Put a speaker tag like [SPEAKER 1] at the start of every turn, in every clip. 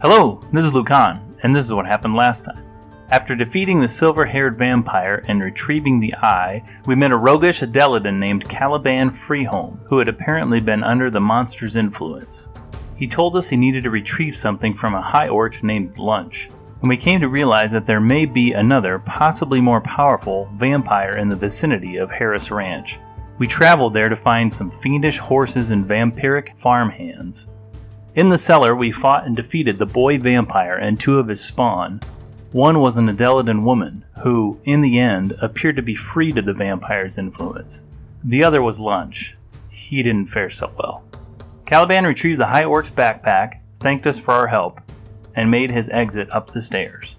[SPEAKER 1] Hello, this is Lucan, and this is what happened last time. After defeating the silver haired vampire and retrieving the eye, we met a roguish Adelidan named Caliban Freehome, who had apparently been under the monster's influence. He told us he needed to retrieve something from a high orc named Lunch, and we came to realize that there may be another, possibly more powerful, vampire in the vicinity of Harris Ranch. We traveled there to find some fiendish horses and vampiric farmhands. In the cellar, we fought and defeated the boy vampire and two of his spawn. One was an Adelidan woman, who, in the end, appeared to be freed of the vampire's influence. The other was Lunch. He didn't fare so well. Caliban retrieved the High Orc's backpack, thanked us for our help, and made his exit up the stairs.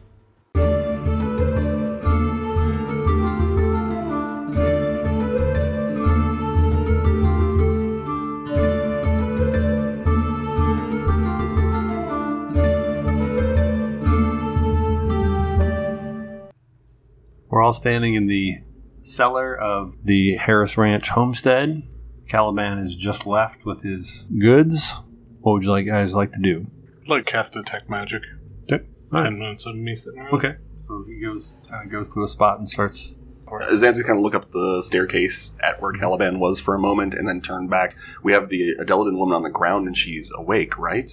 [SPEAKER 2] We're all standing in the cellar of the Harris Ranch homestead. Caliban has just left with his goods. What would you like guys like to do?
[SPEAKER 3] I'd like cast detect magic.
[SPEAKER 2] Okay. All right.
[SPEAKER 3] Ten minutes of me sitting around.
[SPEAKER 2] Okay. So he goes kind of goes to a spot and starts.
[SPEAKER 4] Zanzi kind of look up the staircase at where Caliban was for a moment and then turn back. We have the Adelidan woman on the ground and she's awake, right?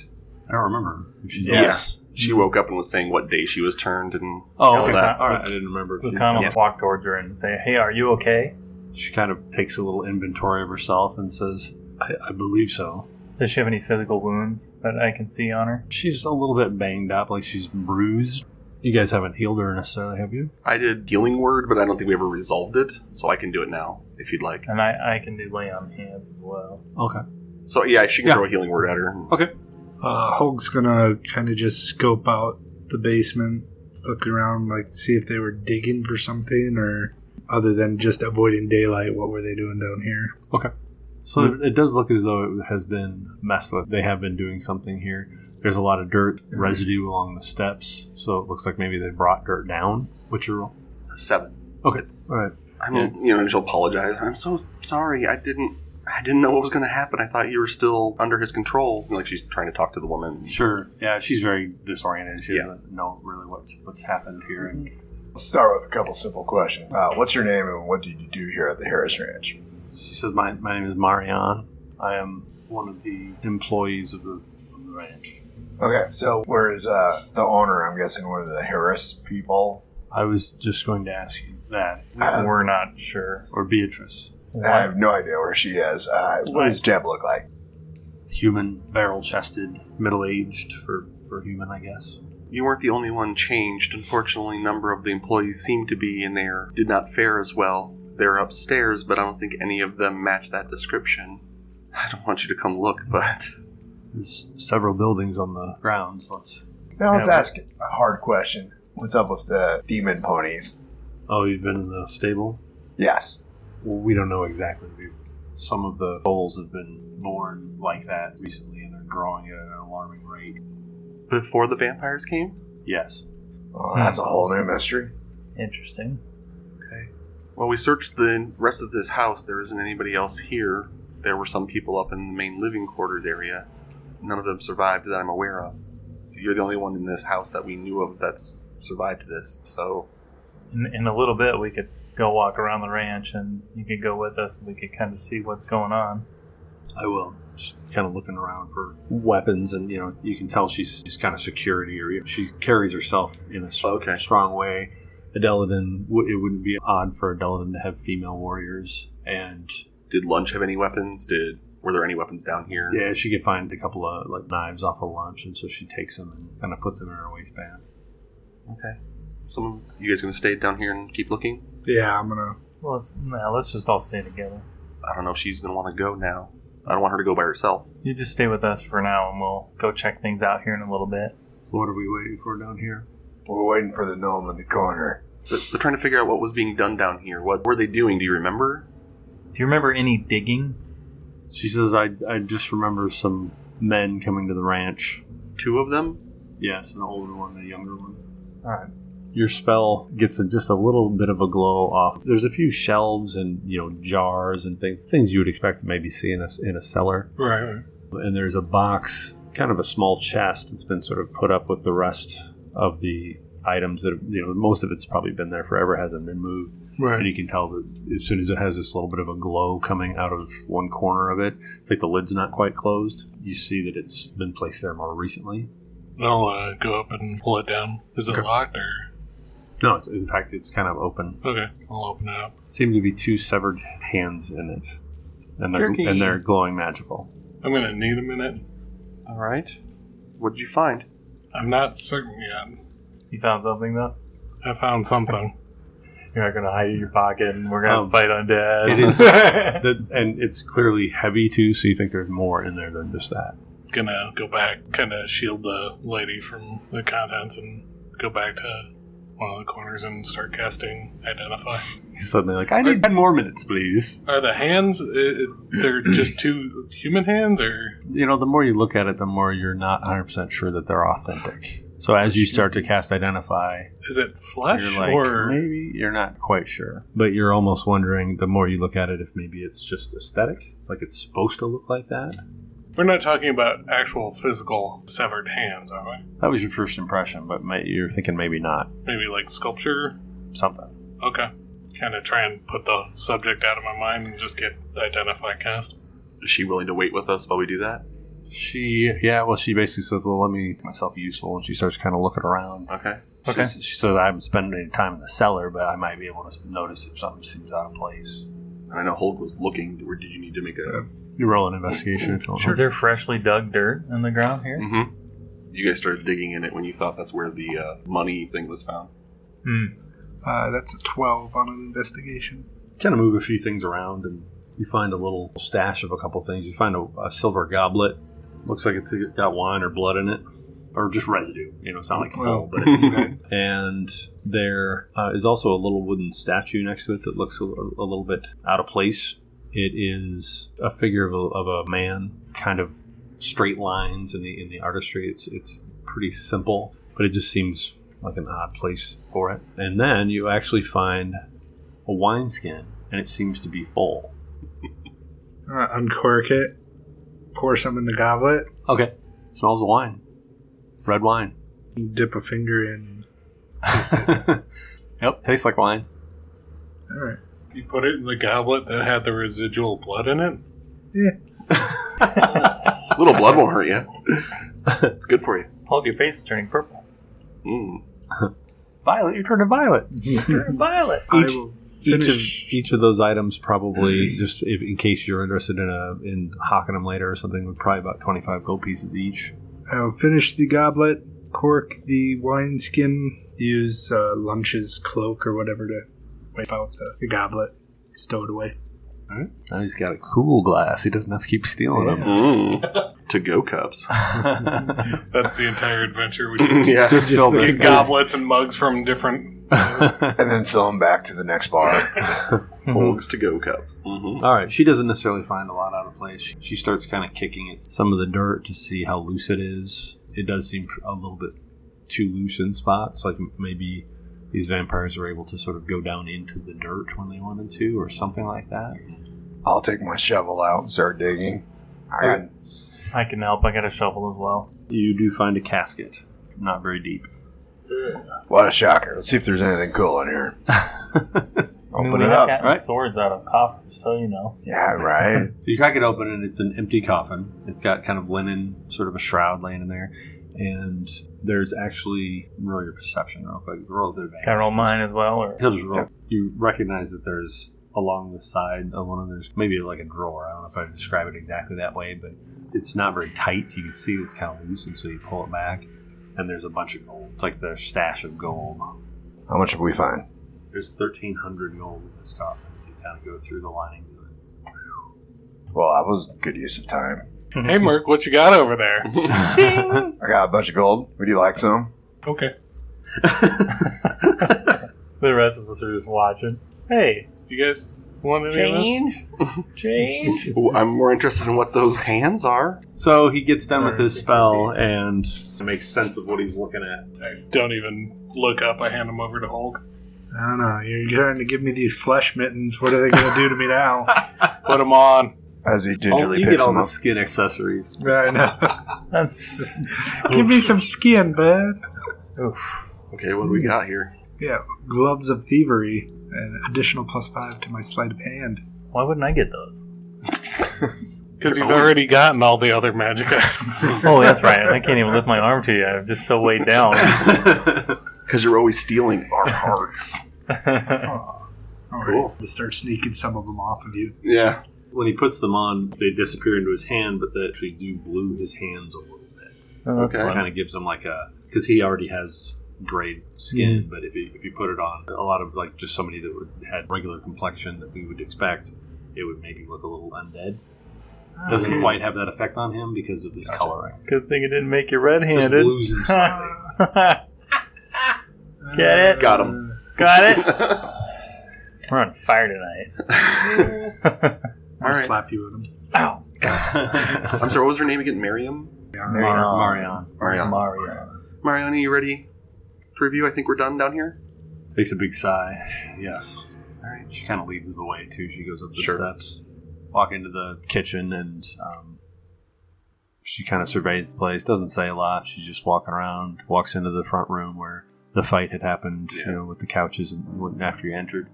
[SPEAKER 2] I don't remember. If she's
[SPEAKER 4] Yes. She woke up and was saying what day she was turned and
[SPEAKER 2] Mm-hmm. Oh,
[SPEAKER 4] all
[SPEAKER 2] okay.
[SPEAKER 4] that.
[SPEAKER 2] All right. I didn't remember. if she-
[SPEAKER 1] Lucan will
[SPEAKER 4] Yeah.
[SPEAKER 1] walk towards her and say, Hey, are you okay?
[SPEAKER 2] She kind of takes a little inventory of herself and says, I, I believe so.
[SPEAKER 1] Does she have any physical wounds that I can see on her?
[SPEAKER 2] She's a little bit banged up, like she's bruised. You guys haven't healed her necessarily, have you?
[SPEAKER 4] I did healing word, but I don't think we ever resolved it, so I can do it now if you'd like.
[SPEAKER 1] And I, I can do lay on hands as well.
[SPEAKER 2] Okay.
[SPEAKER 4] So yeah, she can
[SPEAKER 2] Yeah.
[SPEAKER 4] throw a healing word at her.
[SPEAKER 3] Uh, Hulk's gonna kind of just scope out the basement, look around, like see if they were digging for something or other than just avoiding daylight. What were they doing down here?
[SPEAKER 2] So it does look as though it has been messed with. They have been doing something here. There's a lot of dirt residue along the steps, so it looks like maybe they brought dirt down. What's your roll?
[SPEAKER 4] Seven.
[SPEAKER 2] All right.
[SPEAKER 4] I'm you know, and she'll apologize. I'm so sorry. I didn't I didn't know what was gonna happen. I thought you were still under his control. Like she's trying to talk to the woman.
[SPEAKER 2] Sure. Yeah, she's very disoriented. She
[SPEAKER 4] Yeah.
[SPEAKER 2] doesn't know really what's what's happened here. And
[SPEAKER 5] Let's start with a couple simple questions. Uh, what's your name and what do you do here at the Harris Ranch?
[SPEAKER 2] she says, "My my name is Marianne. I am one of the employees of the, of the ranch.
[SPEAKER 5] Okay, so where is uh, the owner? I'm guessing one of the Harris people.
[SPEAKER 2] I was just going to ask you that,
[SPEAKER 5] Uh,
[SPEAKER 1] We're not sure.
[SPEAKER 2] or Beatrice,
[SPEAKER 5] I have no idea where she is. Uh, what does Jeb look like?
[SPEAKER 2] human, barrel-chested, middle-aged for for human, I guess."
[SPEAKER 4] You weren't the only one changed. Unfortunately, a number of the employees seem to be, and they are- did not fare as well. They're upstairs, but I don't think any of them match that description. I don't want you to come look, but
[SPEAKER 2] There's several buildings on the grounds. Let's.
[SPEAKER 5] Now let's
[SPEAKER 1] Yeah.
[SPEAKER 5] ask a hard question. What's up with the demon ponies?
[SPEAKER 2] Oh, you've been in the stable.
[SPEAKER 5] Yes.
[SPEAKER 2] Well, we don't know exactly. These some of the foals have been born like that recently, and they're growing at an alarming rate.
[SPEAKER 4] before the vampires came?
[SPEAKER 2] Yes.
[SPEAKER 5] Well, that's a whole new mystery.
[SPEAKER 1] Interesting.
[SPEAKER 4] Okay. Well, we searched the rest of this house. There isn't anybody else here. There were some people up in the main living quarters area. None of them survived that I'm aware of. You're the only one in this house that we knew of that's survived this, so.
[SPEAKER 1] in, in a little bit we could go walk around the ranch and you could go with us and we could kind of see what's going on
[SPEAKER 2] I will. She's kind of looking around for weapons, and you know, you can tell she's she's kind of security, or you know, she carries herself in a strong,
[SPEAKER 4] Okay.
[SPEAKER 2] strong way. Adelidan, w- it wouldn't be odd for Adelidan to have female warriors, and
[SPEAKER 4] Did lunch have any weapons? Did were there any weapons down here?
[SPEAKER 2] yeah, she could find a couple of like knives off of lunch, and so she takes them and kind of puts them in her waistband.
[SPEAKER 4] Okay. Someone, you guys gonna stay down here and keep looking?
[SPEAKER 3] Yeah, I'm gonna.
[SPEAKER 1] well let's, no, let's just all stay together
[SPEAKER 4] I don't know if she's gonna want to go now. I don't want her to go by herself.
[SPEAKER 1] you just stay with us for now and we'll go check things out here in a little bit
[SPEAKER 2] What are we waiting for down here?
[SPEAKER 5] We're waiting for the gnome in the corner.
[SPEAKER 4] But they're trying to figure out what was being done down here. What were they doing? Do you remember?
[SPEAKER 1] do you remember any digging
[SPEAKER 2] She says, I, I just remember some men coming to the ranch.
[SPEAKER 4] Two of them.
[SPEAKER 2] Yes, an older one, and a younger one.
[SPEAKER 1] all right
[SPEAKER 2] Your spell gets a, just a little bit of a glow off. There's a few shelves and, you know, jars and things, things you would expect to maybe see in a, in a cellar.
[SPEAKER 3] Right.
[SPEAKER 2] And there's a box kind of a small chest that's been sort of put up with the rest of the items that you know most of it's probably been there forever hasn't been moved and
[SPEAKER 3] Right.
[SPEAKER 2] you can tell that as soon as it has this little bit of a glow coming out of one corner of it it's like the lid's not quite closed you see that it's been placed there more recently
[SPEAKER 6] I'll uh, go up and pull it down. Is it
[SPEAKER 2] Okay.
[SPEAKER 6] locked or?
[SPEAKER 2] no it's, in fact it's kind of open
[SPEAKER 6] Okay, I'll open it up.
[SPEAKER 2] seem to be two severed hands in it and they're,
[SPEAKER 1] Jerky.
[SPEAKER 2] and they're glowing magical
[SPEAKER 6] I'm gonna need a minute.
[SPEAKER 4] All right. What did you find?
[SPEAKER 6] I'm not certain yet.
[SPEAKER 1] You found something though.
[SPEAKER 6] I found something.
[SPEAKER 1] You're not gonna hide it in your pocket, and we're gonna
[SPEAKER 2] Um,
[SPEAKER 1] fight undead.
[SPEAKER 2] it is-
[SPEAKER 1] is.
[SPEAKER 2] The, and it's clearly heavy too, so you think there's more in there than just that.
[SPEAKER 6] gonna go back, kind of shield the lady from the contents, and go back to one of the corners and start casting identify.
[SPEAKER 2] He's suddenly like, I need 10 more minutes, please.
[SPEAKER 6] Are the hands? Uh, they're just two human hands, or
[SPEAKER 2] You know, the more you look at it, the more you're not 100% sure that they're authentic. So as you start to cast Identify,
[SPEAKER 6] is it flesh?
[SPEAKER 2] you're like,
[SPEAKER 6] or
[SPEAKER 2] maybe you're not quite sure. But you're almost wondering, the more you look at it, if maybe it's just aesthetic, like it's supposed to look like that.
[SPEAKER 6] we're not talking about actual physical severed hands, are we?
[SPEAKER 2] That was your first impression, but may, you're thinking maybe not.
[SPEAKER 6] Maybe like sculpture.
[SPEAKER 2] Something.
[SPEAKER 6] Okay. Kind of try and put the subject out of my mind and just get identify cast.
[SPEAKER 4] Is she willing to wait with us while we do that?
[SPEAKER 2] She, yeah, well, she basically says, well, let me make myself useful. And she starts kind of looking around.
[SPEAKER 4] Okay.
[SPEAKER 1] Okay.
[SPEAKER 2] She, she said I haven't spent any time in the cellar, but I might be able to notice if something seems out of place.
[SPEAKER 4] And I know Hold was looking. Or did you need to make a?
[SPEAKER 2] You roll an investigation. if you want.
[SPEAKER 1] Is there freshly dug dirt in the ground here?
[SPEAKER 4] Mm-hmm. You guys started digging in it when you thought that's where the uh, money thing was found.
[SPEAKER 3] Uh, that's a 12 on an investigation.
[SPEAKER 2] kind of move a few things around, and you find a little stash of a couple things. You find a, a silver goblet. Looks like it's got wine or blood in it, or just residue. You know, it's not like full, but and there uh, is also a little wooden statue next to it that looks a, li- a little bit out of place. It is a figure of a, of a man, kind of straight lines in the in the artistry. It's it's pretty simple, but it just seems like an odd place for it. And then you actually find a wineskin, and it seems to be full.
[SPEAKER 3] Uh, uncork it, pour some in the goblet,
[SPEAKER 2] Okay, smells of wine, red wine.
[SPEAKER 3] and dip a finger in.
[SPEAKER 2] yep, tastes like wine.
[SPEAKER 3] All right.
[SPEAKER 6] You put it in the goblet that had the residual blood in it.
[SPEAKER 4] A little blood won't hurt you. It's good for you.
[SPEAKER 1] Hulk, your face is turning purple.
[SPEAKER 4] Mm.
[SPEAKER 2] Violet, you're turning violet.
[SPEAKER 1] Violet.
[SPEAKER 3] I
[SPEAKER 2] Each-
[SPEAKER 3] will
[SPEAKER 2] each of
[SPEAKER 3] finish.
[SPEAKER 2] each of those items probably just if, in case you're interested in a, in hawking them later or something would probably about 25 gold pieces each
[SPEAKER 3] I'll finish the goblet, cork the wineskin, use uh, Lunch's cloak or whatever to wipe out the, the goblet, stow it away.
[SPEAKER 2] now he's got a cool glass he doesn't have to keep stealing
[SPEAKER 4] Mm. to go cups.
[SPEAKER 2] them
[SPEAKER 6] That's the entire adventure. We just
[SPEAKER 4] yeah.
[SPEAKER 2] just fill this
[SPEAKER 6] get goblets and mugs from different.
[SPEAKER 5] And then sell them back to the next bar.
[SPEAKER 4] Hold's to go cup. Mm-hmm.
[SPEAKER 2] all right she doesn't necessarily find a lot out of place she, she starts kind of kicking at some of the dirt to see how loose it is it does seem pr- a little bit too loose in spots like m- maybe these vampires are able to sort of go down into the dirt when they wanted to or something like that
[SPEAKER 5] I'll take my shovel out and start digging. I got
[SPEAKER 1] I can help. I got a shovel as well.
[SPEAKER 2] You do find a casket, not very deep.
[SPEAKER 5] What a shocker. Let's see if there's anything cool in here.
[SPEAKER 1] I mean,
[SPEAKER 5] Open
[SPEAKER 1] we
[SPEAKER 5] it
[SPEAKER 1] have
[SPEAKER 5] up.
[SPEAKER 1] gotten
[SPEAKER 2] right?
[SPEAKER 1] swords out of coffers, so you know.
[SPEAKER 5] Yeah, right.
[SPEAKER 2] You crack it open, and it's an empty coffin. It's got kind of linen, sort of a shroud laying in there, and there's actually roll your perception real quick. Roll
[SPEAKER 1] Can
[SPEAKER 2] the
[SPEAKER 1] I
[SPEAKER 2] advantage.
[SPEAKER 1] roll mine as well? Or
[SPEAKER 2] He'll just roll. You recognize that there's along the side of one of those, maybe like a drawer. I don't know if I would describe it exactly that way, but it's not very tight. You can see it's kind of loose, and so you pull it back, and there's a bunch of gold. It's like their stash of gold.
[SPEAKER 5] How much have we find?
[SPEAKER 2] There's 1,300 gold in this coffin. You kind of go through the lining of it.
[SPEAKER 5] Well, that was good use of time.
[SPEAKER 6] Hey, Merc, what you got over there?
[SPEAKER 5] I got a bunch of gold. Would you like some?
[SPEAKER 6] Okay.
[SPEAKER 1] the rest of us are just watching. Hey,
[SPEAKER 6] Do you guys want any of this?
[SPEAKER 1] change.
[SPEAKER 4] I'm more interested in what those hands are.
[SPEAKER 2] So he gets done with his
[SPEAKER 1] Sorry.
[SPEAKER 2] spell and makes sense of what he's looking at.
[SPEAKER 6] I don't even look up. I hand them over to Hulk.
[SPEAKER 3] I don't know. You're trying to give me these flesh mittens. What are they going to do to me now?
[SPEAKER 6] Put them on.
[SPEAKER 5] as he
[SPEAKER 2] Oh,
[SPEAKER 5] gingerly
[SPEAKER 2] you get
[SPEAKER 5] picks
[SPEAKER 2] all
[SPEAKER 5] him
[SPEAKER 2] the
[SPEAKER 5] up.
[SPEAKER 2] skin accessories.
[SPEAKER 3] I know.
[SPEAKER 1] That's
[SPEAKER 3] Give me some skin, bud.
[SPEAKER 1] oof.
[SPEAKER 4] Okay, what do we got here?
[SPEAKER 3] Gloves of thievery. An additional plus five to my sleight of hand.
[SPEAKER 1] Why wouldn't I get those?
[SPEAKER 6] Because you've already gotten all the other magic items.
[SPEAKER 1] Oh, that's right. I can't even lift my arm to you. I'm just so weighed down.
[SPEAKER 4] Because you're always stealing our hearts.
[SPEAKER 3] All
[SPEAKER 4] Cool.
[SPEAKER 3] right, let's start sneaking some of them off of you.
[SPEAKER 4] yeah.
[SPEAKER 2] when he puts them on, they disappear into his hand, but they actually do blue his hands a little bit.
[SPEAKER 4] Okay.
[SPEAKER 2] It kind of gives him like a because he already has gray skin,
[SPEAKER 1] Mm.
[SPEAKER 2] but if you, if you put it on a lot of like just somebody that would had regular complexion that we would expect, it would maybe look a little undead. Doesn't
[SPEAKER 1] Ah, Okay.
[SPEAKER 2] quite have that effect on him because of his
[SPEAKER 1] Gotcha.
[SPEAKER 2] coloring.
[SPEAKER 1] Good thing it didn't make you
[SPEAKER 2] Just
[SPEAKER 1] red-handed.
[SPEAKER 2] blues him slightly.
[SPEAKER 1] Get it?
[SPEAKER 4] Got 'em.
[SPEAKER 1] Got it. We're on fire tonight.
[SPEAKER 3] I'll
[SPEAKER 4] All right.
[SPEAKER 3] slap you with them.
[SPEAKER 1] Ow.
[SPEAKER 4] I'm sorry, what was her name again? Miriam?
[SPEAKER 1] Marion.
[SPEAKER 4] Marion.
[SPEAKER 1] Marion.
[SPEAKER 4] Marion, are you ready to review? I think we're done down here.
[SPEAKER 2] Takes a big sigh. Yes. All right. She kind of leads the way too. She goes up the
[SPEAKER 4] Sure.
[SPEAKER 2] steps, walk into the kitchen, and um, she kind of surveys the place. Doesn't say a lot. She's just walking around. Walks into the front room where the fight had happened.
[SPEAKER 4] Yeah.
[SPEAKER 2] You know, with the couches and when- after you entered.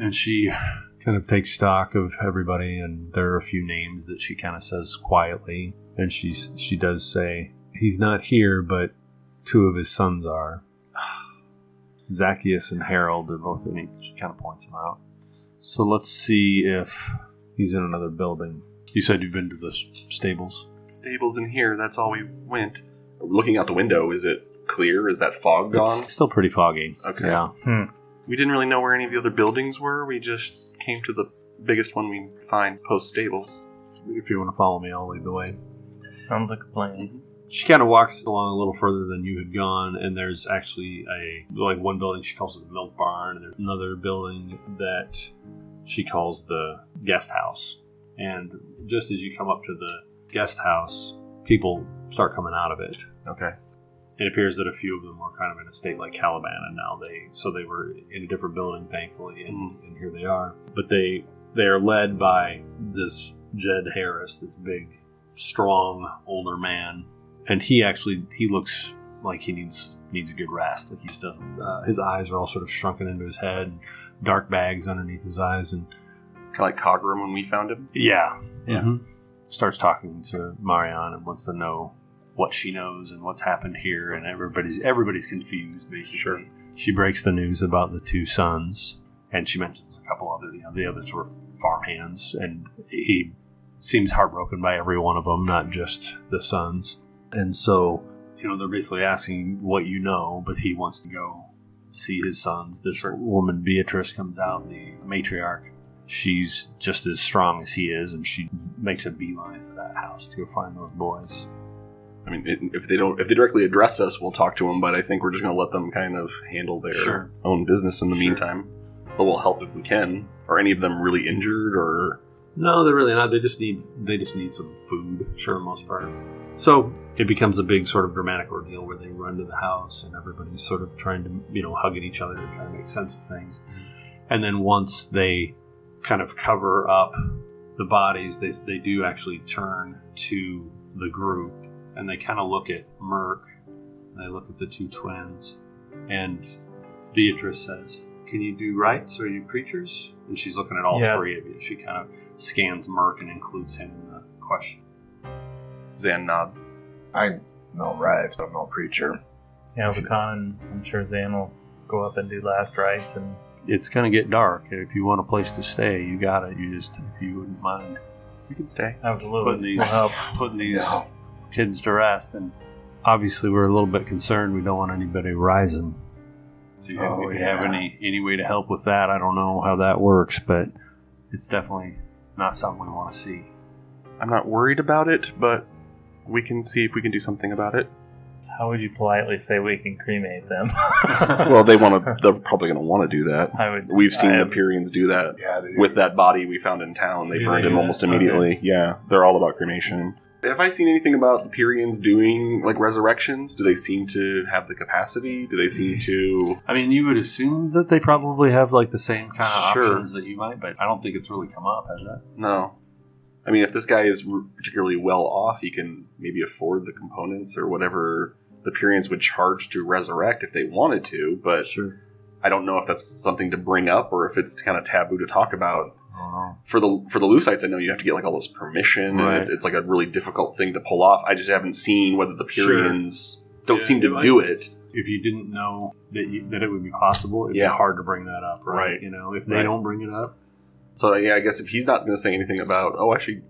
[SPEAKER 2] And she kind of takes stock of everybody, and there are a few names that she kind of says quietly. And she she does say, "He's not here, but two of his sons are." Zacchaeus and Harold are both in it. She kind of points him out. So let's see if he's in another building. You said you've been to the s- stables.
[SPEAKER 4] Stables in here, that's all we went. Looking out the window, is it clear? Is that fog gone?
[SPEAKER 2] It's still pretty foggy.
[SPEAKER 4] Okay.
[SPEAKER 2] Yeah.
[SPEAKER 4] We didn't really know where any of the other buildings were. We just came to the biggest one we find post stables.
[SPEAKER 2] If you want to follow me, I'll lead the way.
[SPEAKER 1] Sounds like a plan.
[SPEAKER 2] She kind of walks along a little further than you had gone, and there's actually a like one building she calls the milk barn, and there's another building that she calls the guest house. And just as you come up to the guest house, people start coming out of it.
[SPEAKER 4] Okay.
[SPEAKER 2] it appears that a few of them were kind of in a state like Caliban, and now they so they were in a different building, thankfully, and, and here they are. But they they are led by this Jed Harris, this big, strong older man, and he actually he looks like he needs needs a good rest. Like he just doesn't. Uh, his eyes are all sort of shrunken into his head, dark bags underneath his eyes, and
[SPEAKER 4] Kind of like Cogram when we found him.
[SPEAKER 2] yeah.
[SPEAKER 4] Yeah.
[SPEAKER 2] Mhm. Starts talking to Marion and wants to know what she knows and what's happened here, and everybody's everybody's confused. Basically,
[SPEAKER 4] Sure.
[SPEAKER 2] she breaks the news about the two sons, and she mentions a couple other. You know, the others were farmhands, and he seems heartbroken by every one of them, not just the sons. And so, you know, they're basically asking what you know, but he wants to go see his sons. This woman Beatrice comes out, the matriarch, she's just as strong as he is, and she makes a beeline for that house to go find those boys.
[SPEAKER 4] I mean, it, if they don't, if they directly address us, we'll talk to them. But I think we're just going to let them kind of handle their
[SPEAKER 2] Sure.
[SPEAKER 4] own business in the
[SPEAKER 2] Sure.
[SPEAKER 4] meantime. But we'll help if we can. Are any of them really injured, or
[SPEAKER 2] No, they're really not. They just need they just need some food for the most part. So it becomes a big sort of dramatic ordeal where they run to the house and everybody's sort of trying to you know hug at each other and trying to make sense of things. And then once they kind of cover up the bodies, they they do actually turn to the group and they kind of look at Merc. And they look at the two twins, and Beatrice says, "Can you do rites? Are you preachers?" And she's looking at all
[SPEAKER 1] Yes.
[SPEAKER 2] three of you. She kind of scans Merc and includes him in the question.
[SPEAKER 4] Zan nods?
[SPEAKER 5] I'm no rides, but I'm no preacher.
[SPEAKER 1] Yeah, Vakan and I'm sure Zan will go up and do last rites and
[SPEAKER 2] It's gonna get dark. If you want a place to stay, you got it. You just, if you wouldn't mind
[SPEAKER 4] You can stay.
[SPEAKER 2] putting
[SPEAKER 1] absolutely
[SPEAKER 2] these
[SPEAKER 1] will help.
[SPEAKER 2] putting these
[SPEAKER 5] No.
[SPEAKER 2] kids to rest, and obviously we're a little bit concerned. We don't want anybody rising. So you-
[SPEAKER 5] Oh,
[SPEAKER 2] if you have
[SPEAKER 5] yeah.
[SPEAKER 2] any any way to help with that, I don't know how that works, but it's definitely not something we want to see.
[SPEAKER 4] I'm not worried about it, but we can see if we can do something about it.
[SPEAKER 1] How would you politely say we can cremate them?
[SPEAKER 4] well, they want to. They're probably going to want to do that.
[SPEAKER 1] I would.
[SPEAKER 4] We've seen
[SPEAKER 1] I-
[SPEAKER 4] the Pyrians do that
[SPEAKER 5] Yeah, they do.
[SPEAKER 4] with that body we found in town. They
[SPEAKER 2] Yeah,
[SPEAKER 4] burned
[SPEAKER 2] they
[SPEAKER 4] him
[SPEAKER 2] do
[SPEAKER 4] almost
[SPEAKER 2] that.
[SPEAKER 4] immediately. Yeah, they're all about cremation. Have I seen anything about the Pyrians doing like resurrections? Do they seem to have the capacity? Do they seem to?
[SPEAKER 2] I mean, you would assume that they probably have like the same kind of
[SPEAKER 4] Sure.
[SPEAKER 2] options that you might, but I don't think it's really come up, has it?
[SPEAKER 4] No, I mean, if this guy is r- particularly well off, he can maybe afford the components or whatever the Purians would charge to resurrect if they wanted to. But
[SPEAKER 2] Sure.
[SPEAKER 4] I don't know if that's something to bring up or if it's kind of taboo to talk about.
[SPEAKER 2] I don't know.
[SPEAKER 4] For the for the Lucites, I know you have to get like all this permission, and
[SPEAKER 2] Oh. Right.
[SPEAKER 4] it's, it's like a really difficult thing to pull off. I just haven't seen whether the
[SPEAKER 2] Sure.
[SPEAKER 4] Purians don't
[SPEAKER 2] Yeah,
[SPEAKER 4] seem
[SPEAKER 2] it
[SPEAKER 4] to
[SPEAKER 2] might-
[SPEAKER 4] do it.
[SPEAKER 2] If you didn't know that you, that it would be possible, it'd
[SPEAKER 4] Yeah.
[SPEAKER 2] be hard to bring that up, right?
[SPEAKER 4] Right.
[SPEAKER 2] You know, if they
[SPEAKER 4] Right.
[SPEAKER 2] don't bring it up,
[SPEAKER 4] So yeah, I guess if he's not going to say anything about, oh, I should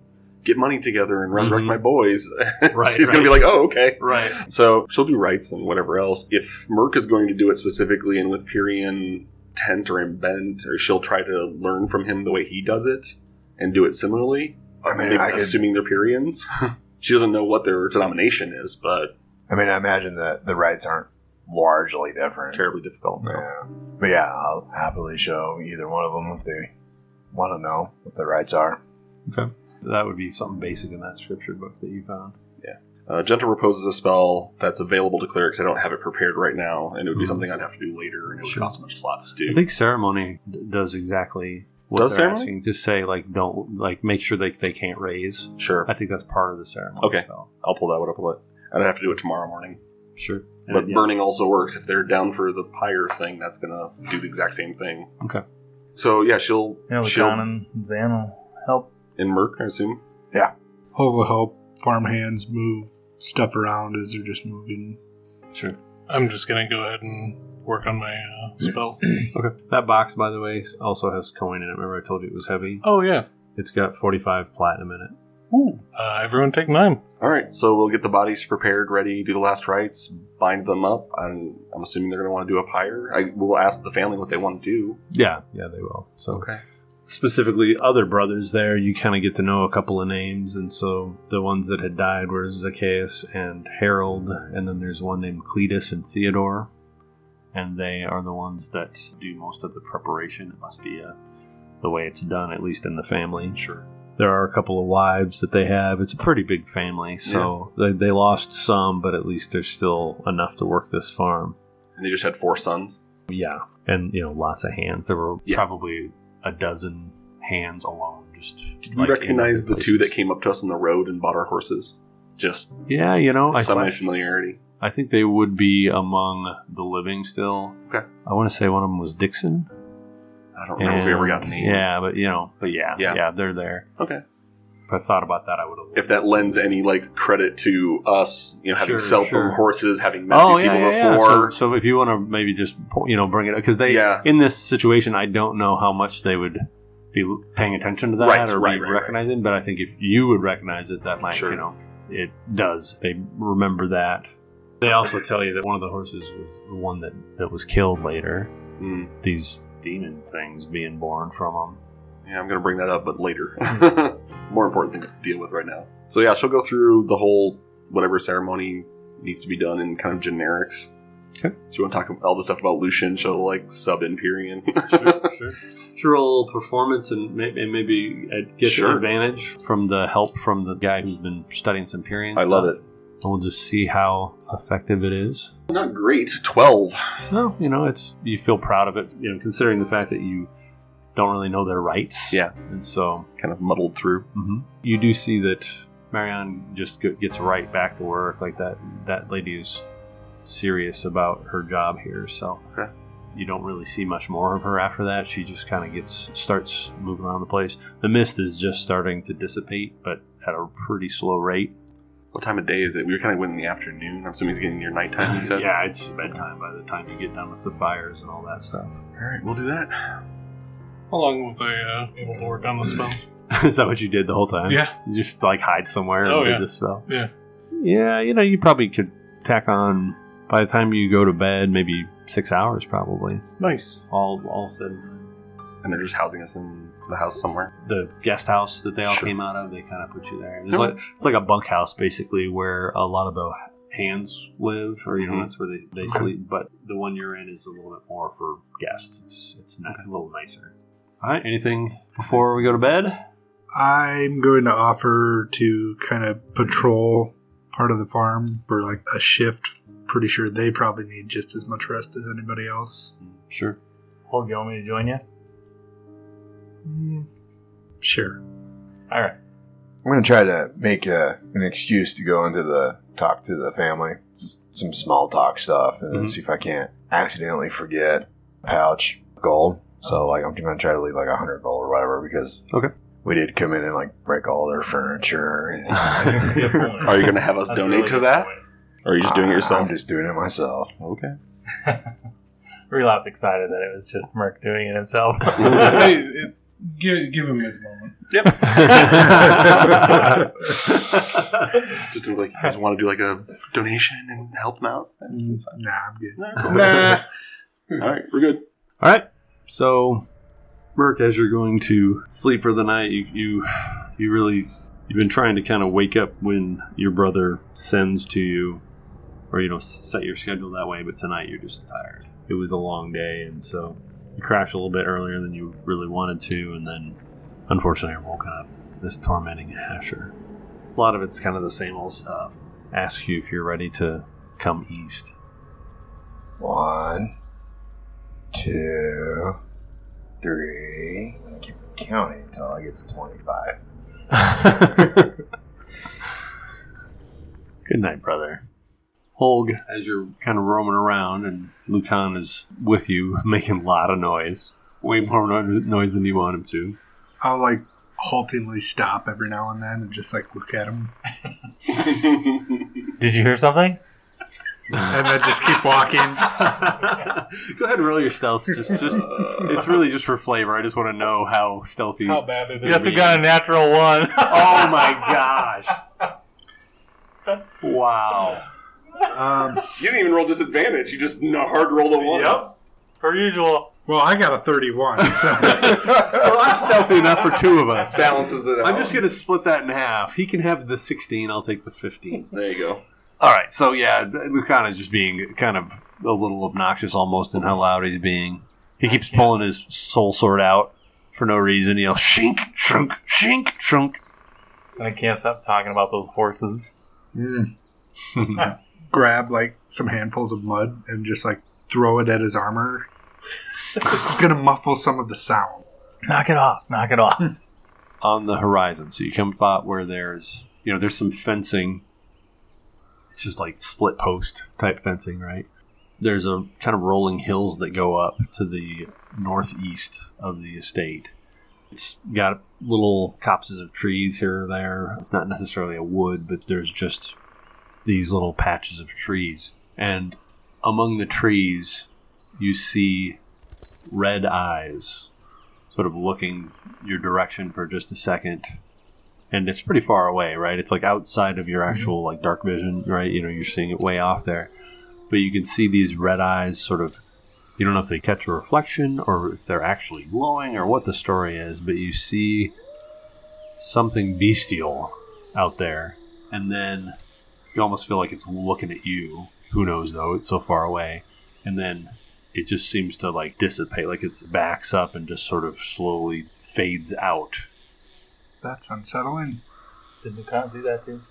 [SPEAKER 4] get money together and resurrect
[SPEAKER 2] Mhm.
[SPEAKER 4] my boys,
[SPEAKER 2] Right,
[SPEAKER 4] he's going to be like, oh, okay.
[SPEAKER 2] right?
[SPEAKER 4] So she'll do rights and whatever else. If Merc is going to do it specifically and with Pyrian tent or embent, or she'll try to learn from him the way he does it and do it similarly.
[SPEAKER 5] I mean,
[SPEAKER 4] maybe
[SPEAKER 5] I could-
[SPEAKER 4] assuming they're Pyrians. she doesn't know what their denomination is, but
[SPEAKER 5] I mean, I imagine that the rights aren't largely different.
[SPEAKER 4] terribly difficult. no.
[SPEAKER 5] Yeah. But yeah, I'll happily show either one of them if they want to know what the rights are.
[SPEAKER 2] That would be something basic in that scripture book that you found.
[SPEAKER 4] Uh, Gentle Repose is a spell that's available to clerics. I don't have it prepared right now, and it would be
[SPEAKER 2] Mhm.
[SPEAKER 4] something I'd have to do later, and it would
[SPEAKER 2] Sure.
[SPEAKER 4] cost a bunch of slots to do.
[SPEAKER 2] I think ceremony d- does exactly what
[SPEAKER 4] Does
[SPEAKER 2] they're
[SPEAKER 4] ceremony?
[SPEAKER 2] asking to say. Like, don't like make sure they they can't raise.
[SPEAKER 4] sure.
[SPEAKER 2] I think that's part of the ceremony.
[SPEAKER 4] Okay.
[SPEAKER 2] spell.
[SPEAKER 4] I'll pull that one up a bit. I'd have to do it tomorrow morning.
[SPEAKER 2] sure.
[SPEAKER 4] But
[SPEAKER 2] And, yeah.
[SPEAKER 4] burning also works. If they're down for the pyre thing, that's gonna do the exact same thing.
[SPEAKER 2] Okay.
[SPEAKER 4] So yeah, she'll
[SPEAKER 1] Yeah,
[SPEAKER 4] she'll
[SPEAKER 1] John and Zan will help.
[SPEAKER 4] in Merc, I assume.
[SPEAKER 3] Hog will help farmhands move stuff around as they're just moving.
[SPEAKER 2] Sure.
[SPEAKER 6] I'm just gonna go ahead and work on my uh, spells.
[SPEAKER 2] Okay. That box, by the way, also has coin in it. Remember, I told you it was heavy.
[SPEAKER 6] oh yeah.
[SPEAKER 2] It's got forty-five platinum in it.
[SPEAKER 6] Uh, everyone take nine.
[SPEAKER 4] All right, so we'll get the bodies prepared, ready, do the last rites, bind them up. I'm, I'm assuming they're gonna want to do a pyre. I will ask the family what they want to do.
[SPEAKER 2] Yeah, yeah, they will. So
[SPEAKER 4] Okay.
[SPEAKER 2] specifically, other brothers there, you kind of get to know a couple of names, and so the ones that had died were Zacchaeus and Harold, and then there's one named Cletus and Theodore, and they are the ones that do most of the preparation. It must be uh the way it's done, at least in the family. Sure. There are a couple of wives that they have. It's a pretty big family, so they, they lost some, but at least there's still enough to work this farm.
[SPEAKER 4] And they just had four sons.
[SPEAKER 2] Yeah, and you know, lots of hands. There were
[SPEAKER 4] Yeah.
[SPEAKER 2] probably a dozen hands alone. Just
[SPEAKER 4] Did we recognize the two that came up to us on the road and bought our horses? Just
[SPEAKER 2] Yeah, you know, Oh, I,
[SPEAKER 4] semi
[SPEAKER 2] think-
[SPEAKER 4] familiarity.
[SPEAKER 2] I think they would be among the living still.
[SPEAKER 4] Okay.
[SPEAKER 2] I want to say one of them was Dixon.
[SPEAKER 4] I don't remember if we ever
[SPEAKER 2] and-
[SPEAKER 4] got names.
[SPEAKER 2] Yeah, but you know, but yeah,
[SPEAKER 4] Yeah.
[SPEAKER 2] yeah, they're there.
[SPEAKER 4] Okay.
[SPEAKER 2] If I thought about that, I would have.
[SPEAKER 4] if that lends any like credit to us, you know, having
[SPEAKER 2] Sure,
[SPEAKER 4] sell
[SPEAKER 2] sure.
[SPEAKER 4] from horses, having met
[SPEAKER 2] Oh
[SPEAKER 4] these
[SPEAKER 2] yeah, yeah,
[SPEAKER 4] people
[SPEAKER 2] yeah. So,
[SPEAKER 4] before.
[SPEAKER 2] so if you want to maybe just po- you know bring it because they
[SPEAKER 4] Yeah.
[SPEAKER 2] in this situation I don't know how much they would be paying attention to that
[SPEAKER 4] Right,
[SPEAKER 2] or
[SPEAKER 4] right,
[SPEAKER 2] be
[SPEAKER 4] right,
[SPEAKER 2] recognizing, but I think if you would recognize it, that might
[SPEAKER 4] Sure.
[SPEAKER 2] you know it does. They remember that. They also tell you that one of the horses was the one that that was killed later.
[SPEAKER 4] Mm.
[SPEAKER 2] These demon things being born from them.
[SPEAKER 4] yeah, I'm gonna bring that up, but later. More important things to deal with right now. So yeah, she'll go through the whole whatever ceremony needs to be done in kind of generics.
[SPEAKER 2] Okay.
[SPEAKER 4] She won't talk all the stuff about Lucian. She'll like sub in Pyrian.
[SPEAKER 2] sure. Sure, roll performance and, may- and maybe uh, get
[SPEAKER 4] Sure.
[SPEAKER 2] an advantage from the help from the guy who's been studying some Pyrian
[SPEAKER 4] I
[SPEAKER 2] stuff.
[SPEAKER 4] love it.
[SPEAKER 2] and we'll just see how effective it is.
[SPEAKER 4] Not great. Twelve.
[SPEAKER 2] Well, you know, it's you feel proud of it, you know, considering the fact that you don't really know their rights.
[SPEAKER 4] Yeah.
[SPEAKER 2] and so mm-hmm.
[SPEAKER 4] Kind of muddled through.
[SPEAKER 2] you do see that Marion just g- gets right back to work. Like that, that lady is serious about her job here. So
[SPEAKER 4] Okay.
[SPEAKER 2] you don't really see much more of her after that. She just kind of gets starts moving around the place. The mist is just starting to dissipate, but at a pretty slow rate.
[SPEAKER 4] What time of day is it? We kind of went in the afternoon. I'm assuming he's getting near nighttime. You said.
[SPEAKER 2] yeah, it's bedtime by the time you get done with the fires and all that stuff.
[SPEAKER 4] All right, we'll do that.
[SPEAKER 6] How long was I uh, able to work on the spell?
[SPEAKER 2] Is that what you did the whole time?
[SPEAKER 6] Yeah.
[SPEAKER 2] You just like hide somewhere and
[SPEAKER 6] Oh,
[SPEAKER 2] did
[SPEAKER 6] yeah.
[SPEAKER 2] this spell?
[SPEAKER 6] Yeah.
[SPEAKER 2] Yeah, you know, you probably could tack on by the time you go to bed, maybe six hours probably.
[SPEAKER 6] Nice.
[SPEAKER 2] All all said and done.
[SPEAKER 4] And they're just housing us in the house somewhere.
[SPEAKER 2] the guest house that they all
[SPEAKER 4] Sure.
[SPEAKER 2] came out of, they kinda put you there. It's
[SPEAKER 4] Okay.
[SPEAKER 2] like it's like a bunkhouse basically where a lot of the hands live or you know,
[SPEAKER 4] Mhm.
[SPEAKER 2] that's where they, they
[SPEAKER 4] Okay.
[SPEAKER 2] sleep. But the one you're in is a little bit more for guests. It's it's ni- a little nicer. Alright, anything before we go to bed?
[SPEAKER 3] I'm going to offer to kind of patrol part of the farm for like a shift. Pretty sure they probably need just as much rest as anybody else.
[SPEAKER 2] Sure.
[SPEAKER 1] Hold, you want me to join you?
[SPEAKER 3] Sure.
[SPEAKER 1] All right.
[SPEAKER 5] I'm gonna try to make a, an excuse to go into the talk to the family, just some small talk stuff, and then
[SPEAKER 2] Mhm.
[SPEAKER 5] see if I can't accidentally forget a pouch of gold. So like I'm gonna try to leave like a hundred gold or whatever because
[SPEAKER 2] Okay.
[SPEAKER 5] we did come in and like break all their furniture. And
[SPEAKER 1] Good point.
[SPEAKER 4] Are you going to have us
[SPEAKER 1] That's a
[SPEAKER 4] donate
[SPEAKER 1] really
[SPEAKER 4] to
[SPEAKER 1] good
[SPEAKER 4] that?
[SPEAKER 1] point.
[SPEAKER 4] Or are you just doing it yourself?
[SPEAKER 5] I'm just doing it myself.
[SPEAKER 4] okay.
[SPEAKER 1] Relop's excited that it was just Merc doing it himself.
[SPEAKER 6] Hey, it- give, give him his moment.
[SPEAKER 4] Just do like you guys want to do like a donation and help them out.
[SPEAKER 1] Mm.
[SPEAKER 3] Nah, I'm good.
[SPEAKER 4] No, cool. All right, we're good.
[SPEAKER 2] All right. So, Burke, as you're going to sleep for the night, you you, you really you've been trying to kind of wake up when your brother sends to you, or you know, s- set your schedule that way. But tonight you're just tired. It was a long day, and so you crashed a little bit earlier than you really wanted to, and then unfortunately you're woken up this tormenting Asher. A lot of it's kind of the same old stuff. Asks you if you're ready to come east.
[SPEAKER 5] One, two, three. I keep counting until I get to twenty-five.
[SPEAKER 2] Good night, brother. Holg, as you're kind of roaming around and Lucan is with you, making a lot of noise. Way more no- noise than you want him to.
[SPEAKER 3] I'll like haltingly stop every now and then and just like look at him,
[SPEAKER 1] Did you hear something?
[SPEAKER 3] and then just keep walking.
[SPEAKER 2] Go ahead and roll your stealth. Just, just It's really just for flavor. I just want to know how stealthy.
[SPEAKER 6] How bad it is.
[SPEAKER 2] Yes,
[SPEAKER 1] Guess
[SPEAKER 2] we
[SPEAKER 1] who got a natural one?
[SPEAKER 2] oh my gosh. Wow.
[SPEAKER 3] Um,
[SPEAKER 4] You didn't even roll disadvantage. You just hard rolled a one. Yep.
[SPEAKER 1] Per usual.
[SPEAKER 3] well, I got a 31, so
[SPEAKER 2] So I'm stealthy enough for two of us.
[SPEAKER 4] Balances it out.
[SPEAKER 2] I'm just going to split that in half. He can have the 16, I'll take the 15.
[SPEAKER 4] There you go.
[SPEAKER 2] All right, so yeah, Lucan is just being kind of a little obnoxious almost in how loud he's being. He keeps pulling his soul sword out for no reason. You know, shink, shrunk, shink, shrunk.
[SPEAKER 1] And I can't stop talking about those horses.
[SPEAKER 3] grab like some handfuls of mud and just like throw it at his armor. this is gonna muffle some of the sound.
[SPEAKER 1] Knock it off. Knock it off.
[SPEAKER 2] On the horizon, so you come about where there's, you know, there's some fencing. It's just like split post type fencing, right? There's a kind of rolling hills that go up to the northeast of the estate. It's got little copses of trees here or there. It's not necessarily a wood, but there's just these little patches of trees. And among the trees, you see red eyes sort of looking your direction for just a second. And it's pretty far away, right? It's like outside of your actual like dark vision, right? You know, you're seeing it way off there. But you can see these red eyes sort of you don't know if they catch a reflection or if they're actually glowing or what the story is, but you see something bestial out there. And then you almost feel like it's looking at you. Who knows, though? It's so far away. And then it just seems to like dissipate, like it backs up and just sort of slowly fades out.
[SPEAKER 3] That's unsettling.
[SPEAKER 1] Did Dukan see that too?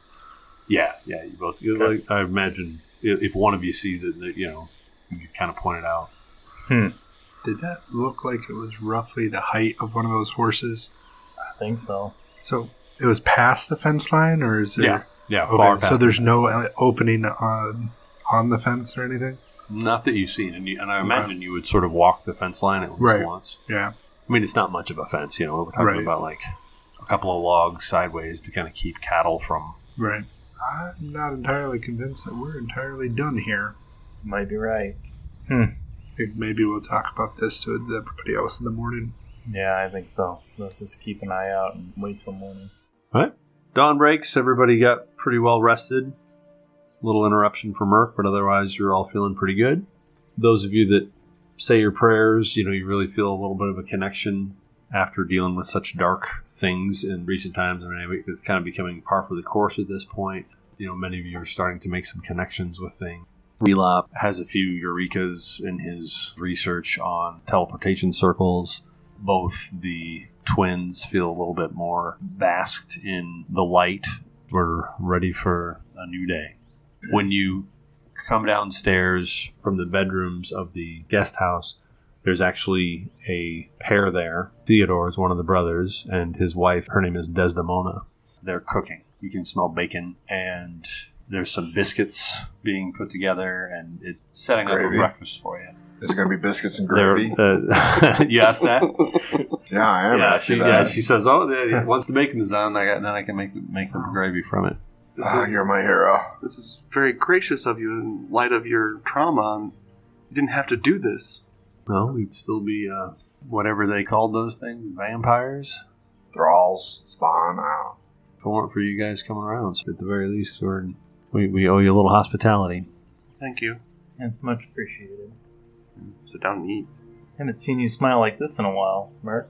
[SPEAKER 2] Yeah, yeah, you both. you Like, I imagine if if one of you sees it, that you know, you kind of point it out.
[SPEAKER 3] Did that look like it was roughly the height of one of those horses?
[SPEAKER 1] I think so.
[SPEAKER 3] So it was past the fence line, or is there?
[SPEAKER 2] Yeah, yeah,
[SPEAKER 3] Okay,
[SPEAKER 2] far past.
[SPEAKER 3] so there's
[SPEAKER 2] the-
[SPEAKER 3] no uh, opening on on the fence or anything.
[SPEAKER 2] not that you've seen, and, you, and I
[SPEAKER 3] Okay.
[SPEAKER 2] imagine you would sort of walk the fence line at least
[SPEAKER 3] Right.
[SPEAKER 2] once.
[SPEAKER 3] Yeah.
[SPEAKER 2] I mean, it's not much of a fence, you know. We're talking
[SPEAKER 3] Right.
[SPEAKER 2] about like a couple of logs sideways to kind of keep cattle from.
[SPEAKER 3] Right. I'm not entirely convinced that we're entirely done here.
[SPEAKER 1] Might be right.
[SPEAKER 3] Think Maybe we'll talk about this to everybody else in the morning.
[SPEAKER 1] Yeah, I think so. Let's just keep an eye out and wait till morning.
[SPEAKER 2] Dawn breaks. Everybody got pretty well rested. Little interruption for Merc, but otherwise you're all feeling pretty good. Those of you that say your prayers, you know, you really feel a little bit of a connection after dealing with such dark things in recent times. I mean, it's kind of becoming par for the course at this point. You know, many of you are starting to make some connections with things. Relop has a few eurekas in his research on teleportation circles both the twins feel a little bit more basked in the light. We're ready for a new day. When you come downstairs from the bedrooms of the guest house, there's actually a pair there. Theodore is one of the brothers, and his wife, her name is Desdemona. they're cooking. You can smell bacon, and there's some biscuits being put together, and it's setting up a
[SPEAKER 5] Gravy.
[SPEAKER 2] breakfast for you.
[SPEAKER 5] Is it going to be biscuits and
[SPEAKER 2] There,
[SPEAKER 5] gravy?
[SPEAKER 2] uh, you asked that?
[SPEAKER 5] yeah, I am
[SPEAKER 2] yeah, she,
[SPEAKER 5] asking
[SPEAKER 2] yeah,
[SPEAKER 5] that.
[SPEAKER 2] she says, "Oh, yeah, yeah, once the bacon's done, I got, then I can make make the gravy from it."
[SPEAKER 4] This
[SPEAKER 5] Ah,
[SPEAKER 4] is-
[SPEAKER 5] you're my hero.
[SPEAKER 4] This is very gracious of you in light of your trauma. and You didn't have to do this.
[SPEAKER 2] No, we'd still be uh, whatever they called those things, vampires.
[SPEAKER 5] Thralls, spawn. I
[SPEAKER 2] If it weren't for you guys coming around, so at the very least, we're, we we owe you a little hospitality.
[SPEAKER 4] Thank you.
[SPEAKER 1] That's much appreciated.
[SPEAKER 4] Sit down and eat.
[SPEAKER 1] Haven't seen you smile like this in a while, Mert.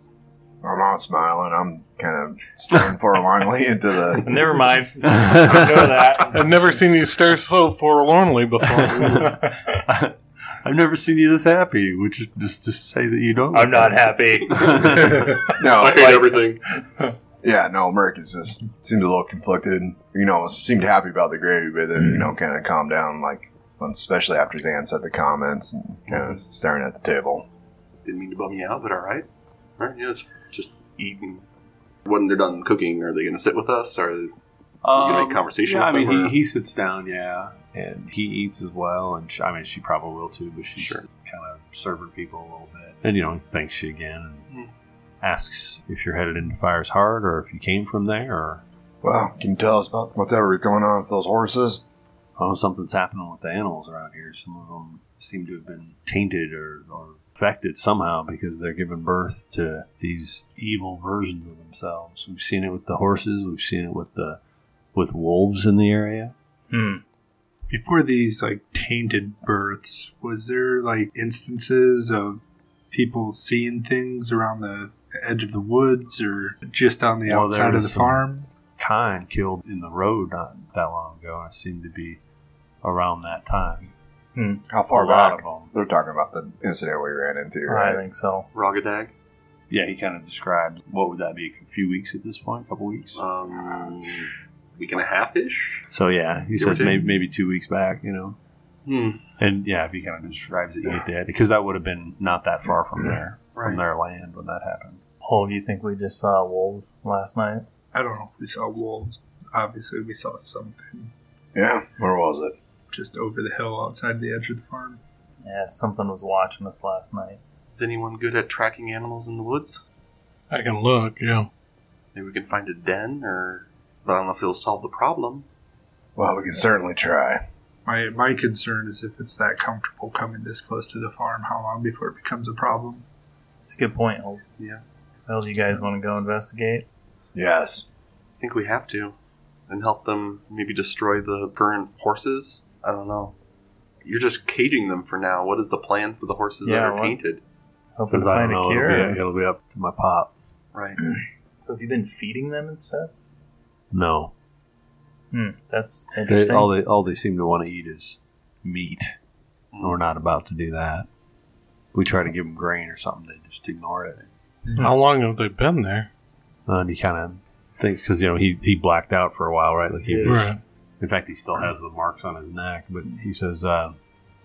[SPEAKER 5] don't know. I'm not smiling. I'm kind of staring forlornly into the.
[SPEAKER 1] Never mind. Ignore that.
[SPEAKER 6] I've never seen you stare so forlornly before.
[SPEAKER 2] I've never seen you this happy, which is just to say that you don't.
[SPEAKER 1] I'm not happy.
[SPEAKER 5] No,
[SPEAKER 6] I hate
[SPEAKER 5] like-
[SPEAKER 6] everything.
[SPEAKER 5] yeah, no. Merc is just seemed a little conflicted, and you know, seemed happy about the gravy, but then you know, kind of calmed down, like especially after Zan said the comments and kind of staring at the table.
[SPEAKER 4] Didn't mean to bum you out, but all right. All right, yes. Just eat. And when they're done cooking, are they going to sit with us? Or
[SPEAKER 2] Um,
[SPEAKER 4] You make conversation
[SPEAKER 2] Yeah, I
[SPEAKER 4] with
[SPEAKER 2] mean,
[SPEAKER 4] them, or-
[SPEAKER 2] he, he sits down, yeah, and he eats as well, and sh I mean, she probably will too, but she's
[SPEAKER 4] Sure.
[SPEAKER 2] kind of serving people a little bit, and you know, thanks you again,
[SPEAKER 4] Mm.
[SPEAKER 2] and asks if you're headed into Fire's Heart or if you came from there or
[SPEAKER 5] Well, can you tell us about whatever going on with those horses?
[SPEAKER 2] oh, something's happening with the animals around here. Some of them seem to have been tainted or, or affected somehow because they're giving birth to these evil versions of themselves. We've seen it with the horses. We've seen it with the with wolves in the area.
[SPEAKER 1] Hmm.
[SPEAKER 3] Before these like tainted births, was there like instances of people seeing things around the edge of the woods or just on the
[SPEAKER 2] Well,
[SPEAKER 3] outside of
[SPEAKER 2] there's
[SPEAKER 3] the
[SPEAKER 2] some-
[SPEAKER 3] farm?
[SPEAKER 2] Kine killed in the road not that long ago, and it seemed to be around that time.
[SPEAKER 5] How far
[SPEAKER 2] a lot
[SPEAKER 5] back?
[SPEAKER 2] of them.
[SPEAKER 5] They're talking about the incident we ran into,
[SPEAKER 1] I
[SPEAKER 5] right?
[SPEAKER 1] think so.
[SPEAKER 4] Rogadag?
[SPEAKER 2] Yeah, he kind of described what would that be? A few weeks at this point, a couple weeks.
[SPEAKER 4] Um, week and a half ish?
[SPEAKER 2] so yeah, he
[SPEAKER 4] Give or
[SPEAKER 2] said maybe,
[SPEAKER 4] take.
[SPEAKER 2] maybe two weeks back. You know,
[SPEAKER 4] Hmm.
[SPEAKER 2] and yeah, if he kind of describes it, you get the because that would have been not that far from there,
[SPEAKER 4] Right.
[SPEAKER 2] from their land when that happened.
[SPEAKER 1] Oh, do you think we just saw wolves last night?
[SPEAKER 3] I don't know if we saw wolves. Obviously, we saw something
[SPEAKER 5] Yeah, where was it?
[SPEAKER 3] just over the hill outside the edge of the farm.
[SPEAKER 1] Yeah, something was watching us last night.
[SPEAKER 4] Is anyone good at tracking animals in the woods?
[SPEAKER 6] I can look, yeah.
[SPEAKER 4] Maybe we can find a den, or. But I don't know if it'll solve the problem.
[SPEAKER 5] Well, we can certainly try.
[SPEAKER 3] My my concern is if it's that comfortable coming this close to the farm, how long before it becomes a problem?
[SPEAKER 1] It's a good point. Holt.
[SPEAKER 4] Yeah.
[SPEAKER 1] Well, do you guys want to go investigate?
[SPEAKER 5] Yes.
[SPEAKER 4] I think we have to. And help them maybe destroy the burnt horses? I don't know. You're just caging them for now. What is the plan for the horses that
[SPEAKER 1] Yeah,
[SPEAKER 4] are
[SPEAKER 1] what-
[SPEAKER 4] tainted?
[SPEAKER 1] Hoping to
[SPEAKER 2] Says, I
[SPEAKER 1] find
[SPEAKER 2] don't
[SPEAKER 1] a
[SPEAKER 2] know,
[SPEAKER 1] cure.
[SPEAKER 2] it'll be, it'll be up to my pop.
[SPEAKER 4] Right.
[SPEAKER 1] So have you been feeding them and stuff?
[SPEAKER 2] No,
[SPEAKER 1] Hmm, that's
[SPEAKER 2] they,
[SPEAKER 1] interesting.
[SPEAKER 2] all they all they seem to want to eat is meat.
[SPEAKER 4] Mm.
[SPEAKER 2] We're not about to do that. We try to give them grain or something, they just ignore it.
[SPEAKER 6] How long have they been there?
[SPEAKER 2] and he kind of thinks because you know he he blacked out for a while, right? Like he
[SPEAKER 1] Yeah.
[SPEAKER 2] was.
[SPEAKER 6] Right.
[SPEAKER 2] In fact, he still has the marks on his neck, but he says uh,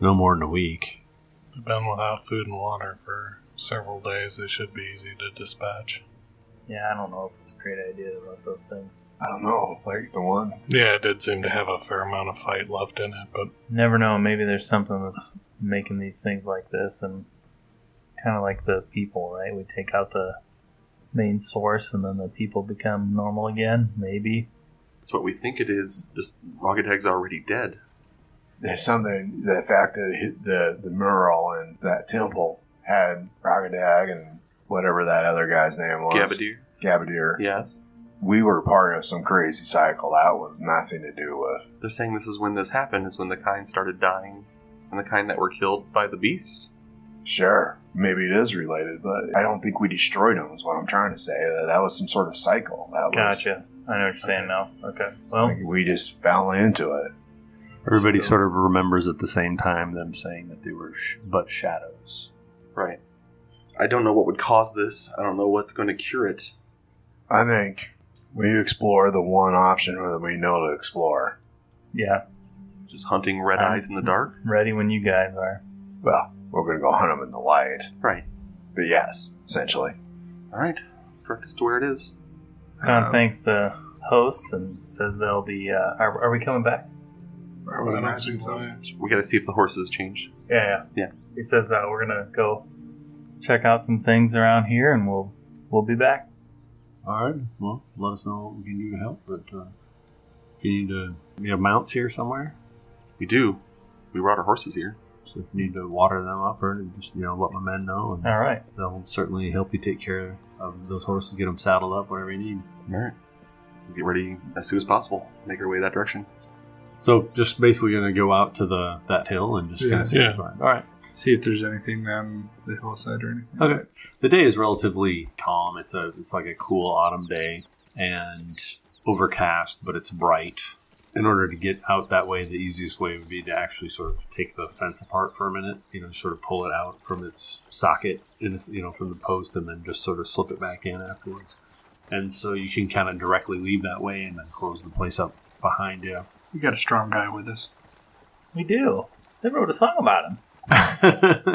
[SPEAKER 2] no more than a week.
[SPEAKER 6] They've been without food and water for several days. They should be easy to dispatch.
[SPEAKER 1] yeah, I don't know if it's a great idea about those things.
[SPEAKER 5] I don't know. Like the one.
[SPEAKER 6] Yeah, it did seem to have a fair amount of fight left in it, but
[SPEAKER 1] Never know. Maybe there's something that's making these things like this, and kind of like the people, right? We take out the main source, and then the people become normal again. Maybe.
[SPEAKER 4] That's what we think it is. Just Rogadag's already dead.
[SPEAKER 5] There's something. The fact that it hit the the mural in that temple had Ragadag and whatever that other guy's name was.
[SPEAKER 4] Gabadir?
[SPEAKER 5] Gabadir.
[SPEAKER 4] Yes.
[SPEAKER 5] We were part of some crazy cycle that was nothing to do with.
[SPEAKER 4] They're saying this is when this happened, is when the kind started dying, and the kind that were killed by the beast.
[SPEAKER 5] Sure, maybe it is related, but I don't think we destroyed them. Is what I'm trying to say. That, that was some sort of cycle. That was.
[SPEAKER 1] Gotcha. I know what you're saying now. Okay. Well,
[SPEAKER 5] Like, we just fell into it.
[SPEAKER 2] everybody
[SPEAKER 1] So-
[SPEAKER 2] sort of remembers at the same time them saying that they were sh- but shadows.
[SPEAKER 4] Right. I don't know what would cause this. I don't know what's going to cure it.
[SPEAKER 5] I think we explore the one option that we know to explore.
[SPEAKER 1] yeah.
[SPEAKER 4] Just hunting red
[SPEAKER 1] Um,
[SPEAKER 4] eyes in the dark?
[SPEAKER 1] Ready when you guys are.
[SPEAKER 5] Well, we're going to go hunt them in the light.
[SPEAKER 4] Right.
[SPEAKER 5] But yes, essentially.
[SPEAKER 4] All right. Direct us to where it is.
[SPEAKER 1] Con
[SPEAKER 3] Um,
[SPEAKER 1] thanks the hosts and says they'll be. Uh, are, are we coming back?
[SPEAKER 6] I would imagine so.
[SPEAKER 4] We got to see if the horses changed.
[SPEAKER 1] Yeah,
[SPEAKER 4] Yeah.
[SPEAKER 1] He says uh, we're gonna go check out some things around here, and we'll we'll be back.
[SPEAKER 2] All right. Well, let us know what we can do to help. But uh, if you need to, we have mounts here somewhere.
[SPEAKER 4] We do. We brought our horses here.
[SPEAKER 2] So if you need to water them up, or just you know, let my men know, and
[SPEAKER 1] All right.
[SPEAKER 2] they'll certainly help you take care of those horses, get them saddled up, whatever you need.
[SPEAKER 4] All right. Get ready as soon as possible. Make our way that direction.
[SPEAKER 2] So just basically gonna go out to the that hill and just
[SPEAKER 3] Yeah.
[SPEAKER 2] kind of see
[SPEAKER 6] Yeah.
[SPEAKER 2] what's around. All right.
[SPEAKER 3] See if there's anything on the hillside or anything.
[SPEAKER 2] Okay. The day is relatively calm. It's a it's like a cool autumn day and overcast, but it's bright. In order to get out that way, the easiest way would be to actually sort of take the fence apart for a minute, you know, sort of pull it out from its socket, in, you know, from the post, and then just sort of slip it back in afterwards. And so you can kind of directly leave that way and then close the place up behind you.
[SPEAKER 3] We got a strong guy with us.
[SPEAKER 1] We do. They wrote a song about him.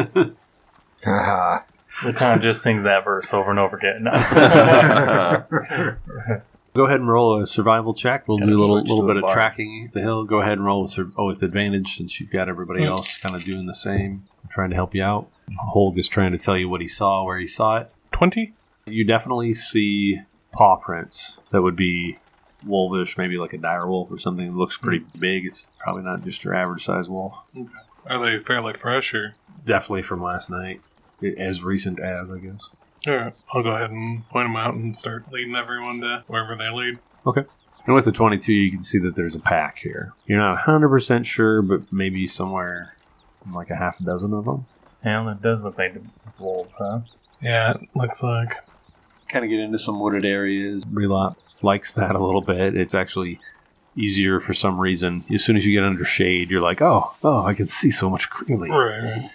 [SPEAKER 5] Haha.
[SPEAKER 1] Lacan just sings that verse over and over again.
[SPEAKER 2] Go ahead and roll a survival check. We'll
[SPEAKER 1] Gotta
[SPEAKER 2] do a little,
[SPEAKER 1] switch
[SPEAKER 2] little
[SPEAKER 1] to a
[SPEAKER 2] bit of
[SPEAKER 1] bar.
[SPEAKER 2] tracking the hill. Go ahead and roll with, sur- oh, with advantage since you've got everybody
[SPEAKER 6] Hmm.
[SPEAKER 2] else kind of doing the same, trying to help you out. Holg is trying to tell you what he saw, where he saw it.
[SPEAKER 6] 20?
[SPEAKER 2] You definitely see paw prints that would be wolvish, maybe like a dire wolf or something. It looks pretty big. It's probably not just your average size wolf.
[SPEAKER 6] Are they fairly fresh or?
[SPEAKER 2] Definitely from last night, as recent as I guess.
[SPEAKER 6] Alright, I'll go ahead and point them out and start leading everyone to wherever they lead.
[SPEAKER 2] And with the 22, you can see that there's a pack here. You're not 100% sure, but maybe somewhere like a half dozen of them.
[SPEAKER 1] well, it does look like it's wolves, huh?
[SPEAKER 6] Yeah, it looks like.
[SPEAKER 2] Kind of get into some wooded areas. Relot likes that a little bit. It's actually easier for some reason. As soon as you get under shade, you're like, oh, oh, I can see so much clearly.
[SPEAKER 6] Right, right.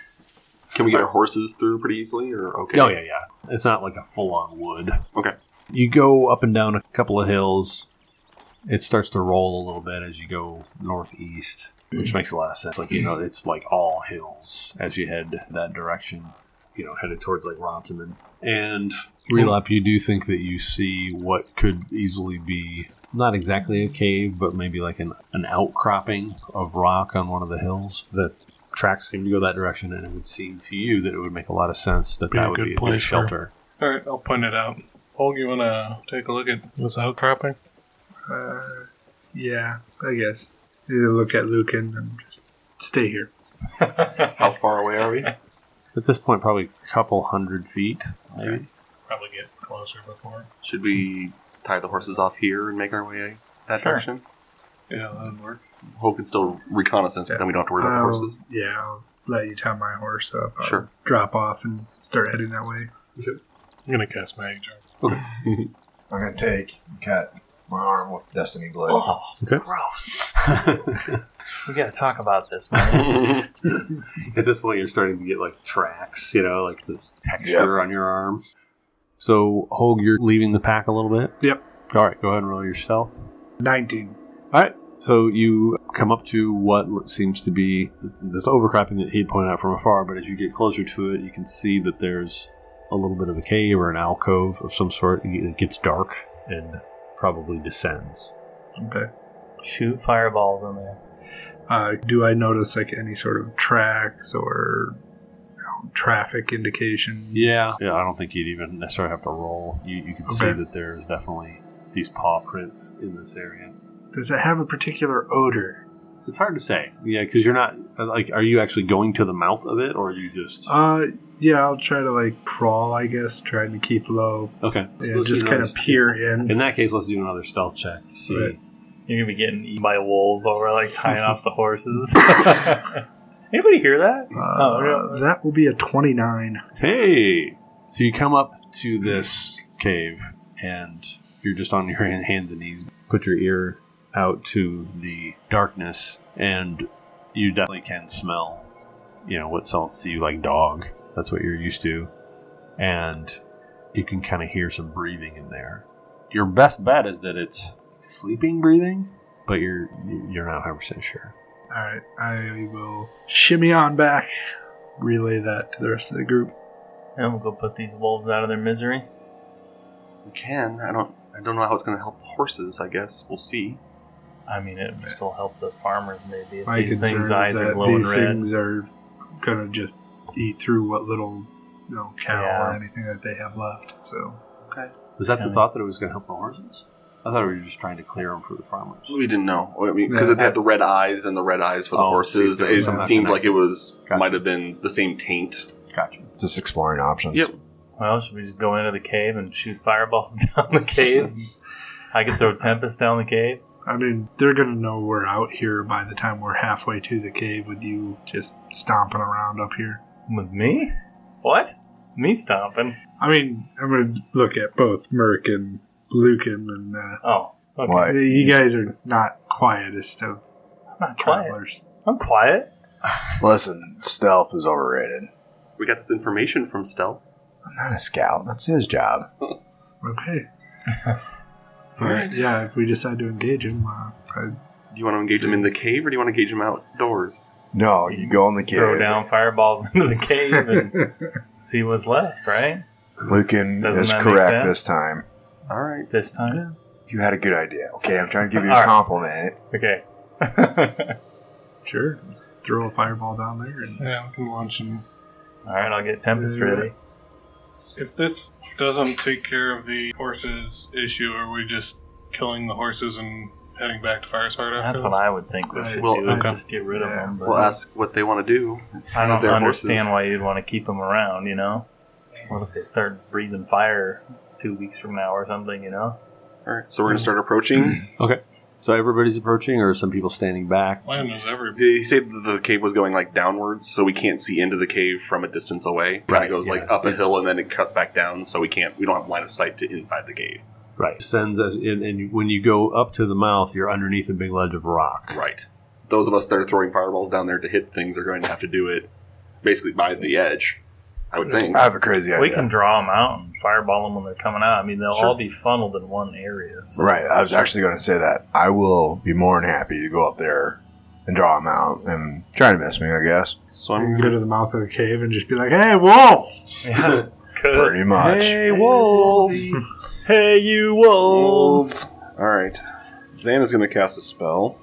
[SPEAKER 4] Can we get our horses through pretty easily? Or okay?
[SPEAKER 2] Oh yeah, yeah. It's not like a full on wood.
[SPEAKER 4] Okay.
[SPEAKER 2] You go up and down a couple of hills. It starts to roll a little bit as you go northeast,
[SPEAKER 4] Mm-hmm.
[SPEAKER 2] which makes a lot of sense. Like you know, it's like all hills as you head that direction. You know, headed towards like Rontaman and Relap. You do think that you see what could easily be not exactly a cave, but maybe like an an outcropping of rock on one of the hills that tracks seem to go that direction, and it would seem to you that it would make a lot of sense that
[SPEAKER 6] Be
[SPEAKER 2] that
[SPEAKER 6] a
[SPEAKER 2] would
[SPEAKER 6] good
[SPEAKER 2] be a good
[SPEAKER 6] place for-
[SPEAKER 2] shelter.
[SPEAKER 6] Alright, I'll point it out. Paul, you want to take a look at this outcropping?
[SPEAKER 3] Uh, yeah, I guess. Either look at Lucan and just stay here.
[SPEAKER 4] How far away are we?
[SPEAKER 2] At this point, probably a couple hundred feet. Maybe.
[SPEAKER 6] Probably get closer before.
[SPEAKER 4] Should we tie the horses off here and make our way that
[SPEAKER 1] Sure.
[SPEAKER 4] direction?
[SPEAKER 6] Yeah, that'd work.
[SPEAKER 4] Hope it's still reconnaissance, but then we don't have to worry about the
[SPEAKER 3] I'll-
[SPEAKER 4] horses.
[SPEAKER 3] Yeah, I'll let you tie my horse up. I'll
[SPEAKER 4] Sure.
[SPEAKER 3] Drop off and start heading that way.
[SPEAKER 6] I'm going to cast my age.
[SPEAKER 5] I'm gonna take cut my arm with Destiny Blade.
[SPEAKER 1] We got to talk about this, man.
[SPEAKER 2] At this point, you're starting to get like tracks, you know, like this texture
[SPEAKER 5] Yeah.
[SPEAKER 2] on your arm. So, Holg, you're leaving the pack a little bit.
[SPEAKER 3] Yep.
[SPEAKER 2] All right, go ahead and roll yourself.
[SPEAKER 3] 19.
[SPEAKER 2] All right. So you come up to what seems to be this overcropping that he'd pointed out from afar, but as you get closer to it, you can see that there's a little bit of a cave or an alcove of some sort. It gets dark and probably descends.
[SPEAKER 3] Okay.
[SPEAKER 1] Shoot fireballs in there.
[SPEAKER 3] Uh, do I notice like any sort of tracks or you know, traffic indications?
[SPEAKER 2] Yeah, I don't think you'd even necessarily have to roll. You, you can see
[SPEAKER 3] Okay.
[SPEAKER 2] that there's definitely these paw prints in this area.
[SPEAKER 3] Does it have a particular odor?
[SPEAKER 2] It's hard to say. Yeah, because you're not, uh, like, are you actually going to the mouth of it or are you just.
[SPEAKER 3] Uh, yeah, I'll try to like crawl, I guess, trying to keep low
[SPEAKER 2] okay.
[SPEAKER 3] and just kind of peer in.
[SPEAKER 2] In that case, let's do another stealth check to see.
[SPEAKER 3] Right.
[SPEAKER 1] You're gonna be getting eaten by a wolf while we're like tying off the horses. Anybody hear that?
[SPEAKER 3] Uh,
[SPEAKER 1] Oh, really?
[SPEAKER 3] That will be a 29.
[SPEAKER 2] Hey! So you come up to this cave and you're just on your hand- hands and knees. Put your ear out to the darkness and you definitely can smell, you know, what smells to you like dog. That's what you're used to. And you can kind of hear some breathing in there. Your best bet is that it's sleeping breathing, but you're you're not 100% sure.
[SPEAKER 3] All right, I will shimmy on back, relay that to the rest of the group.
[SPEAKER 1] And we'll go put these wolves out of their misery.
[SPEAKER 4] we can. I don't. I I don't know how it's going to help the horses. I guess we'll see.
[SPEAKER 1] I mean, it would still help the farmers maybe. If
[SPEAKER 3] My
[SPEAKER 1] these
[SPEAKER 3] concern
[SPEAKER 1] things'
[SPEAKER 3] is
[SPEAKER 1] eyes are
[SPEAKER 3] that
[SPEAKER 1] glowing
[SPEAKER 3] these
[SPEAKER 1] red.
[SPEAKER 3] things are gonna just eat through what little you know cattle or anything that they have left. So
[SPEAKER 2] Is that
[SPEAKER 1] Kinda.
[SPEAKER 2] the thought that it was going to help the horses? I thought we were just trying to clear them for the farmers.
[SPEAKER 4] We didn't know. I mean, because
[SPEAKER 3] Yeah,
[SPEAKER 4] it had the
[SPEAKER 3] that's-
[SPEAKER 4] red eyes and the red eyes for the
[SPEAKER 2] Oh,
[SPEAKER 4] horses.
[SPEAKER 2] see, there was
[SPEAKER 4] It
[SPEAKER 2] something
[SPEAKER 4] seemed
[SPEAKER 2] connected.
[SPEAKER 4] like it was
[SPEAKER 2] Gotcha.
[SPEAKER 4] might have been the same taint.
[SPEAKER 2] Gotcha.
[SPEAKER 5] Just exploring options.
[SPEAKER 4] Yep.
[SPEAKER 1] Well, should we just go into the cave and shoot fireballs down the cave? I could throw tempest down the cave.
[SPEAKER 3] I mean, they're gonna know we're out here by the time we're halfway to the cave with you just stomping around up here.
[SPEAKER 1] With me? What? Me stomping?
[SPEAKER 3] I mean, I'm gonna look at both Merc and Lucan, and uh,
[SPEAKER 1] Oh, okay.
[SPEAKER 5] Why?
[SPEAKER 3] you guys are not quietest of
[SPEAKER 1] I'm not quiet.
[SPEAKER 3] travelers.
[SPEAKER 1] I'm quiet.
[SPEAKER 5] Listen, stealth is overrated.
[SPEAKER 4] We got this information from Stealth.
[SPEAKER 5] I'm not a scout. That's his job.
[SPEAKER 3] Okay. All right. Yeah, if we decide to engage him, uh, I-
[SPEAKER 4] Do you want to engage him in the cave or do you want to engage him outdoors?
[SPEAKER 5] No, you go in the cave.
[SPEAKER 1] Throw down fireballs into the cave and see what's left. Right
[SPEAKER 5] Lucan
[SPEAKER 1] Doesn't
[SPEAKER 5] is
[SPEAKER 1] that make
[SPEAKER 5] correct
[SPEAKER 1] sense?
[SPEAKER 5] this time.
[SPEAKER 4] All right.
[SPEAKER 1] this time.
[SPEAKER 5] You had a good idea. Okay, I'm trying to give you
[SPEAKER 1] All
[SPEAKER 5] a
[SPEAKER 1] right.
[SPEAKER 5] compliment.
[SPEAKER 1] Okay.
[SPEAKER 3] sure, let's throw a fireball down there and
[SPEAKER 6] Yeah, we can launch them.
[SPEAKER 1] All right, I'll get tempest
[SPEAKER 3] Yeah.
[SPEAKER 1] ready.
[SPEAKER 6] If this doesn't take care of the horses issue, are we just killing the horses and heading back to Firestarter? after
[SPEAKER 1] That's
[SPEAKER 6] that?
[SPEAKER 1] what I would think we
[SPEAKER 3] Right.
[SPEAKER 1] should
[SPEAKER 4] Well,
[SPEAKER 1] do. Is
[SPEAKER 4] okay.
[SPEAKER 1] just get rid of
[SPEAKER 3] Yeah.
[SPEAKER 1] them. But
[SPEAKER 4] We'll ask what they want to do. It's
[SPEAKER 1] I
[SPEAKER 4] kind of
[SPEAKER 1] don't
[SPEAKER 4] their
[SPEAKER 1] understand
[SPEAKER 4] horses.
[SPEAKER 1] why you'd want to keep them around. You know, what if they start breathing fire two weeks from now or something? You know.
[SPEAKER 4] All right. So we're going to start approaching.
[SPEAKER 2] So everybody's approaching, or are some people standing back?
[SPEAKER 6] Plan is every.
[SPEAKER 4] he said that the cave was going like downwards, so we can't see into the cave from a distance away. Right.
[SPEAKER 2] Right,
[SPEAKER 4] It goes like
[SPEAKER 2] yeah.
[SPEAKER 4] up a hill and then it cuts back down, so we can't. We don't have line of sight to inside the cave.
[SPEAKER 2] Right. Sends us, and, and when you go up to the mouth, you're underneath a big ledge of rock.
[SPEAKER 4] Right. Those of us that are throwing fireballs down there to hit things are going to have to do it basically by the edge. I would think.
[SPEAKER 5] I have a crazy
[SPEAKER 1] we
[SPEAKER 5] idea.
[SPEAKER 1] can draw them out and fireball them when they're coming out. I mean, they'll
[SPEAKER 4] Sure.
[SPEAKER 1] all be funneled in one area. So
[SPEAKER 5] Right. I was actually going to say that. I will be more than happy to go up there and draw him out and try to miss me, I guess.
[SPEAKER 4] So
[SPEAKER 3] you
[SPEAKER 4] I'm
[SPEAKER 3] can go to the mouth of the cave and just be like, "Hey, wolf!"
[SPEAKER 1] Yeah. Good.
[SPEAKER 5] Pretty much.
[SPEAKER 1] wolf! hey, you wolves!
[SPEAKER 4] All right. Xana's going to cast a spell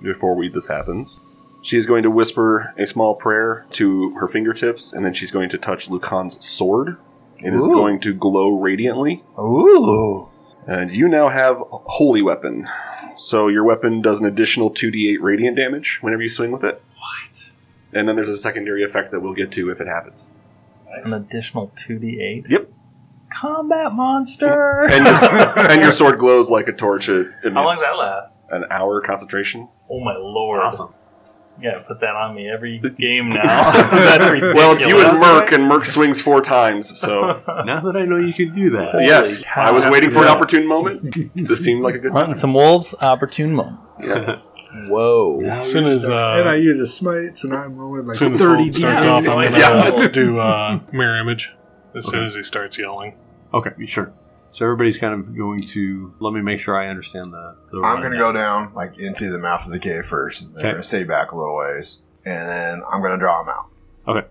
[SPEAKER 4] before we this happens. She is going to whisper a small prayer to her fingertips, and then she's going to touch Lucan's sword. It is
[SPEAKER 1] Ooh.
[SPEAKER 4] going to glow radiantly,
[SPEAKER 1] Ooh!
[SPEAKER 4] and you now have holy weapon. So your weapon does an additional two d8 radiant damage whenever you swing with it. What? And then there's a secondary effect that we'll get to if it happens.
[SPEAKER 1] An additional 2d8.
[SPEAKER 4] Yep.
[SPEAKER 1] Combat monster!
[SPEAKER 4] And your, and your sword glows like a torch. It emits
[SPEAKER 1] How long does that last?
[SPEAKER 4] An hour concentration.
[SPEAKER 1] Oh my lord.
[SPEAKER 2] Awesome.
[SPEAKER 1] You gotta put that on me every game now. That's ridiculous.
[SPEAKER 4] Well, it's you and Merc, and Merc swings four times. So
[SPEAKER 2] Now that I know you can do that,
[SPEAKER 4] yes,
[SPEAKER 1] cow.
[SPEAKER 4] I was waiting for an
[SPEAKER 2] Yeah.
[SPEAKER 4] opportune moment. This seemed like a good time.
[SPEAKER 1] Hunting some wolves, opportune moment.
[SPEAKER 4] Yeah.
[SPEAKER 1] Whoa.
[SPEAKER 6] As soon as
[SPEAKER 3] and I
[SPEAKER 6] uh,
[SPEAKER 3] use a smite, and I'm rolling like
[SPEAKER 6] as soon as
[SPEAKER 3] thirty
[SPEAKER 6] Hulk starts
[SPEAKER 1] damage.
[SPEAKER 6] off, I'm gonna
[SPEAKER 1] Yeah.
[SPEAKER 6] do uh, mirror image. As soon as he starts yelling,
[SPEAKER 2] Okay, sure. So everybody's kind of going to let me make sure I understand the. the
[SPEAKER 5] I'm going to go down, like, into the mouth of the cave first. And then
[SPEAKER 2] Okay.
[SPEAKER 5] we're going to stay back a little ways. And then I'm going to draw him out.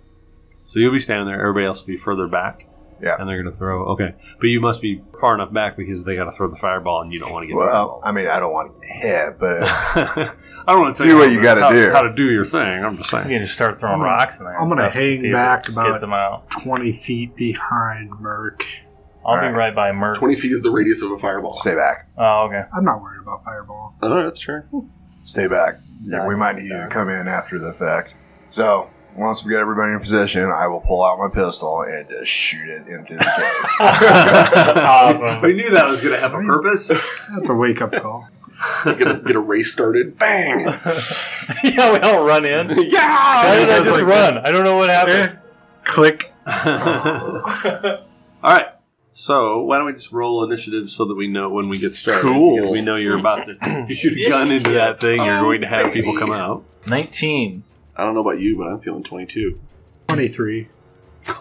[SPEAKER 2] So you'll be standing there. Everybody else will be further back.
[SPEAKER 5] Yeah.
[SPEAKER 2] And they're going to throw. Okay, but you must be far enough back because they got to throw the fireball, and you don't want to get.
[SPEAKER 5] Well, I mean, I don't want to get hit, but
[SPEAKER 2] I don't want to
[SPEAKER 5] Do what you gotta
[SPEAKER 2] how,
[SPEAKER 5] do.
[SPEAKER 2] How to do your thing. I'm just
[SPEAKER 1] You
[SPEAKER 2] saying.
[SPEAKER 1] can just start throwing
[SPEAKER 3] I'm gonna-
[SPEAKER 1] rocks in there. and
[SPEAKER 3] I'm gonna
[SPEAKER 1] stuff to
[SPEAKER 3] hang
[SPEAKER 1] see if
[SPEAKER 3] back
[SPEAKER 1] it
[SPEAKER 3] about-
[SPEAKER 1] Gets them out.
[SPEAKER 3] twenty feet behind Merc.
[SPEAKER 1] I'll be
[SPEAKER 5] Alright.
[SPEAKER 1] right by Merc.
[SPEAKER 4] Twenty feet is the radius of a fireball.
[SPEAKER 5] stay back.
[SPEAKER 1] Oh, okay.
[SPEAKER 3] I'm not worried about fireball.
[SPEAKER 4] Oh, that's fair.
[SPEAKER 5] Stay back.
[SPEAKER 1] Yeah,
[SPEAKER 5] we might need you to come in after the fact. So, once we get everybody in position, I will pull out my pistol and just shoot it into the cave.
[SPEAKER 1] awesome.
[SPEAKER 2] We knew that was going to have
[SPEAKER 3] a
[SPEAKER 2] purpose.
[SPEAKER 3] That's a wake up call.
[SPEAKER 4] So get, a, get a race started. Bang!
[SPEAKER 1] yeah, we all run in.
[SPEAKER 4] yeah!
[SPEAKER 1] Why did I
[SPEAKER 2] goes
[SPEAKER 1] just
[SPEAKER 2] like Eh.
[SPEAKER 1] run? I don't know what happened.
[SPEAKER 3] Click.
[SPEAKER 2] All right. So why don't we just roll initiative so that we know when we get started?
[SPEAKER 4] Cool.
[SPEAKER 2] Because we know you're about to. If you shoot a gun into that thing, you're going to have people come out.
[SPEAKER 1] 19.
[SPEAKER 4] I don't know about you, but I'm feeling twenty-two.
[SPEAKER 3] Twenty three.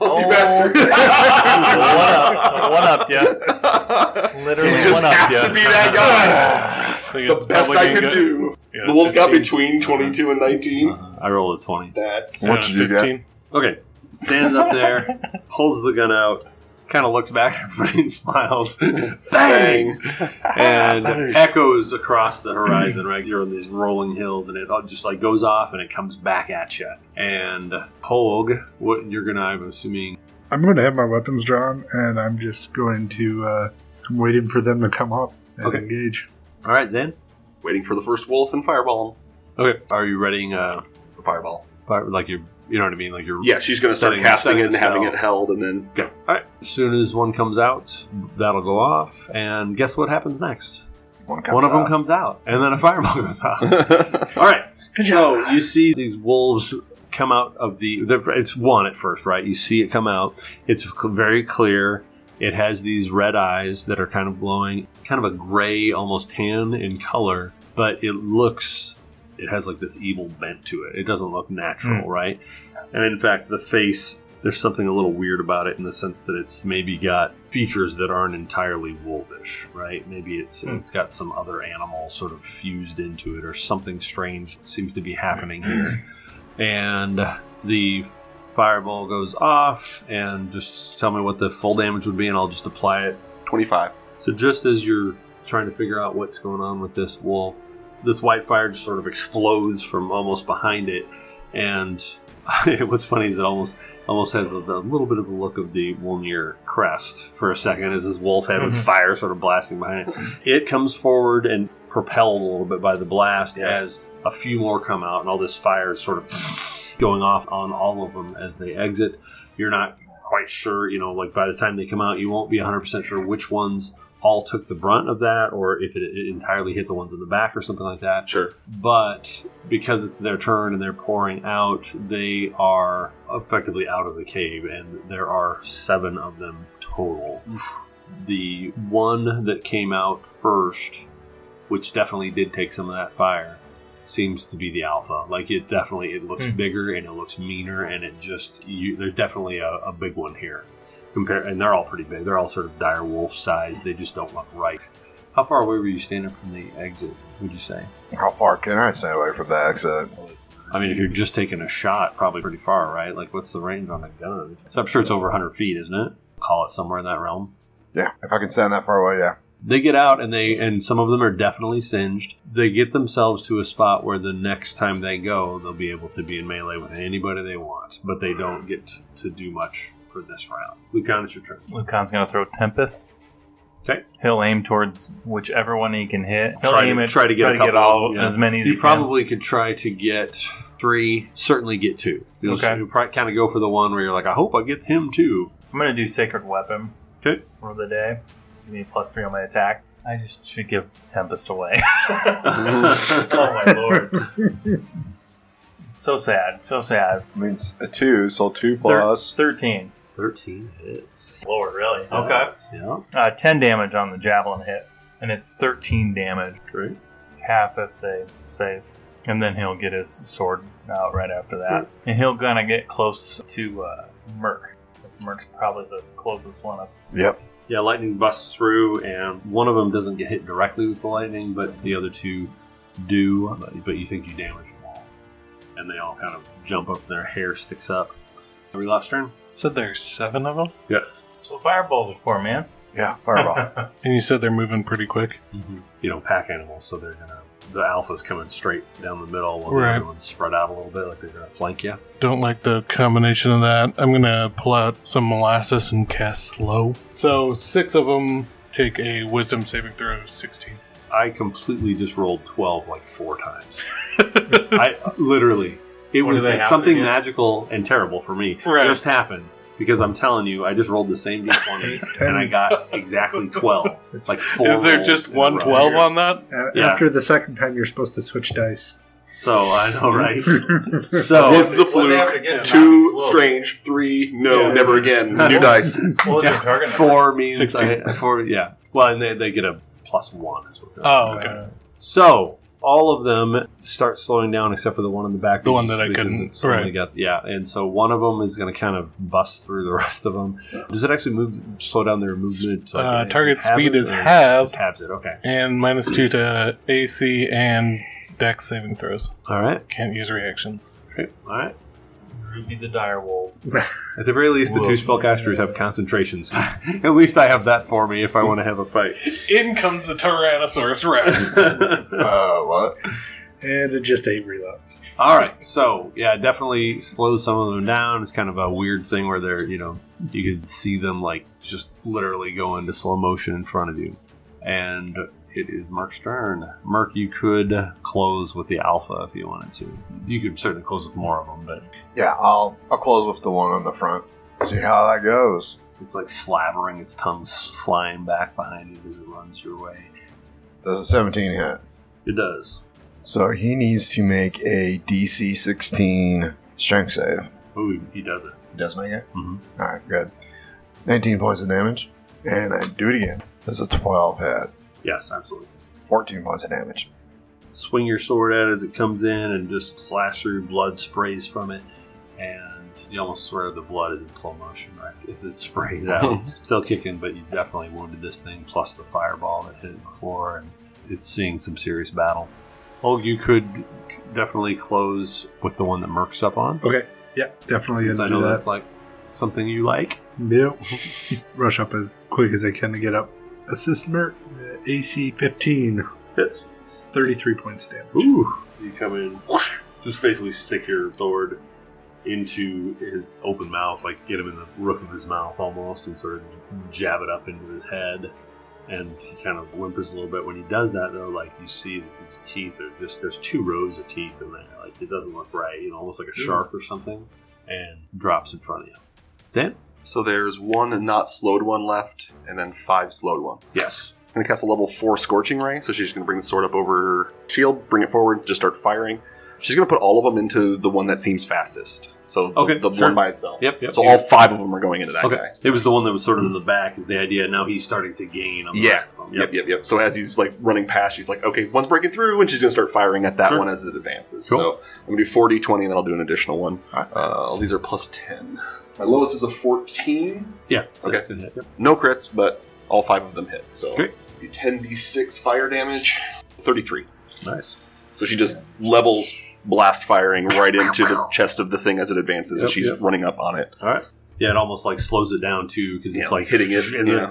[SPEAKER 1] Oh.
[SPEAKER 4] You bastard.
[SPEAKER 1] one up. One up, yeah. Literally
[SPEAKER 5] You
[SPEAKER 4] just
[SPEAKER 1] one up,
[SPEAKER 4] have
[SPEAKER 1] yeah.
[SPEAKER 4] to be that guy.
[SPEAKER 6] I think
[SPEAKER 4] It's
[SPEAKER 6] it's
[SPEAKER 4] the best
[SPEAKER 6] probably
[SPEAKER 4] I
[SPEAKER 6] gonna go-
[SPEAKER 4] could do.
[SPEAKER 6] Yeah,
[SPEAKER 4] The wolves got
[SPEAKER 6] 15.
[SPEAKER 4] between twenty-two and
[SPEAKER 1] Uh-huh.
[SPEAKER 4] nineteen.
[SPEAKER 2] Uh, I rolled a twenty.
[SPEAKER 4] That's
[SPEAKER 6] Uh,
[SPEAKER 5] What
[SPEAKER 6] Yeah,
[SPEAKER 5] you do, guy?
[SPEAKER 6] 15.
[SPEAKER 2] Okay. Stands up there, holds the gun out, kind of looks back at everybody and smiles. Bang!
[SPEAKER 5] Ah,
[SPEAKER 2] and echoes across the horizon, right? You're on these rolling hills, and it all just like goes off and it comes back at you. And Hog, what you're gonna, I'm assuming,
[SPEAKER 3] I'm going to have my weapons drawn, and I'm just going to. Uh, I'm waiting for them to come up and
[SPEAKER 2] Okay.
[SPEAKER 3] engage.
[SPEAKER 2] all right, Zan.
[SPEAKER 4] Waiting for the first wolf and fireball him.
[SPEAKER 2] Okay, are you readying uh,
[SPEAKER 4] Fireball.
[SPEAKER 2] fire- like you're, you know what I mean, like you're
[SPEAKER 4] Yeah, she's going to start
[SPEAKER 2] Setting-
[SPEAKER 4] casting
[SPEAKER 2] setting
[SPEAKER 4] it and
[SPEAKER 2] the
[SPEAKER 4] having
[SPEAKER 2] spell.
[SPEAKER 4] it held, and then go.
[SPEAKER 2] All right. As soon as one comes out, that'll go off, and guess what happens next?
[SPEAKER 5] One, comes
[SPEAKER 2] one of them
[SPEAKER 5] out.
[SPEAKER 2] comes out, and then a fireball goes off. All right. So you see these wolves come out of the. they're- It's one at first, right? You see it come out. It's cl- very clear. It has these red eyes that are kind of glowing, kind of a gray, almost tan in color, but it looks. It has like this evil bent to it. It doesn't look natural, right? And in fact, the face. There's something a little weird about it in the sense that it's maybe got features that aren't entirely wolvish, right? Maybe it's
[SPEAKER 1] Hmm.
[SPEAKER 2] it's got some other animal sort of fused into it, or something strange seems to be happening here. And the fireball goes off, and just tell me what the full damage would be, and I'll just apply it.
[SPEAKER 4] 25.
[SPEAKER 2] So just as you're trying to figure out what's going on with this wolf, this white fire just sort of explodes from almost behind it, and what's funny is it almost almost has a, a little bit of the look of the Wolnir crest for a second as this wolf head with
[SPEAKER 1] Mhm.
[SPEAKER 2] fire sort of blasting behind it. It comes forward and propelled a little bit by the blast
[SPEAKER 4] Yeah.
[SPEAKER 2] as a few more come out, and all this fire is sort of going off on all of them as they exit. You're not quite sure, you know, like by the time they come out, you won't be 100% sure which ones all took the brunt of that or if it, it entirely hit the ones in the back or something like that
[SPEAKER 4] Sure.
[SPEAKER 2] but because it's their turn and they're pouring out, they are effectively out of the cave, and there are seven of them total. The one that came out first, which definitely did take some of that fire, seems to be the alpha. Like it definitely it looks
[SPEAKER 1] Hmm.
[SPEAKER 2] bigger and it looks meaner, and it just you, there's definitely a, a big one here. Compare, and they're all pretty big. They're all sort of dire wolf size. They just don't look right. How far away were you standing from the exit? Would you say?
[SPEAKER 5] How far can I stay away from the exit?
[SPEAKER 2] I mean, if you're just taking a shot, probably pretty far, right? Like, what's the range on a gun? So I'm sure it's over 100 feet, isn't it? Call it somewhere in that realm.
[SPEAKER 5] Yeah, if I can stand that far away, yeah.
[SPEAKER 2] They get out, and they and some of them are definitely singed. They get themselves to a spot where the next time they go, they'll be able to be in melee with anybody they want, but they don't get to do much for this round. Lucan, it's your turn.
[SPEAKER 1] Lucan's gonna throw Tempest.
[SPEAKER 2] Okay.
[SPEAKER 1] He'll aim towards whichever one he can hit. He'll
[SPEAKER 2] Try to-
[SPEAKER 1] aim at
[SPEAKER 2] try to get a couple
[SPEAKER 1] all
[SPEAKER 2] of them, yeah.
[SPEAKER 1] as many as
[SPEAKER 2] You
[SPEAKER 1] he
[SPEAKER 2] probably could try to get three, certainly get two. You'll,
[SPEAKER 1] Okay.
[SPEAKER 2] you'll probably kind of go for the one where you're like, I hope I get him too.
[SPEAKER 1] can. I'm gonna do Sacred Weapon.
[SPEAKER 2] Okay.
[SPEAKER 1] For the day. Give me plus three on my attack. I just should give Tempest away. oh my lord. So sad. So sad.
[SPEAKER 5] I mean, it's a two, so two plus.
[SPEAKER 1] Thirteen.
[SPEAKER 2] 13 hits.
[SPEAKER 1] Lower, really. Okay.
[SPEAKER 2] Yes, Yeah.
[SPEAKER 1] Uh, Ten damage on the javelin hit, and it's thirteen damage.
[SPEAKER 2] Great.
[SPEAKER 1] half if they save. And then he'll get his sword out right after that. And he'll gonna get close to uh, Merc, since Merc's probably the closest one up.
[SPEAKER 5] Yep.
[SPEAKER 2] Yeah, lightning busts through, and one of them doesn't get hit directly with the lightning, but the other two do. But, but you think you damage them all, and they all kind of jump up. Their hair sticks up. Are we last turn?
[SPEAKER 6] said there's seven of them,
[SPEAKER 2] Yes.
[SPEAKER 1] So fireballs are for man.
[SPEAKER 5] Yeah, fireball.
[SPEAKER 6] and you said they're moving pretty quick.
[SPEAKER 2] Mm-hmm. You know, pack animals, so they're gonna. The alpha's coming straight down the middle, while
[SPEAKER 6] Right.
[SPEAKER 2] the other one's spread out a little bit, like they're gonna flank you.
[SPEAKER 6] Don't like the combination of that. I'm gonna pull out some molasses and cast slow. So six of them take a wisdom saving throw, of 16.
[SPEAKER 2] I completely just rolled 12 like four times. I literally, it
[SPEAKER 1] What
[SPEAKER 2] was
[SPEAKER 1] did they happen
[SPEAKER 2] something
[SPEAKER 1] again?
[SPEAKER 2] magical and terrible for me.
[SPEAKER 6] Right.
[SPEAKER 2] Just happened because I'm telling you, I just rolled the same d20 and I got exactly 12. Like four.
[SPEAKER 6] Is there
[SPEAKER 2] rolls
[SPEAKER 6] just
[SPEAKER 2] in a
[SPEAKER 6] one
[SPEAKER 2] row.
[SPEAKER 6] 12 on that?
[SPEAKER 3] A-
[SPEAKER 2] Yeah.
[SPEAKER 3] After the second time, you're supposed to switch dice.
[SPEAKER 2] So I know, right? So
[SPEAKER 4] This is a
[SPEAKER 1] Well, they have to
[SPEAKER 4] fluke.
[SPEAKER 1] get to
[SPEAKER 4] Two,
[SPEAKER 1] nine as well.
[SPEAKER 4] strange. Three, no,
[SPEAKER 2] Yeah.
[SPEAKER 4] never again. New dice.
[SPEAKER 1] What was your target? number?
[SPEAKER 2] four means
[SPEAKER 6] 16.
[SPEAKER 2] I- four. Yeah. Well, and they, they get a plus one. Is what they're-
[SPEAKER 6] Oh, okay.
[SPEAKER 2] So all of them start slowing down except for the one in the back.
[SPEAKER 6] The one that I
[SPEAKER 2] because
[SPEAKER 6] couldn't-
[SPEAKER 2] it's only
[SPEAKER 6] right.
[SPEAKER 2] got- yeah, and so one of them is going to kind of bust through the rest of them. Does it actually move? Slow down their movement. so I
[SPEAKER 6] uh,
[SPEAKER 2] can
[SPEAKER 6] target
[SPEAKER 2] have
[SPEAKER 6] speed
[SPEAKER 2] it,
[SPEAKER 6] is
[SPEAKER 2] or-
[SPEAKER 6] halved,
[SPEAKER 2] Tabs it. Okay.
[SPEAKER 6] and minus two to AC and dex saving throws.
[SPEAKER 2] All right.
[SPEAKER 6] Can't use reactions.
[SPEAKER 2] All right.
[SPEAKER 1] would be the dire wolf.
[SPEAKER 2] At the very least, the two
[SPEAKER 1] Woof.
[SPEAKER 2] spellcasters have concentrations. At least I have that for me if I want to have a fight.
[SPEAKER 6] In comes the Tyrannosaurus Rex.
[SPEAKER 5] Uh, what?
[SPEAKER 3] And it just ate reload.
[SPEAKER 2] All right, so yeah, definitely slows some of them down. It's kind of a weird thing where they're, you know, you could see them like just literally go into slow motion in front of you. And it is Merc's turn. Merc, you could close with the alpha if you wanted to. You could certainly close with more of them, but
[SPEAKER 5] Yeah, I'll I'll close with the one on the front. See how that goes.
[SPEAKER 2] it's like slavering, its tongue flying back behind it as it runs your way.
[SPEAKER 5] Does a 17 hit?
[SPEAKER 2] It does.
[SPEAKER 5] So he needs to make a DC 16 strength save.
[SPEAKER 2] Oh, he does it.
[SPEAKER 5] He does make it?
[SPEAKER 2] Mhm.
[SPEAKER 1] Mm-hmm.
[SPEAKER 5] All right, good. 19 points of damage. And I do it again. That's a 12 hit.
[SPEAKER 2] Yes, absolutely.
[SPEAKER 5] 14 points of damage.
[SPEAKER 2] swing your sword at it as it comes in and just slash through blood sprays from it and you almost swear the blood is in slow motion right as it sprays out still kicking but you definitely wounded this thing plus the fireball that hit it before and it's seeing some serious battle oh you could definitely close with the one that mercs up on
[SPEAKER 3] Okay. Oh, Yeah, definitely
[SPEAKER 2] because i
[SPEAKER 3] gonna
[SPEAKER 2] know
[SPEAKER 3] do that.
[SPEAKER 2] that's like something you like
[SPEAKER 3] Yep. Rush up as quick as I can to get up. Assist Mert, uh, AC 15.
[SPEAKER 2] hits
[SPEAKER 3] It's 33 points of damage.
[SPEAKER 2] Ooh. You come in, just basically stick your sword into his open mouth, like get him in the roof of his mouth almost, and sort of jab it up into his head. And he kind of whimpers a little bit. When he does that, though, like you see that his teeth are just there's two rows of teeth in there. Like it doesn't look right, you know, almost like a shark or something, and drops in front of you. Sam?
[SPEAKER 4] So there's one not slowed one left, and then five slowed ones.
[SPEAKER 2] Yes.
[SPEAKER 4] I'm gonna cast a level four scorching ray, so she's gonna bring the sword up over her shield, bring it forward, just start firing. She's gonna put all of them into the one that seems fastest. So the,
[SPEAKER 2] Okay,
[SPEAKER 4] the
[SPEAKER 2] sure.
[SPEAKER 4] one by itself.
[SPEAKER 2] Yep. Yep.
[SPEAKER 4] So all five of them are going into that
[SPEAKER 2] okay.
[SPEAKER 4] guy.
[SPEAKER 2] It was the one that was sort of in the back. Is the idea now he's starting to gain on the
[SPEAKER 4] Yeah.
[SPEAKER 2] rest of them?
[SPEAKER 4] Yep, yep, yep. So as he's like running past, she's like, okay, one's breaking through, and she's gonna start firing at that
[SPEAKER 2] Sure.
[SPEAKER 4] one as it advances.
[SPEAKER 2] Cool.
[SPEAKER 4] So I'm gonna do 40, 20, and then I'll do an additional one.
[SPEAKER 2] Alright.
[SPEAKER 4] Uh, all these are plus 10. My lowest is a 14.
[SPEAKER 2] Yeah.
[SPEAKER 4] Okay.
[SPEAKER 2] That's gonna hit.
[SPEAKER 4] No crits, but all five of them hit. So
[SPEAKER 2] Great.
[SPEAKER 4] do 10d6 fire damage, 33.
[SPEAKER 2] Nice.
[SPEAKER 4] So she just levels blast firing right into the chest of the thing as it
[SPEAKER 2] Yep,
[SPEAKER 4] advances, and she's
[SPEAKER 2] yep.
[SPEAKER 4] running up on it.
[SPEAKER 2] All right. Yeah, it almost like slows it down too because
[SPEAKER 4] Yeah,
[SPEAKER 2] it's like
[SPEAKER 4] hitting it,
[SPEAKER 2] And
[SPEAKER 4] yeah.
[SPEAKER 2] then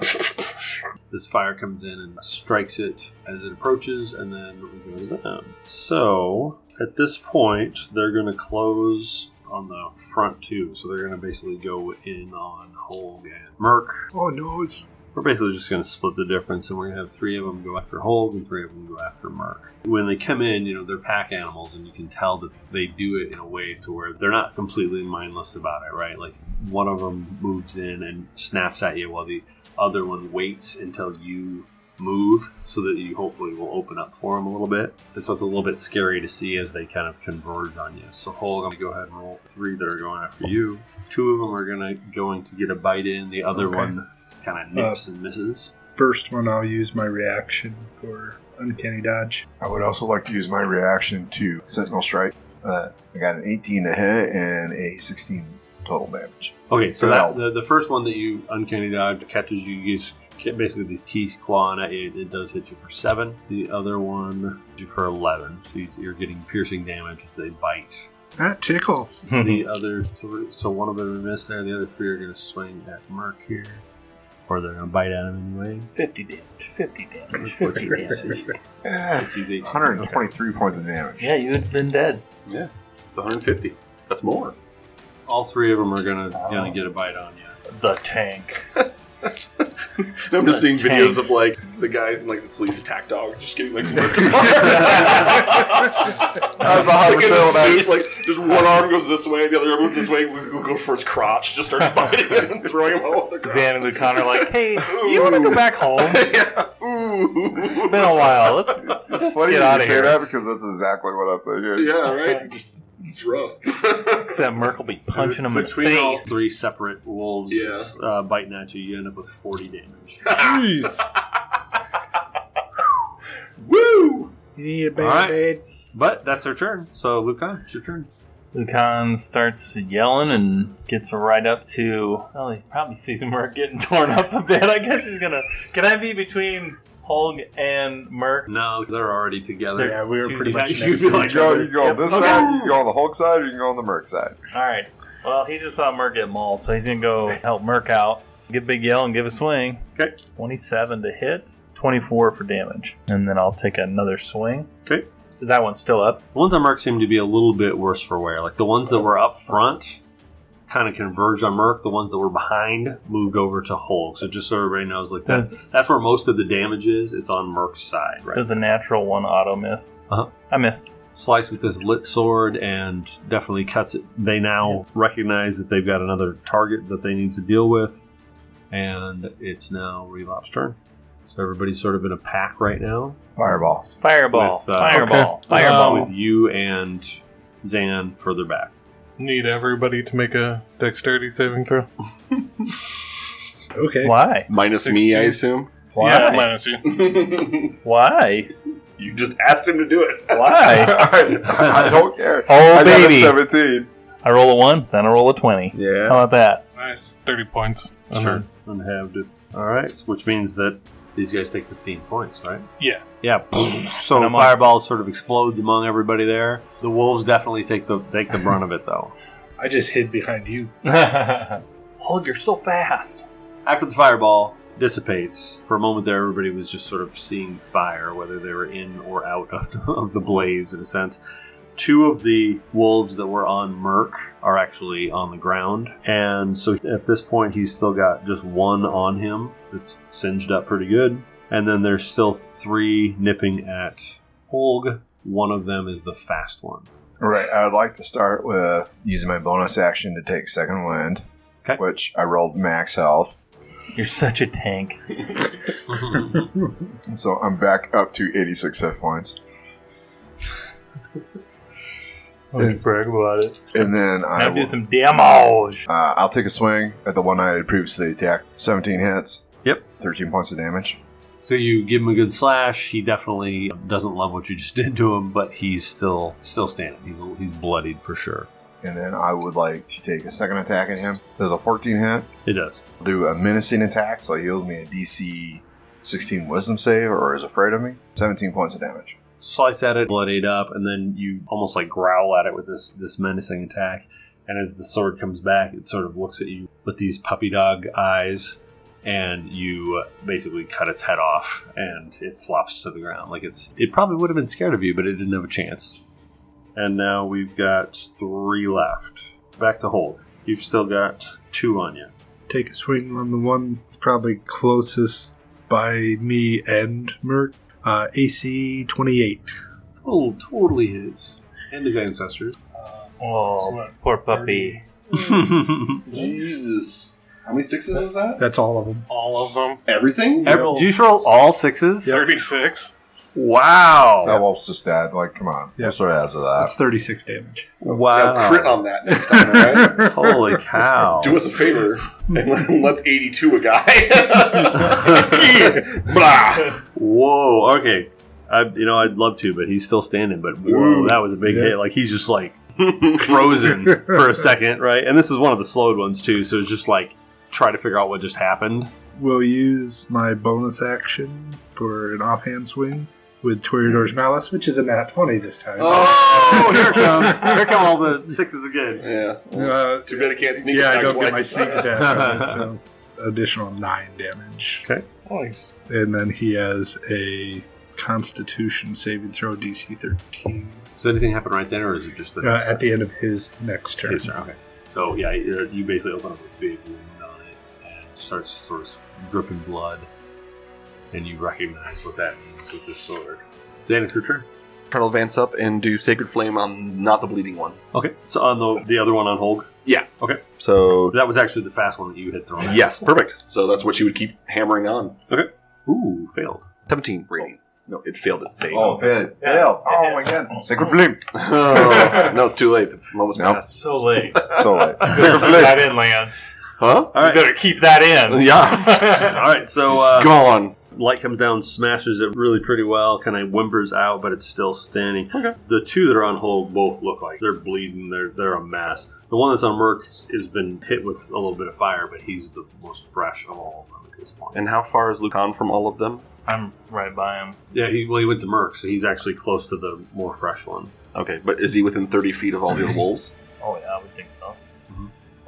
[SPEAKER 2] this fire comes in and strikes it as it approaches, and then we go to them. So at this point, they're going to close on the front too. So they're going to basically go in on Hulk and Merc.
[SPEAKER 3] Oh, no. It's,
[SPEAKER 2] We're basically just going to split the difference, and we're going to have three of them go after Hulk and three of them go after Merc. When they come in, you know, they're pack animals, and you can tell that they do it in a way to where they're not completely mindless about it, right? Like one of them moves in and snaps at you while the other one waits until you move so that you hopefully will open up for them a little bit. And so it's a little bit scary to see as they kind of converge on you. So Hulk, I'm going to go ahead and roll three that are going after you. Two of them are gonna going to get a bite in. The other
[SPEAKER 3] Okay.
[SPEAKER 2] one kind of nips and misses.
[SPEAKER 3] first one, I'll use my reaction for Uncanny Dodge.
[SPEAKER 5] I would also like to use my reaction to Sentinel Strike. Uh, I got an 18 to hit and a 16 total damage.
[SPEAKER 2] Okay, so
[SPEAKER 5] So
[SPEAKER 2] that,
[SPEAKER 5] now-
[SPEAKER 2] the, the first one that you uncanny dodge catches you. You just get basically these teeth clawing at you. It does hit you for seven. The other one hits you for eleven. So you- you're getting piercing damage as they bite.
[SPEAKER 3] That tickles.
[SPEAKER 2] the other three, so one of them missed there. The other three are going to swing at Merc here, or they're going to bite at him anyway.
[SPEAKER 1] 50 damage. 50 damage. 50 damage.
[SPEAKER 3] That's
[SPEAKER 5] Yeah,
[SPEAKER 2] This is 18.
[SPEAKER 5] 123 points of damage.
[SPEAKER 1] Yeah, you would have been dead.
[SPEAKER 4] Yeah, it's 150. That's more.
[SPEAKER 2] Okay. All three of them are going to
[SPEAKER 1] Oh.
[SPEAKER 2] going to get a bite on you.
[SPEAKER 1] The tank.
[SPEAKER 4] I'm just seeing
[SPEAKER 1] Tank.
[SPEAKER 4] videos of like the guys and like the police attack dogs just getting like ripped apart.
[SPEAKER 5] That's a
[SPEAKER 4] Like,
[SPEAKER 5] hundred
[SPEAKER 4] in the
[SPEAKER 5] percent
[SPEAKER 4] suit, Like there's one arm goes this way, the other arm goes this way. We go for his crotch, just starts biting him and throwing him all over the ground.
[SPEAKER 1] Xan and O'Connor like, hey, you want to go back home? It's
[SPEAKER 4] yeah. Ooh.
[SPEAKER 1] been a while. Let's, let's
[SPEAKER 5] It's
[SPEAKER 1] just
[SPEAKER 5] funny
[SPEAKER 1] get
[SPEAKER 5] you
[SPEAKER 1] out of
[SPEAKER 5] say
[SPEAKER 1] here.
[SPEAKER 5] that because that's exactly what I'm thinking.
[SPEAKER 4] Yeah. Right. It's rough.
[SPEAKER 1] Except Merc will be punching him in the
[SPEAKER 2] between all
[SPEAKER 1] face.
[SPEAKER 2] three separate wolves
[SPEAKER 4] Yeah.
[SPEAKER 2] uh, biting at you. You end up with forty damage.
[SPEAKER 3] Jeez.
[SPEAKER 4] Woo.
[SPEAKER 3] You need a
[SPEAKER 2] All right.
[SPEAKER 3] band aid.
[SPEAKER 2] But that's their turn. So Lucan, it's your turn.
[SPEAKER 1] Lucan starts yelling and gets right up to. Well, he probably sees Merc getting torn up a bit. I guess he's gonna. Can I be between Hulk and Merc?
[SPEAKER 2] No, they're already together.
[SPEAKER 3] Yeah, we were
[SPEAKER 1] Two
[SPEAKER 3] pretty much
[SPEAKER 1] seconds.
[SPEAKER 3] next to
[SPEAKER 2] You
[SPEAKER 3] each
[SPEAKER 2] like-
[SPEAKER 5] You go, you
[SPEAKER 3] other.
[SPEAKER 5] go on
[SPEAKER 1] Yep.
[SPEAKER 5] this
[SPEAKER 1] Okay.
[SPEAKER 5] side, you go on the Hulk side, or you can go on the Merc side.
[SPEAKER 1] All right. Well, he just saw Merc get mauled, so he's gonna go help Merc out, get Big Yell, and give a swing.
[SPEAKER 4] Okay.
[SPEAKER 1] 27 to hit, 24 for damage, and then I'll take another swing.
[SPEAKER 4] Okay.
[SPEAKER 1] Is that one still up?
[SPEAKER 2] The ones on Merc seem to be a little bit worse for wear. Like the ones that were up front kind of converged on Merc. The ones that were behind moved over to Hulk. So just so everybody knows, like that's
[SPEAKER 1] Does
[SPEAKER 2] that's where most of the damage is. It's on Merc's side, right?
[SPEAKER 1] does a natural one auto miss?
[SPEAKER 2] Uh-huh.
[SPEAKER 1] I miss.
[SPEAKER 2] Slice with this lit sword and definitely cuts it. They now recognize that they've got another target that they need to deal with, and it's now Relapse turn. So everybody's sort of in a pack right now.
[SPEAKER 5] Fireball.
[SPEAKER 1] Fireball.
[SPEAKER 2] With, uh,
[SPEAKER 1] fireball.
[SPEAKER 2] Fireball
[SPEAKER 1] Fireball.
[SPEAKER 2] with you and Zan further back.
[SPEAKER 6] Need everybody to make a dexterity saving throw.
[SPEAKER 3] Okay.
[SPEAKER 1] Why?
[SPEAKER 4] Minus me, I assume.
[SPEAKER 1] Why?
[SPEAKER 6] Yeah, minus you.
[SPEAKER 4] you
[SPEAKER 1] Why?
[SPEAKER 4] just asked him to do it.
[SPEAKER 1] Why?
[SPEAKER 5] I don't care.
[SPEAKER 1] Oh
[SPEAKER 5] I got a
[SPEAKER 1] baby!
[SPEAKER 5] 17.
[SPEAKER 1] I roll a one, then I roll a twenty.
[SPEAKER 5] Yeah.
[SPEAKER 1] How about that?
[SPEAKER 6] Nice. 30 points.
[SPEAKER 2] Unhalved it. All right, which means that these guys take 15 points, right?
[SPEAKER 6] Yeah.
[SPEAKER 2] Yeah. So
[SPEAKER 1] And I'm on-
[SPEAKER 2] fireball sort of explodes among everybody there. The wolves definitely take the take the brunt of it though.
[SPEAKER 3] I just hid behind you.
[SPEAKER 1] Hold, you're so fast.
[SPEAKER 2] After the fireball dissipates, for a moment there, everybody was just sort of seeing fire, whether they were in or out of the, of the blaze, in a sense. Two of the wolves that were on Merc are actually on the ground, and so at this point, he's still got just one on him that's singed up pretty good. And then there's still three nipping at Holg. One of them is the fast one.
[SPEAKER 5] All right. I would like to start with using my bonus action to take second wind,
[SPEAKER 2] Okay.
[SPEAKER 5] which I rolled max health.
[SPEAKER 1] You're such a tank.
[SPEAKER 5] So I'm back up to 86 hit points.
[SPEAKER 1] Let's brag about it.
[SPEAKER 5] And then I
[SPEAKER 1] Now do
[SPEAKER 5] will,
[SPEAKER 1] some damage.
[SPEAKER 5] uh, I'll take a swing at the one I had previously attacked. 17 hits.
[SPEAKER 2] Yep.
[SPEAKER 5] 13 points of damage.
[SPEAKER 2] So you give him a good slash. He definitely doesn't love what you just did to him, but he's still still standing. He's, he's bloodied for sure.
[SPEAKER 5] And then I would like to take a second attack at him. There's a 14 hit.
[SPEAKER 2] It does.
[SPEAKER 5] do a menacing attack, so he owes me a DC 16 wisdom save or is afraid of me. 17 points of damage.
[SPEAKER 2] Slice at it, bloodied up, and then you almost like growl at it with this this menacing attack. And as the sword comes back, it sort of looks at you with these puppy dog eyes, and you uh, basically cut its head off, and it flops to the ground. Like it's it probably would have been scared of you, but it didn't have a chance. And now we've got three left. Back to hold. You've still got two on you.
[SPEAKER 3] Take a swing on the one that's probably closest by me and Merc. Uh, AC 28.
[SPEAKER 2] Oh, totally his. And his ancestors.
[SPEAKER 6] That's
[SPEAKER 1] Oh,
[SPEAKER 6] what,
[SPEAKER 1] poor puppy.
[SPEAKER 4] Jesus. How many sixes is that?
[SPEAKER 3] That's all of them.
[SPEAKER 6] All of them.
[SPEAKER 4] Everything?
[SPEAKER 2] Every, did you just roll all sixes?
[SPEAKER 6] 36.
[SPEAKER 2] Wow.
[SPEAKER 5] That wolf's just dead. Like, come on.
[SPEAKER 3] Yeah.
[SPEAKER 5] What sort of adds to
[SPEAKER 3] That's
[SPEAKER 5] that?
[SPEAKER 3] 36 damage.
[SPEAKER 2] wow.
[SPEAKER 4] Yeah, crit on that next time, all right?
[SPEAKER 2] Holy cow.
[SPEAKER 4] Do us a favor and let's 82 a guy. Blah.
[SPEAKER 2] Whoa. Okay. I, you know, I'd love to, but he's still standing. But whoa,
[SPEAKER 4] Ooh.
[SPEAKER 2] that was a big
[SPEAKER 3] Yeah.
[SPEAKER 2] hit. Like, he's just like frozen for a second, right? And this is one of the slowed ones, too. So it's just like try to figure out what just happened.
[SPEAKER 3] Will use my bonus action for an offhand swing with Toreador's Malice, which is a nat 20 this time.
[SPEAKER 2] Oh, here it comes. Here come all the sixes again.
[SPEAKER 4] Yeah.
[SPEAKER 3] Uh,
[SPEAKER 4] Too bad I can't sneak
[SPEAKER 3] yeah, I
[SPEAKER 4] attack
[SPEAKER 3] don't
[SPEAKER 4] twice.
[SPEAKER 3] get my sneak attack. on it, so additional nine damage,
[SPEAKER 6] Nice.
[SPEAKER 3] and then he has a Constitution saving throw DC thirteen
[SPEAKER 2] Does anything happen right then, or is it just the
[SPEAKER 3] uh, at the end of his next turn.
[SPEAKER 2] Okay. So yeah, uh, you you basically open up a big wound on it and it starts sort of dripping blood, and you recognize what that means with this sword. Zan, it's your turn.
[SPEAKER 4] Turn will advance up and do Sacred Flame on not the bleeding one.
[SPEAKER 2] Okay. So on the the other one on Hulk,
[SPEAKER 4] So,
[SPEAKER 2] that was actually the fast one that you had thrown. at.
[SPEAKER 4] yes, perfect. So that's what you would keep hammering on.
[SPEAKER 2] Ooh, failed.
[SPEAKER 4] 17, radiant. No, it failed its save.
[SPEAKER 5] Oh, failed. Failed. Oh, my God. Sacred flame.
[SPEAKER 4] Oh, no, it's too late. The moment's
[SPEAKER 5] Nope.
[SPEAKER 4] passed.
[SPEAKER 1] So late.
[SPEAKER 5] So, like,
[SPEAKER 1] Keep that in, Lance.
[SPEAKER 4] Huh?
[SPEAKER 2] All
[SPEAKER 1] You
[SPEAKER 2] right.
[SPEAKER 1] better keep that in.
[SPEAKER 2] All
[SPEAKER 4] Yeah.
[SPEAKER 2] right. So
[SPEAKER 4] it's
[SPEAKER 2] uh,
[SPEAKER 4] gone.
[SPEAKER 2] light comes down, smashes it really pretty well. Kind of whimpers out, but it's still standing.
[SPEAKER 4] Okay.
[SPEAKER 2] The two that are on hold both look like they're bleeding. They're they're a mess. The one that's on Merc has has been hit with a little bit of fire, but he's the most fresh of all of them at this point.
[SPEAKER 4] And how far is Lucan from all of them?
[SPEAKER 1] I'm right by him.
[SPEAKER 2] yeah, he, well, he went to Merc, so he's actually close to the more fresh one. Mm-hmm.
[SPEAKER 4] Okay, but is he within 30 feet of all the other wolves? Mm-hmm.
[SPEAKER 1] Oh yeah, I would think so.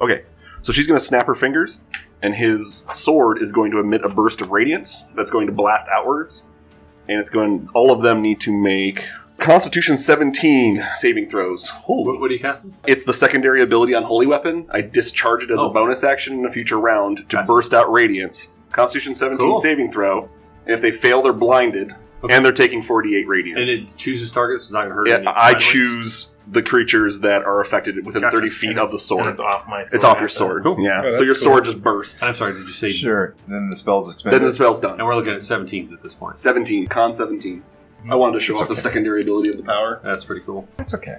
[SPEAKER 4] Okay, so she's going to snap her fingers, and his sword is going to emit a burst of radiance that's going to blast outwards, and it's going. All of them need to make Constitution 17 saving throws. Holy
[SPEAKER 2] What, what do you cast?
[SPEAKER 4] it's the secondary ability on Holy Weapon. I discharge it as
[SPEAKER 2] Oh.
[SPEAKER 4] a bonus action in a future round to
[SPEAKER 2] Gotcha.
[SPEAKER 4] burst out Radiance. Constitution 17
[SPEAKER 2] Cool.
[SPEAKER 4] saving throw. And if they fail, they're blinded.
[SPEAKER 2] Okay.
[SPEAKER 4] And they're taking 48 Radiant.
[SPEAKER 2] And it chooses targets. It's not going to hurt.
[SPEAKER 4] Yeah,
[SPEAKER 2] any
[SPEAKER 4] I
[SPEAKER 2] violence.
[SPEAKER 4] choose the creatures that are affected within
[SPEAKER 2] Gotcha.
[SPEAKER 4] 30 feet
[SPEAKER 2] And
[SPEAKER 4] of the sword.
[SPEAKER 2] And it's off my. Sword
[SPEAKER 4] It's off your
[SPEAKER 2] after.
[SPEAKER 4] sword.
[SPEAKER 2] Cool.
[SPEAKER 4] Yeah.
[SPEAKER 6] Oh,
[SPEAKER 4] so
[SPEAKER 6] that's
[SPEAKER 4] your sword
[SPEAKER 6] cool.
[SPEAKER 4] just bursts.
[SPEAKER 2] I'm sorry. Did you say?
[SPEAKER 5] Sure. Then the spell's
[SPEAKER 4] Then
[SPEAKER 5] expended.
[SPEAKER 4] the spell's done.
[SPEAKER 2] And we're looking at 17s at this point.
[SPEAKER 4] 17, con 17. I wanted to show
[SPEAKER 5] It's
[SPEAKER 4] off the
[SPEAKER 5] okay.
[SPEAKER 4] secondary ability of the power.
[SPEAKER 2] That's pretty cool.
[SPEAKER 5] That's okay.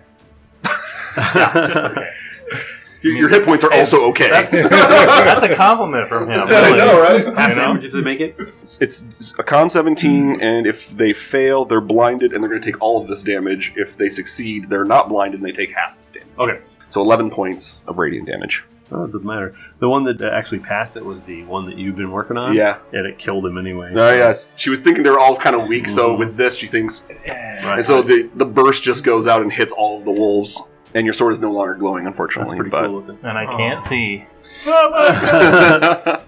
[SPEAKER 4] Your, your hit points are also okay.
[SPEAKER 1] That's, that's a compliment from him. Really.
[SPEAKER 2] Half
[SPEAKER 1] You know?
[SPEAKER 2] damage if they make it.
[SPEAKER 4] It's, it's a con 17, and if they fail, they're blinded and they're going to take all of this damage. If they succeed, they're not blinded and they take half this damage.
[SPEAKER 2] Okay.
[SPEAKER 4] So 11 points of radiant damage.
[SPEAKER 2] Oh, it doesn't matter. The one that actually passed it was the one that you've been working on.
[SPEAKER 4] yeah.
[SPEAKER 2] And it killed him anyway.
[SPEAKER 4] Oh, yes. She was thinking they were all kind of weak, so
[SPEAKER 2] Mhm.
[SPEAKER 4] with this, she thinks.
[SPEAKER 2] Right.
[SPEAKER 4] And so the, the burst just goes out and hits all of the wolves, and your sword is no longer glowing,
[SPEAKER 2] That's
[SPEAKER 4] unfortunately.
[SPEAKER 2] pretty
[SPEAKER 4] but.
[SPEAKER 2] cool looking.
[SPEAKER 1] And I can't see.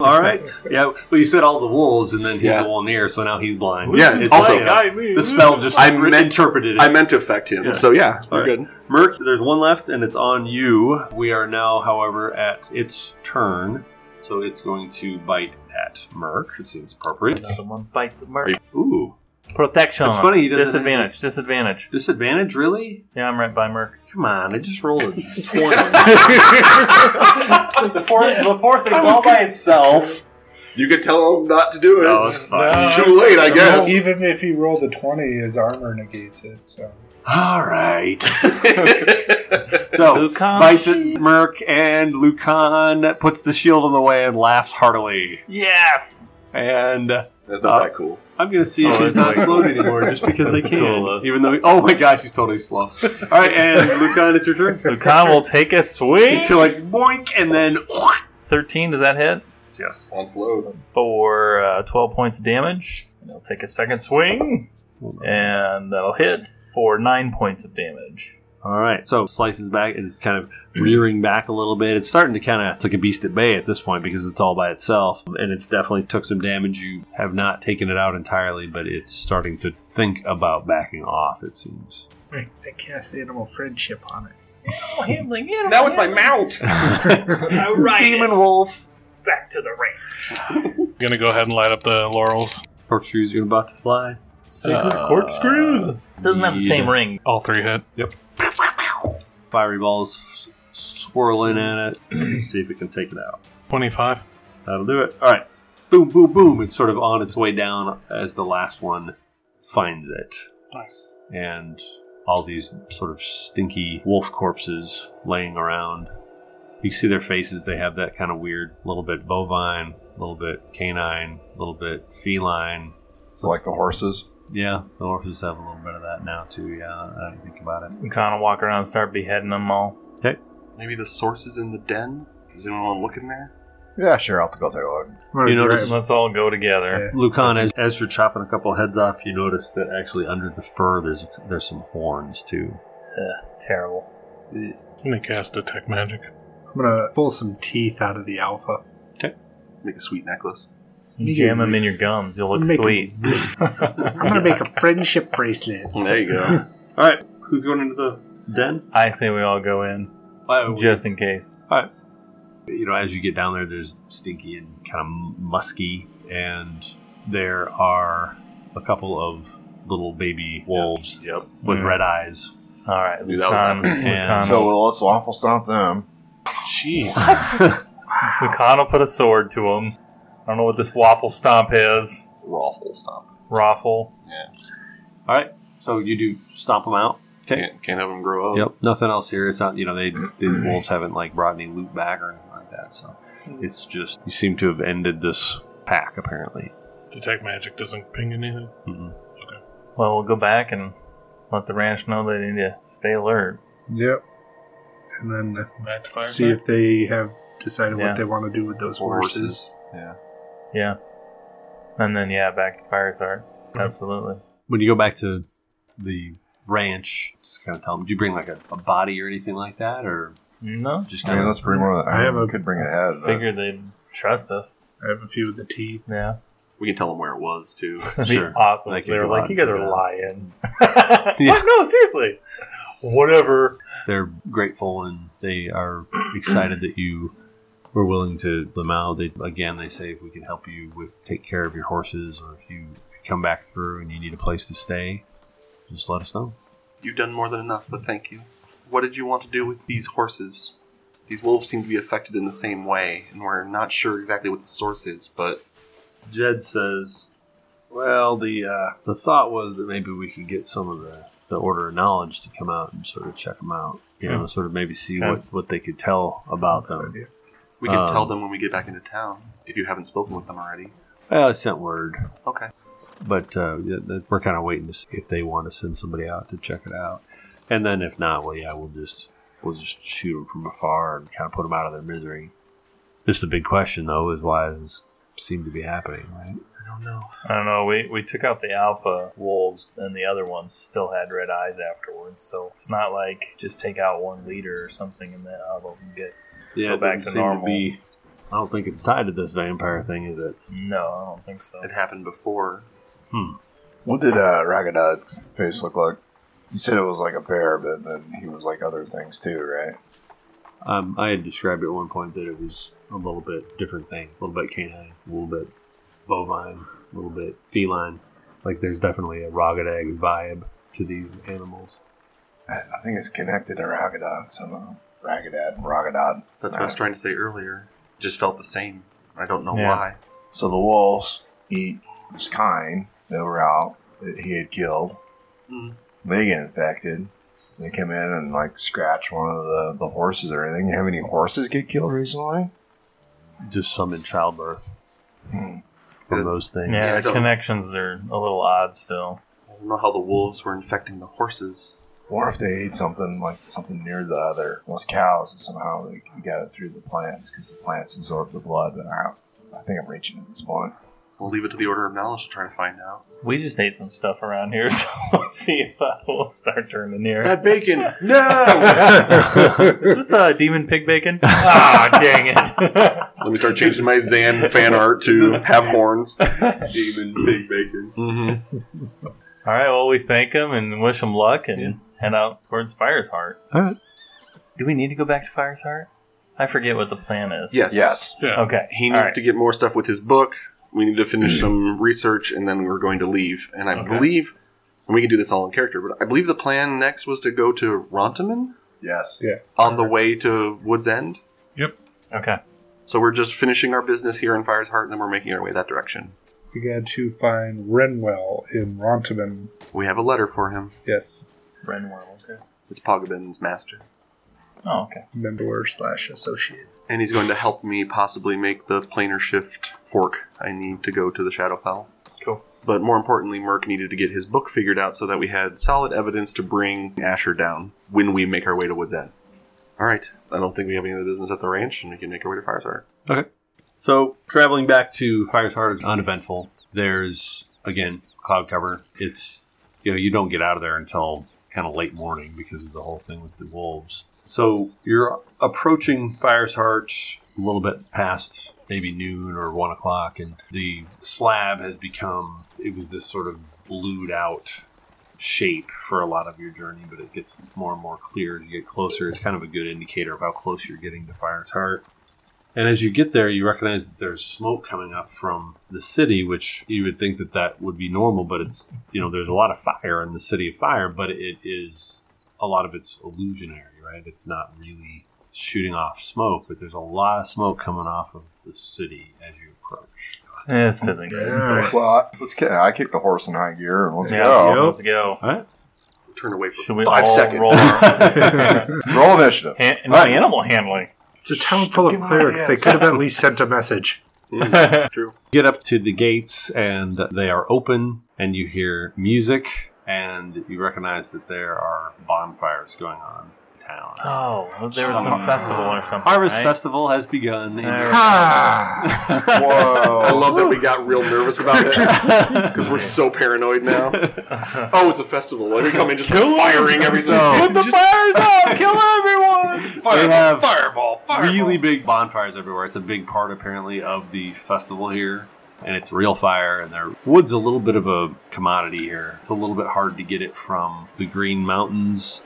[SPEAKER 2] All right. Yeah. Well, you said all the wolves, and then he's
[SPEAKER 4] Yeah.
[SPEAKER 2] a Wolnir, so now he's blind.
[SPEAKER 4] Yeah,
[SPEAKER 2] It's
[SPEAKER 4] also-
[SPEAKER 2] like, uh, the spell just
[SPEAKER 4] I
[SPEAKER 2] I
[SPEAKER 4] meant-
[SPEAKER 2] interpreted it.
[SPEAKER 4] I meant to affect him.
[SPEAKER 2] Yeah.
[SPEAKER 4] So yeah,
[SPEAKER 2] All
[SPEAKER 4] we're
[SPEAKER 2] right.
[SPEAKER 4] good.
[SPEAKER 2] Merc, there's one left, and it's on you. We are now, however, at its turn, so it's going to bite at Merc. It seems appropriate.
[SPEAKER 1] Another one bites at Mark.
[SPEAKER 2] Ooh,
[SPEAKER 1] Protection.
[SPEAKER 2] It's funny he doesn't-
[SPEAKER 1] disadvantage. Disadvantage.
[SPEAKER 2] disadvantage, really?
[SPEAKER 1] Yeah, I'm right by Merc.
[SPEAKER 2] Come on, I just rolled a twenty.
[SPEAKER 4] the poor, the poor thing's all by itself. You could tell him not to do it.
[SPEAKER 2] no, it's fine.
[SPEAKER 4] It's too late, I guess.
[SPEAKER 3] Even if he rolled a 20, his armor negates it, so.
[SPEAKER 2] All right. So
[SPEAKER 1] Lucan.
[SPEAKER 2] bites at Merc, and Lucan puts the shield in the way and laughs heartily.
[SPEAKER 1] Yes.
[SPEAKER 2] And not
[SPEAKER 4] That's not
[SPEAKER 2] that
[SPEAKER 4] that cool.
[SPEAKER 2] I'm gonna see if
[SPEAKER 1] Oh,
[SPEAKER 2] he's
[SPEAKER 1] that's
[SPEAKER 2] not
[SPEAKER 1] like-
[SPEAKER 2] slowed anymore, just because they
[SPEAKER 1] That's the
[SPEAKER 2] can.
[SPEAKER 1] coolest.
[SPEAKER 2] Even though, he- oh my gosh, he's totally slow. All right, and Lucan, it's your turn.
[SPEAKER 1] Lucan will take a swing.
[SPEAKER 2] You're like boink, and then
[SPEAKER 1] Thirteen. Does that hit?
[SPEAKER 2] yes.
[SPEAKER 4] On slow.
[SPEAKER 1] For uh, twelve points of damage. And I'll take a second swing, and that'll hit for nine points of damage.
[SPEAKER 2] All right, so slices back and it's kind of rearing back a little bit. It's starting to kind of it's like a beast at bay at this point because it's all by itself, and it's definitely took some damage. You have not taken it out entirely, but it's starting to think about backing off. It seems.
[SPEAKER 3] Right, they cast animal friendship on it.
[SPEAKER 1] Oh, handling animal.
[SPEAKER 4] Now it's my mount.
[SPEAKER 1] All right.
[SPEAKER 2] Demon wolf.
[SPEAKER 1] Back to the range.
[SPEAKER 6] I'm gonna go ahead and light up the laurels.
[SPEAKER 2] Corkscrews, you're about to fly.
[SPEAKER 1] Sacred
[SPEAKER 2] Uh,
[SPEAKER 1] corkscrews. Doesn't have the same
[SPEAKER 2] yeah.
[SPEAKER 1] ring.
[SPEAKER 6] All three hit.
[SPEAKER 2] Fiery balls s- swirling at it. Let's see if it can take it out.
[SPEAKER 6] 25.
[SPEAKER 2] That'll do it. All right. Boom, boom, boom. It's sort of on its way down as the last one finds it.
[SPEAKER 6] Nice.
[SPEAKER 2] and all these sort of stinky wolf corpses laying around. You see their faces, they have that kind of weird, little bit bovine, a little bit canine, a little bit feline.
[SPEAKER 5] So like the horses.
[SPEAKER 2] Yeah, the horses have a little bit of that now, too. Yeah, I didn't think about it.
[SPEAKER 1] You kind of walk around and start beheading them all.
[SPEAKER 4] Maybe the source is in the den. Does anyone want to look in there?
[SPEAKER 5] Yeah, sure. I'll have to go take a look.
[SPEAKER 2] You notice-
[SPEAKER 1] Let's all go together.
[SPEAKER 3] Yeah.
[SPEAKER 2] Lucan, as, as you're chopping a couple heads off, you notice that actually under the fur there's there's some horns, too.
[SPEAKER 1] Terrible.
[SPEAKER 6] I'm gonna cast Detect Magic.
[SPEAKER 3] I'm gonna pull some teeth out of the alpha.
[SPEAKER 4] Make a sweet necklace.
[SPEAKER 3] You
[SPEAKER 1] Jam
[SPEAKER 3] make-
[SPEAKER 1] them in your gums. You'll look
[SPEAKER 3] make-
[SPEAKER 1] sweet.
[SPEAKER 3] I'm gonna make a friendship bracelet.
[SPEAKER 4] There you go.
[SPEAKER 2] All right, who's going into the den?
[SPEAKER 1] I say we all go in just in case.
[SPEAKER 2] you know, as you get down there, there's stinky and kind of musky, and there are a couple of little baby wolves
[SPEAKER 4] yep.
[SPEAKER 2] with
[SPEAKER 1] Mm.
[SPEAKER 2] red eyes.
[SPEAKER 1] All right,
[SPEAKER 4] Dude, that was
[SPEAKER 1] Lucan, Lucan,
[SPEAKER 2] And-
[SPEAKER 5] So well, let's awful stomp them.
[SPEAKER 6] Jeez.
[SPEAKER 1] Lucan will put a sword to him. I don't know what this waffle stomp is.
[SPEAKER 4] Raffle stop.
[SPEAKER 1] Raffle.
[SPEAKER 2] All right, so you do stomp them out.
[SPEAKER 4] Can't, can't have them grow up.
[SPEAKER 2] Yep, nothing else here. It's not you know they the wolves haven't like brought any loot back or anything like that. So it's just you seem to have ended this pack apparently.
[SPEAKER 6] Detect Magic doesn't ping anything.
[SPEAKER 1] Well, we'll go back and let the ranch know they need to stay alert.
[SPEAKER 3] Yep. And then
[SPEAKER 6] Back to fire.
[SPEAKER 3] see if they have decided
[SPEAKER 1] Yeah.
[SPEAKER 3] what they want to do with those horses.
[SPEAKER 4] Yeah.
[SPEAKER 1] Yeah. And then, yeah, back to Firestar. Absolutely.
[SPEAKER 2] when you go back to the ranch, just kind of tell them, do you bring like a, a body or anything like that, or
[SPEAKER 1] No.
[SPEAKER 2] Just
[SPEAKER 5] I mean,
[SPEAKER 2] kind of
[SPEAKER 5] let's bring one. Of the,
[SPEAKER 3] I
[SPEAKER 5] I
[SPEAKER 3] have a-
[SPEAKER 5] could bring a head. but-
[SPEAKER 1] Figure they'd trust us.
[SPEAKER 3] I have a few of the teeth.
[SPEAKER 1] Yeah.
[SPEAKER 4] We can tell them where it was too.
[SPEAKER 1] That'd be
[SPEAKER 2] Sure.
[SPEAKER 1] awesome.
[SPEAKER 2] They
[SPEAKER 1] if
[SPEAKER 2] could
[SPEAKER 1] They were
[SPEAKER 2] go
[SPEAKER 1] like,
[SPEAKER 2] out
[SPEAKER 1] you
[SPEAKER 2] and
[SPEAKER 1] guys
[SPEAKER 2] do
[SPEAKER 1] are
[SPEAKER 2] that."
[SPEAKER 1] lying.
[SPEAKER 2] Yeah.
[SPEAKER 1] What? No, seriously. Whatever.
[SPEAKER 2] they're grateful and they are excited that you were willing to them out. They again, they say if we can help you with take care of your horses, or if you come back through and you need a place to stay, just let us know.
[SPEAKER 4] You've done more than enough, but thank you. What did you want to do with these horses? These wolves seem to be affected in the same way, and we're not sure exactly what the source is, but
[SPEAKER 2] Jed says, "Well, the uh, the thought was that maybe we could get some of the, the order of knowledge to come out and sort of check them out, you know, sort of maybe see
[SPEAKER 1] Okay.
[SPEAKER 2] what what they could tell about them."
[SPEAKER 4] we can
[SPEAKER 2] Um,
[SPEAKER 4] tell them when we get back into town if you haven't spoken with them already.
[SPEAKER 2] Well, I sent word,
[SPEAKER 4] Okay.
[SPEAKER 2] but uh, yeah, that- we're kind of waiting to see if they want to send somebody out to check it out, and then if not, well, yeah, we'll just we'll just shoot them from afar and kind of put them out of their misery. Just the big question, though, is why does this seem to be happening, right?
[SPEAKER 4] I don't know.
[SPEAKER 1] I don't know. We, we took out the alpha wolves, and the other ones still had red eyes afterwards. So it's not like just take out one leader or something, and then all of them get.
[SPEAKER 2] Yeah,
[SPEAKER 1] Go
[SPEAKER 2] it
[SPEAKER 1] back
[SPEAKER 2] doesn't
[SPEAKER 1] to
[SPEAKER 2] seem
[SPEAKER 1] normal.
[SPEAKER 2] be- I don't think it's tied to this vampire thing, is it?
[SPEAKER 1] No, I don't think so.
[SPEAKER 4] It happened before.
[SPEAKER 5] What did uh, Ragadad's face look like? You said it was like a bear, but then he was like other things too, right?
[SPEAKER 2] Um, I had described at one point that it was a little bit different thing, a little bit canine, a little bit bovine, a little bit feline. Like there's definitely a ragged egg vibe to these animals.
[SPEAKER 5] I I think it's connected to Ragadad somehow. Ragadad, Ragadad.
[SPEAKER 4] That's what I was trying to say earlier. Just felt the same. I don't know
[SPEAKER 1] Yeah.
[SPEAKER 4] why.
[SPEAKER 5] So the wolves eat this kind that were out that he had killed.
[SPEAKER 4] Mm.
[SPEAKER 5] They get infected. They come in and like scratch one of the, the horses or anything. You have any horses get killed recently?
[SPEAKER 2] Just some in childbirth
[SPEAKER 5] Hmm.
[SPEAKER 2] from
[SPEAKER 4] Good.
[SPEAKER 2] those things.
[SPEAKER 1] yeah,
[SPEAKER 4] I
[SPEAKER 1] the
[SPEAKER 4] don't-
[SPEAKER 1] connections are a little odd still.
[SPEAKER 4] I don't know how the wolves were infecting the horses.
[SPEAKER 5] Or if they ate something like something near the other, was cows, and somehow they got it through the plants because the plants absorb the blood. But I, I think I'm reaching at this point.
[SPEAKER 4] We'll leave it to the Order of Knowledge to try to find out.
[SPEAKER 1] We just ate some stuff around here, so we'll see if that will start turning here. Is
[SPEAKER 4] bacon!
[SPEAKER 1] this uh, demon pig bacon? Ah, dang it.
[SPEAKER 4] Let me start changing my Zan fan art to have horns.
[SPEAKER 2] Demon pig bacon.
[SPEAKER 4] Mm-hmm.
[SPEAKER 1] All right, well, we thank him and wish him luck and
[SPEAKER 2] Yeah.
[SPEAKER 1] head out towards Fire's Heart.
[SPEAKER 2] All right.
[SPEAKER 1] Do we need to go back to Fire's Heart? I forget what the plan is.
[SPEAKER 4] Yes.
[SPEAKER 5] Yes.
[SPEAKER 6] Yeah.
[SPEAKER 1] Okay.
[SPEAKER 4] He
[SPEAKER 1] all
[SPEAKER 4] needs
[SPEAKER 1] right.
[SPEAKER 4] to get more stuff with his book. We need to finish some research, and then we're going to leave. And I
[SPEAKER 6] Okay.
[SPEAKER 4] believe, and we can do this all in character, but I believe the plan next was to go to Rontaman
[SPEAKER 5] Yes.
[SPEAKER 4] on the way to Woods End.
[SPEAKER 1] Okay.
[SPEAKER 4] So we're just finishing our business here in Fire's Heart, and then we're making our way that direction.
[SPEAKER 3] We got to find Renwell in Rontaman.
[SPEAKER 4] We have a letter for him.
[SPEAKER 3] Yes,
[SPEAKER 1] Renworm, okay.
[SPEAKER 4] It's Pogabin's master.
[SPEAKER 1] Oh, okay.
[SPEAKER 3] mentor slash associate.
[SPEAKER 4] And he's going to help me possibly make the planar shift fork I need to go to the Shadowfell.
[SPEAKER 1] Cool.
[SPEAKER 4] But more importantly, Merc needed to get his book figured out so that we had solid evidence to bring Asher down when we make our way to Woods End. All right. I don't think we have any other business at the ranch, and we can make our way to Firestar.
[SPEAKER 2] So traveling back to Fire's Heart is uneventful. There's again cloud cover. It's you know you don't get out of there until kind of late morning because of the whole thing with the wolves. So you're approaching Fire's Heart a little bit past maybe noon or one o'clock, and the slab has become it was this sort of blued out shape for a lot of your journey, but it gets more and more clear as you get closer. It's kind of a good indicator of how close you're getting to Fire's Heart. And as you get there, you recognize that there's smoke coming up from the city, which you would think that that would be normal, but it's, you know, there's a lot of fire in the city of fire, but it is a lot of it's illusionary, right? It's not really shooting off smoke, but there's a lot of smoke coming off of the city as you approach.
[SPEAKER 1] This isn't good.
[SPEAKER 5] Well, I, let's get. I kick the horse in high gear and let's
[SPEAKER 1] Yeah,
[SPEAKER 5] go.
[SPEAKER 3] Oh.
[SPEAKER 1] Let's go.
[SPEAKER 4] Turn away for
[SPEAKER 1] Should we
[SPEAKER 4] five
[SPEAKER 1] all
[SPEAKER 4] seconds.
[SPEAKER 1] roll? Han-
[SPEAKER 5] Roll initiative.
[SPEAKER 1] no, animal handling.
[SPEAKER 3] It's a town full
[SPEAKER 5] Give
[SPEAKER 3] of
[SPEAKER 5] him
[SPEAKER 3] clerics. They
[SPEAKER 5] ideas.
[SPEAKER 3] could have at least sent a message.
[SPEAKER 4] Mm, true.
[SPEAKER 2] get up to the gates and they are open and you hear music and you recognize that there are bonfires going on town.
[SPEAKER 1] Oh, well, there was some festival or something.
[SPEAKER 2] Harvest
[SPEAKER 1] right?
[SPEAKER 2] Festival has begun.
[SPEAKER 1] All right.
[SPEAKER 5] Whoa.
[SPEAKER 4] I love that we got real nervous about that because we're so paranoid now. Oh, it's a festival. Like we come in just firing everything.
[SPEAKER 2] So-
[SPEAKER 1] the fires out! Kill everyone!
[SPEAKER 2] They have
[SPEAKER 6] fireball, fireball.
[SPEAKER 2] really big bonfires everywhere. It's a big part, apparently, of the festival here. And it's real fire, and their wood's a little bit of a commodity here. It's a little bit hard to get it from the Green Mountains.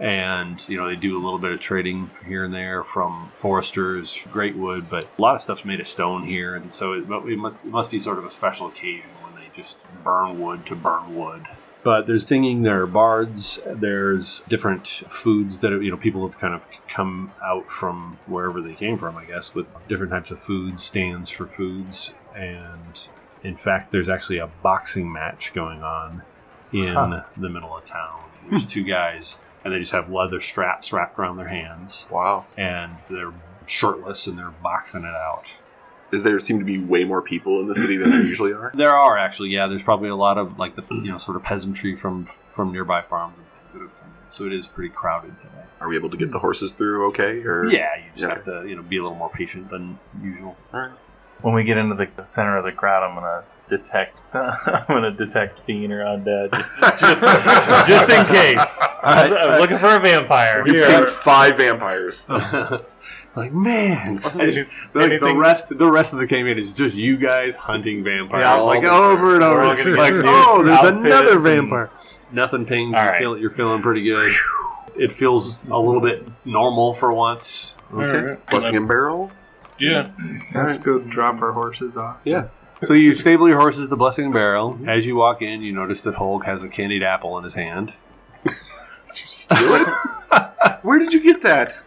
[SPEAKER 2] And, you know, they do a little bit of trading here and there from foresters, great wood, but a lot of stuff's made of stone here. And so it, but it, must, it must be sort of a special occasion when they just burn wood to burn wood but there's singing there are bards there's different foods that you know people have kind of come out from wherever they came from i guess with different types of food stands for foods and in fact there's actually a boxing match going on in
[SPEAKER 1] Huh.
[SPEAKER 2] the middle of town there's two guys and they just have leather straps wrapped around their hands
[SPEAKER 4] Wow.
[SPEAKER 2] and they're shirtless and they're boxing it out
[SPEAKER 4] Is there seem to be way more people in the city than there usually are?
[SPEAKER 2] There are actually, yeah. There's probably a lot of like the you know sort of peasantry from from nearby farms and things that have come in. So it is pretty crowded today.
[SPEAKER 4] Are we able to get the horses through okay? Or
[SPEAKER 2] Yeah, you just
[SPEAKER 4] Yeah.
[SPEAKER 2] have to you know be a little more patient than usual.
[SPEAKER 4] All right.
[SPEAKER 1] When we get into the center of the crowd, I'm gonna detect. I'm gonna detect fiend or undead, just just, just in case. I'm looking for a vampire.
[SPEAKER 4] Uh, You picked five vampires.
[SPEAKER 2] Oh. like man, I just- like, the
[SPEAKER 1] anything-
[SPEAKER 2] rest the rest of the campaign is just you guys hunting vampires.
[SPEAKER 1] Yeah,
[SPEAKER 2] like
[SPEAKER 4] all the
[SPEAKER 2] over and
[SPEAKER 4] vampires.
[SPEAKER 2] over,
[SPEAKER 1] We're all gonna get
[SPEAKER 2] like
[SPEAKER 1] new
[SPEAKER 2] oh, there's
[SPEAKER 1] outfits
[SPEAKER 2] another
[SPEAKER 1] and-
[SPEAKER 2] vampire. Nothing pings.
[SPEAKER 1] All
[SPEAKER 2] you
[SPEAKER 1] right.
[SPEAKER 2] feel, you're feeling pretty good. It feels a little bit normal for once.
[SPEAKER 4] Okay. Blessing and barrel.
[SPEAKER 6] Yeah.
[SPEAKER 3] Let's go drop our horses off.
[SPEAKER 2] So you stable your horses to Blessing Barrel. As you walk in, you notice that Holg has a candied apple in his hand.
[SPEAKER 4] Did you steal it? Where did you get that?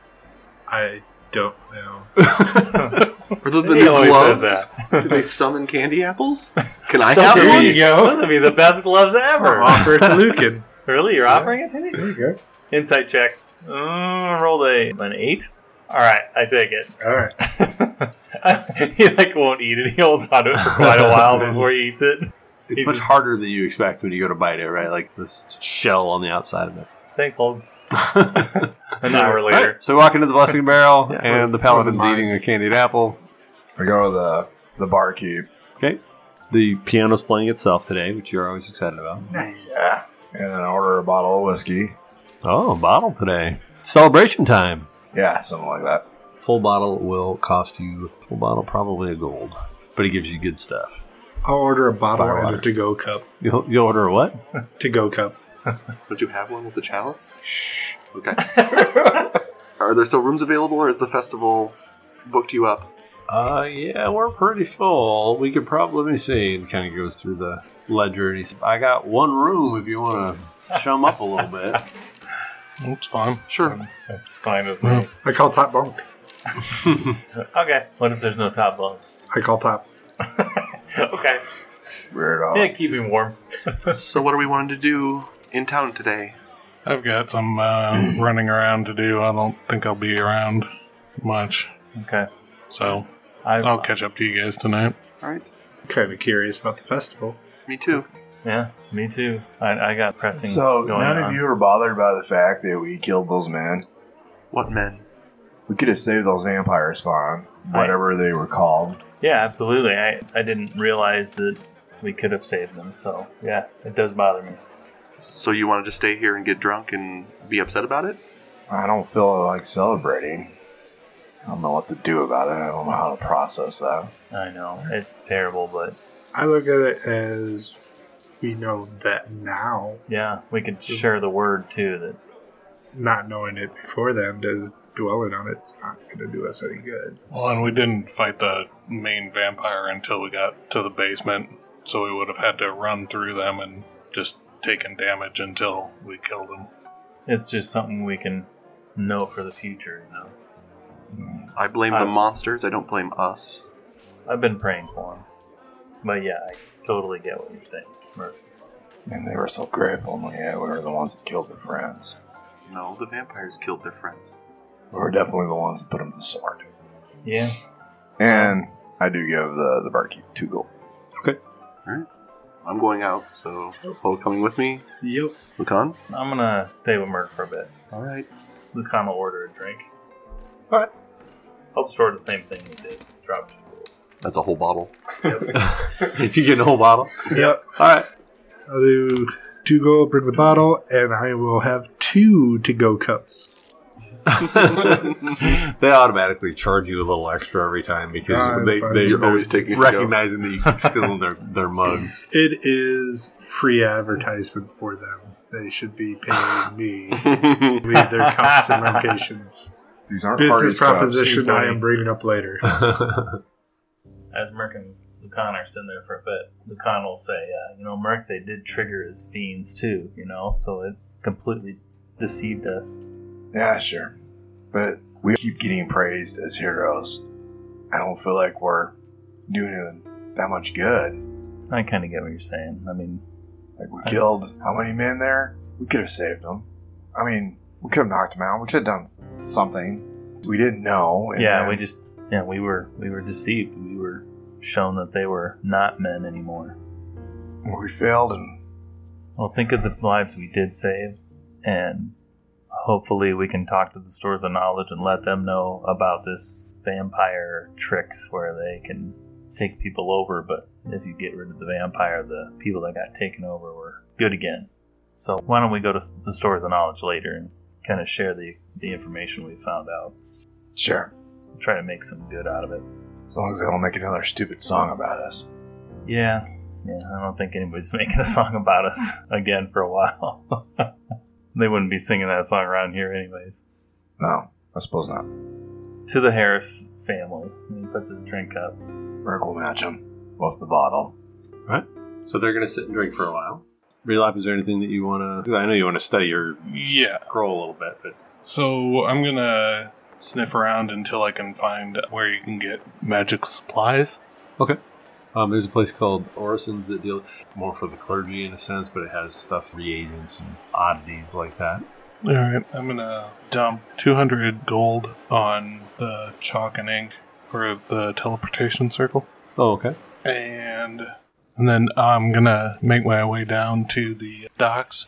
[SPEAKER 3] I don't know.
[SPEAKER 4] Or the, the
[SPEAKER 1] He
[SPEAKER 4] new
[SPEAKER 1] always
[SPEAKER 4] gloves?
[SPEAKER 1] says
[SPEAKER 4] Did they summon candy apples? Can I
[SPEAKER 1] Those
[SPEAKER 4] have
[SPEAKER 1] would
[SPEAKER 4] one?
[SPEAKER 1] be- Those would be the best gloves ever.
[SPEAKER 3] Offer it to Lucan.
[SPEAKER 1] Really, you're offering it to me?
[SPEAKER 3] There you go.
[SPEAKER 1] Insight check. Mm, rolled a an eight. All right, I take it.
[SPEAKER 3] All right.
[SPEAKER 1] he like won't eat it. He holds on to it for quite a while before he eats it.
[SPEAKER 2] It's
[SPEAKER 1] He's
[SPEAKER 2] much
[SPEAKER 1] just-
[SPEAKER 2] harder than you expect when you go to bite it, right? Like this shell on the outside of it.
[SPEAKER 1] Thanks, Holden. An hour later.
[SPEAKER 2] Alright, so we walk into the Blessing Barrel, and the paladin's
[SPEAKER 5] mine.
[SPEAKER 2] eating a candied apple.
[SPEAKER 5] I go to the, the barkeep.
[SPEAKER 2] The piano's playing itself today, which you're always excited about.
[SPEAKER 5] Yeah. And then I order a bottle of whiskey.
[SPEAKER 2] Oh, a bottle today. Celebration time.
[SPEAKER 5] Yeah, something like that.
[SPEAKER 2] Full bottle will cost you, full bottle, probably a gold, but it gives you good stuff.
[SPEAKER 3] I'll order a bottle
[SPEAKER 2] Fire
[SPEAKER 3] and
[SPEAKER 2] water.
[SPEAKER 3] a to go cup.
[SPEAKER 2] You'll, you'll order a what?
[SPEAKER 3] To go cup.
[SPEAKER 4] Don't you have one with the chalice? Shh. Okay. Are there still rooms available, or is the festival booked you up?
[SPEAKER 2] Uh, yeah, we're pretty full. We could probably let me see. And kind of goes through the ledger, and he says, "I got one room if you want to chum up a little bit."
[SPEAKER 6] It's fine.
[SPEAKER 4] Sure.
[SPEAKER 1] That's fine with me.
[SPEAKER 3] I call top bunk.
[SPEAKER 1] Okay. What if there's no top bunk?
[SPEAKER 3] I call top.
[SPEAKER 1] okay.
[SPEAKER 5] Weirdo.
[SPEAKER 1] Yeah, keep him warm.
[SPEAKER 4] So, what are we wanting to do in town today?
[SPEAKER 6] I've got some uh, running around to do. I don't think I'll be around much,
[SPEAKER 1] Okay.
[SPEAKER 6] so
[SPEAKER 1] I,
[SPEAKER 6] I'll catch up to you guys tonight.
[SPEAKER 4] All right.
[SPEAKER 3] Kind of curious about the festival.
[SPEAKER 4] Me too.
[SPEAKER 1] Yeah, me too. I, I got pressing.
[SPEAKER 5] So
[SPEAKER 1] going
[SPEAKER 5] none
[SPEAKER 1] on.
[SPEAKER 5] of you are bothered by the fact that we killed those men.
[SPEAKER 4] What men?
[SPEAKER 5] We could have saved those vampire spawn, whatever they were called.
[SPEAKER 1] Yeah, absolutely. I, I didn't realize that we could have saved them. So yeah, it does bother me.
[SPEAKER 4] So you want to just stay here and get drunk and be upset about it?
[SPEAKER 5] I don't feel like celebrating. I don't know what to do about it. I don't know how to process that.
[SPEAKER 1] I know it's terrible, but
[SPEAKER 3] I look at it as we know that now,
[SPEAKER 1] yeah, we could share the word too. That
[SPEAKER 3] not knowing it before then, to dwelling on it's not going to do us any good.
[SPEAKER 6] Well, and we didn't fight the main vampire until we got to the basement, so we would have had to run through them and just taken damage until we killed them.
[SPEAKER 1] it's just something we can know for the future. You know,
[SPEAKER 4] I blame
[SPEAKER 1] I-
[SPEAKER 4] the monsters. I don't blame us.
[SPEAKER 1] I've been praying for him, but yeah, I totally get what you're saying, Murph.
[SPEAKER 5] And they were so grateful. I'm like, yeah, we were the ones that killed their friends.
[SPEAKER 4] No, the vampires killed their friends.
[SPEAKER 5] We were definitely the ones that put them to sword.
[SPEAKER 1] Yeah,
[SPEAKER 5] And I do give the, the barkeep two gold.
[SPEAKER 4] I'm going out, so Paul coming with me.
[SPEAKER 3] Yep.
[SPEAKER 4] Lucan.
[SPEAKER 1] I'm gonna stay with Murph for a bit.
[SPEAKER 4] All right.
[SPEAKER 1] Lucan will order a drink.
[SPEAKER 2] Alright.
[SPEAKER 1] I'll store the same thing we did. Drop two.
[SPEAKER 4] That's a whole bottle.
[SPEAKER 2] you get a whole bottle.
[SPEAKER 3] Yep.
[SPEAKER 2] All right.
[SPEAKER 3] I'll do two gold, bring the bottle, and I will have two to go cups.
[SPEAKER 2] they automatically charge you a little extra every time because
[SPEAKER 3] Ah,
[SPEAKER 2] they,
[SPEAKER 3] fine.
[SPEAKER 2] they
[SPEAKER 4] You're
[SPEAKER 2] they're
[SPEAKER 4] always taking a
[SPEAKER 2] recognizing that you can steal in their their mugs.
[SPEAKER 3] It is free advertisement for them. They should be paying me.
[SPEAKER 4] All
[SPEAKER 3] Leave their cups and locations.
[SPEAKER 5] These aren't
[SPEAKER 3] Business
[SPEAKER 5] parties cups.
[SPEAKER 3] proposition I am bringing up later.
[SPEAKER 1] As Merc and Lucan are sitting there for a bit, Lucan will say, uh, you know, Merc, they did trigger his fiends too, you know, so it completely deceived us.
[SPEAKER 5] Yeah, sure. But we keep getting praised as heroes. I don't feel like we're doing them that much good.
[SPEAKER 1] I kind of get what you're saying. I mean,
[SPEAKER 5] Like, we killed how many men there? We could have saved them. I mean, we could have knocked them out. We could have done s- something. We didn't know. and
[SPEAKER 1] yeah,
[SPEAKER 5] then-
[SPEAKER 1] we just, yeah, we were, we were deceived. We were shown that they were not men anymore.
[SPEAKER 5] we failed. And
[SPEAKER 1] Well, think of the lives we did save, and hopefully we can talk to the stores of knowledge and let them know about this vampire tricks where they can take people over. But if you get rid of the vampire, the people that got taken over were good again. So why don't we go to s- the stores of knowledge later and kind of share the, the information we found out,
[SPEAKER 5] sure,
[SPEAKER 1] try to make some good out of it.
[SPEAKER 5] as long as they don't make another stupid song about us.
[SPEAKER 1] Yeah, yeah. I don't think anybody's making a song about us again for a while. they wouldn't be singing that song around here, anyways.
[SPEAKER 5] No, I suppose not.
[SPEAKER 1] To the Harris family, and he puts his drink up.
[SPEAKER 5] Merc will match them. Both the bottle.
[SPEAKER 2] so they're gonna sit and drink for a while. Relap, is there anything that you want to? I know you want to study your
[SPEAKER 6] Yeah.
[SPEAKER 2] scroll a little bit, but
[SPEAKER 6] So I'm gonna sniff around until I can find where you can get magic supplies.
[SPEAKER 2] Um, there's a place called Orisons that deal more for the clergy in a sense, but it has stuff, reagents and oddities like that.
[SPEAKER 6] All right, I'm gonna dump 200 gold on the chalk and ink for the teleportation circle,
[SPEAKER 2] Oh, okay.
[SPEAKER 6] and and then I'm gonna make my way down to the docks.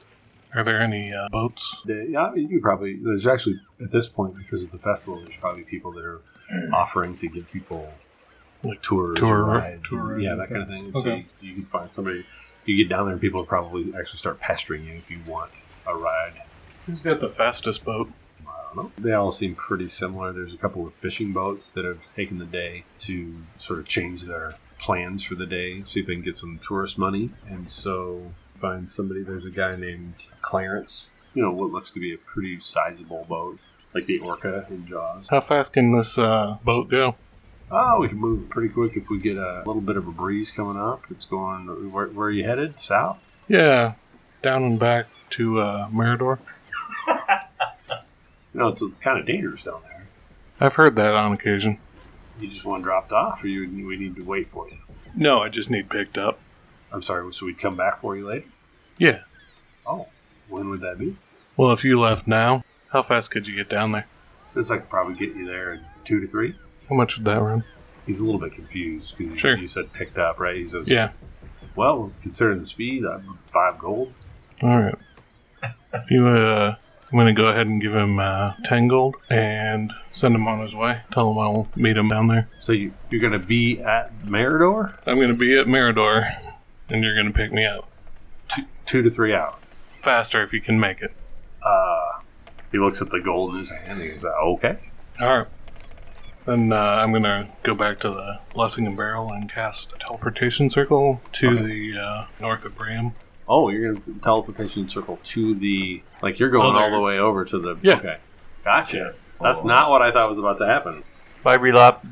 [SPEAKER 6] Are there any uh, boats?
[SPEAKER 2] Yeah, you probably there's actually at this point because of the festival, there's probably people that are offering to give people like tours,
[SPEAKER 6] Tour-
[SPEAKER 2] and rides,
[SPEAKER 6] tour
[SPEAKER 2] and, yeah, that
[SPEAKER 6] rides,
[SPEAKER 2] kind of thing. So you,
[SPEAKER 6] okay.
[SPEAKER 2] you can find somebody. You get down there, and people probably actually start pestering you if you want a ride.
[SPEAKER 6] Who's got the fastest boat?
[SPEAKER 2] I don't know. They all seem pretty similar. There's a couple of fishing boats that have taken the day to sort of change their plans for the day, see if they can get some tourist money. And so find somebody. There's a guy named Clarence. You know what looks to be a pretty sizable boat, like the Orca in Jaws.
[SPEAKER 6] How fast can this uh, boat go?
[SPEAKER 2] Oh, we can move pretty quick if we get a little bit of a breeze coming up. It's going. Where, where are you headed? South.
[SPEAKER 6] Yeah, down and back to uh, Mirador.
[SPEAKER 2] You know, it's, it's kind of dangerous down there.
[SPEAKER 6] I've heard that on occasion.
[SPEAKER 2] You just want dropped off, or you, we need to wait for you.
[SPEAKER 6] No, I just need picked up.
[SPEAKER 2] I'm sorry. So we'd come back for you later.
[SPEAKER 6] Yeah.
[SPEAKER 2] Oh, when would that be?
[SPEAKER 6] Well, if you left now, how fast could you get down there?
[SPEAKER 2] Since I could probably get you there in two to three.
[SPEAKER 6] How much would that run?
[SPEAKER 2] He's a little bit confused because
[SPEAKER 6] Sure.
[SPEAKER 2] you said picked up, right? He says,
[SPEAKER 6] Yeah.
[SPEAKER 2] Well, considering the speed, I'm five gold.
[SPEAKER 6] All right. If you, uh, I'm gonna go ahead and give him uh, ten gold and send him on his way. Tell him I'll meet him down there.
[SPEAKER 2] So you, you're going to be at Meridor
[SPEAKER 6] I'm gonna be at Mirador, and you're gonna pick me up
[SPEAKER 2] two to three hours.
[SPEAKER 6] faster if you can make it.
[SPEAKER 2] Uh, he looks at the gold in his hand and he goes, Okay.
[SPEAKER 6] All right. Then uh, I'm gonna go back to the Blessing and Barrel and cast teleportation circle to
[SPEAKER 2] Okay.
[SPEAKER 6] the uh, north of Bram.
[SPEAKER 2] Oh, you're going to teleportation circle to the. Like, you're going
[SPEAKER 6] Oh,
[SPEAKER 2] all the
[SPEAKER 6] there.
[SPEAKER 2] way over to the.
[SPEAKER 6] Yeah.
[SPEAKER 2] Okay. Gotcha. That's
[SPEAKER 5] Oh.
[SPEAKER 2] not what I thought was about to
[SPEAKER 1] Bye, Relop.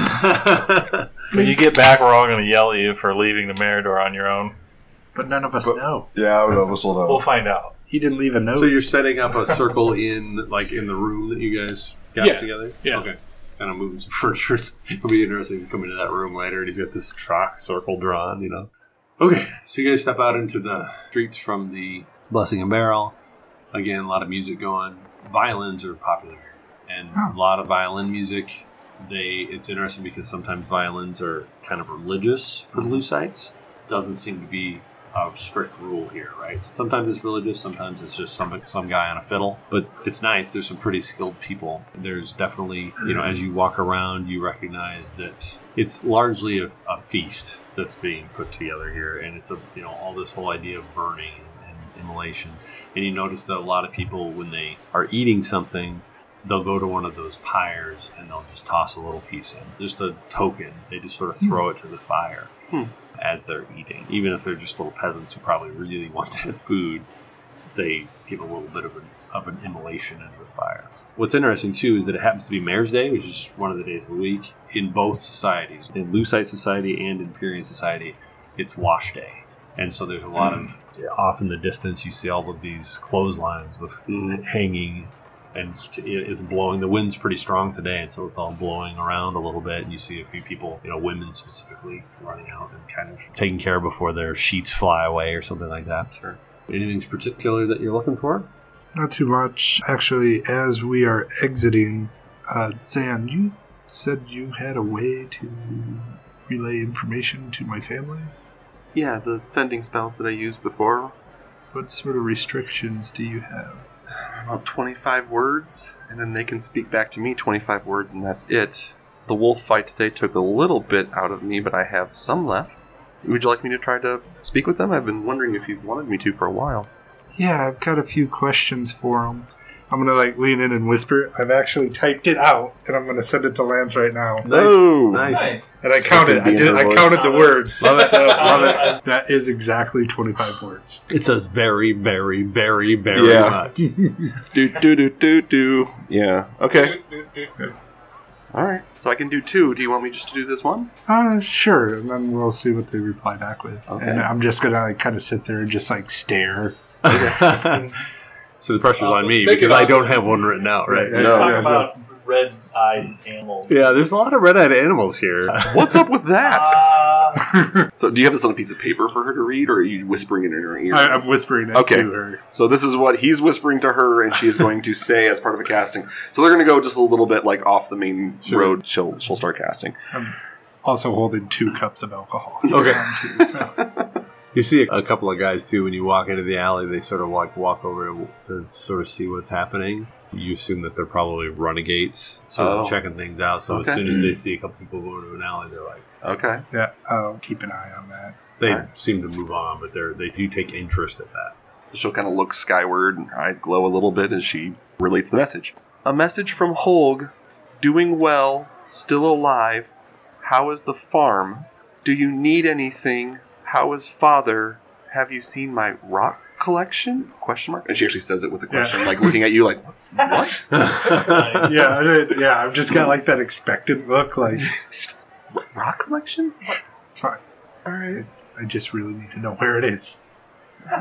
[SPEAKER 2] happen.
[SPEAKER 1] When you get back, we're all going to yell at you for leaving the Meridor on your own.
[SPEAKER 3] But none of us
[SPEAKER 5] But-
[SPEAKER 3] know.
[SPEAKER 5] Yeah, I would have whistled
[SPEAKER 1] We'll find out.
[SPEAKER 3] He didn't leave a note.
[SPEAKER 2] So you're setting up a circle in like in the room that you guys got
[SPEAKER 6] Yeah.
[SPEAKER 2] together.
[SPEAKER 6] Yeah.
[SPEAKER 2] Okay. And I'm moving some furniture. It'll be interesting to come into that room later, and he's got this chalk circle drawn. You know. Okay. So you guys step out into the streets from the Blessing and Barrel. Again, a lot of music going. Violins are popular, and a lot of violin music. They it's
[SPEAKER 6] Mm-hmm.
[SPEAKER 2] interesting because sometimes violins are kind of religious for the Luceites. Doesn't seem to be a strict rule here, right? Sometimes it's religious, sometimes it's just some some guy on a fiddle. But it's nice. There's some pretty skilled people. There's definitely, you know, as you walk around, you recognize that it's largely a, a feast that's being put together here, and it's a you know all this whole idea of burning and immolation. And you notice that a lot of people, when they are eating something, they'll go to one of those pyres and they'll just toss a little piece in, just a token. They just sort of throw it to the fire
[SPEAKER 4] Hmm.
[SPEAKER 2] as they're eating. Even if they're just little peasants who probably really want that food, they give a little bit of an, of an immolation into the fire. What's interesting too is that it happens to be Mayor's Day, which is one of the days of the week in both societies, in Lucite society and Empyrean society. It's wash day, and so there's a lot of off in the distance you see all of these clotheslines with food hanging and it is blowing the wind's pretty strong today and so it's all blowing around a little bit and you see a few people you know women specifically running out and kind of taking care before their sheets fly away or something like that sure anything particular that you're looking for
[SPEAKER 3] Not too much. Actually, as we are exiting, uh, Zan, you said you had a way to relay information to my family?
[SPEAKER 4] Yeah, the sending spells that I used before,
[SPEAKER 3] What sort of restrictions do you have?
[SPEAKER 4] about 25 words, and then they can speak back to me 25 words, and that's it. The wolf fight today took a little bit out of me, but I have some left. Would you like me to try to speak with them? I've been wondering if you've wanted me to for a while.
[SPEAKER 3] Yeah, I've got a few questions for him. I'm gonna like lean in and whisper. I've actually typed it out, and I'm gonna send it to Lance right now.
[SPEAKER 4] Oh,
[SPEAKER 2] nice
[SPEAKER 3] And I counted. I
[SPEAKER 4] Be in
[SPEAKER 3] did.
[SPEAKER 4] her
[SPEAKER 3] I
[SPEAKER 4] voice.
[SPEAKER 3] counted the words.
[SPEAKER 2] Love it.
[SPEAKER 3] So,
[SPEAKER 2] Love
[SPEAKER 3] That is exactly 25 words.
[SPEAKER 2] it says very very very very
[SPEAKER 4] Yeah.
[SPEAKER 2] much
[SPEAKER 4] do do do do do. Yeah. Okay. All right. So I can do two. Do you want me just to do this one?
[SPEAKER 3] Uh, sure. And then we'll see what they reply back with.
[SPEAKER 4] Okay.
[SPEAKER 3] And I'm just gonna like, kind of sit there and just like stare.
[SPEAKER 2] so the pressure's on
[SPEAKER 1] Awesome.
[SPEAKER 2] me
[SPEAKER 1] Think
[SPEAKER 2] because
[SPEAKER 1] about
[SPEAKER 2] i don't
[SPEAKER 1] it.
[SPEAKER 2] have one written out right
[SPEAKER 4] No.
[SPEAKER 1] Talk about red-eyed animals.
[SPEAKER 2] yeah there's a lot of red-eyed animals here
[SPEAKER 4] What's up with that?
[SPEAKER 1] Uh,
[SPEAKER 4] So do you have this on a piece of paper for her to read, or are you whispering it in her ear?
[SPEAKER 3] I, I'm whispering it
[SPEAKER 4] Okay.
[SPEAKER 3] to her.
[SPEAKER 4] So this is what he's whispering to her, and she is going to say as part of a casting. So they're going to go just a little bit like off the main
[SPEAKER 3] Sure.
[SPEAKER 4] road. She'll she'll start casting.
[SPEAKER 3] Also holding two cups of alcohol.
[SPEAKER 2] Okay.
[SPEAKER 3] Um, too, so.
[SPEAKER 2] You see a couple of guys too when you walk into the alley. They sort of like walk over to, to sort of see what's happening. You assume that they're probably renegades, so
[SPEAKER 4] Oh.
[SPEAKER 2] they're checking things out. So
[SPEAKER 4] Okay.
[SPEAKER 2] as soon as they see a couple people going to an alley, they're like
[SPEAKER 4] Okay.
[SPEAKER 3] yeah. I'll keep an eye on that.
[SPEAKER 2] they
[SPEAKER 4] Alright.
[SPEAKER 2] seem to move on, but they're they do take interest in that.
[SPEAKER 4] So she'll kind of look skyward, and her eyes glow a little bit as she relates the message. A message from Holg, doing well, still alive. How is the farm? Do you need anything? How is father? Have you seen my rock collection? Question mark. And she actually says it with a question, like looking at you, like what?
[SPEAKER 3] Yeah. I did- yeah. I've just got like that expectant look. Like
[SPEAKER 4] rock collection?
[SPEAKER 3] it's fine.
[SPEAKER 4] All right.
[SPEAKER 3] I just really need to know where it is.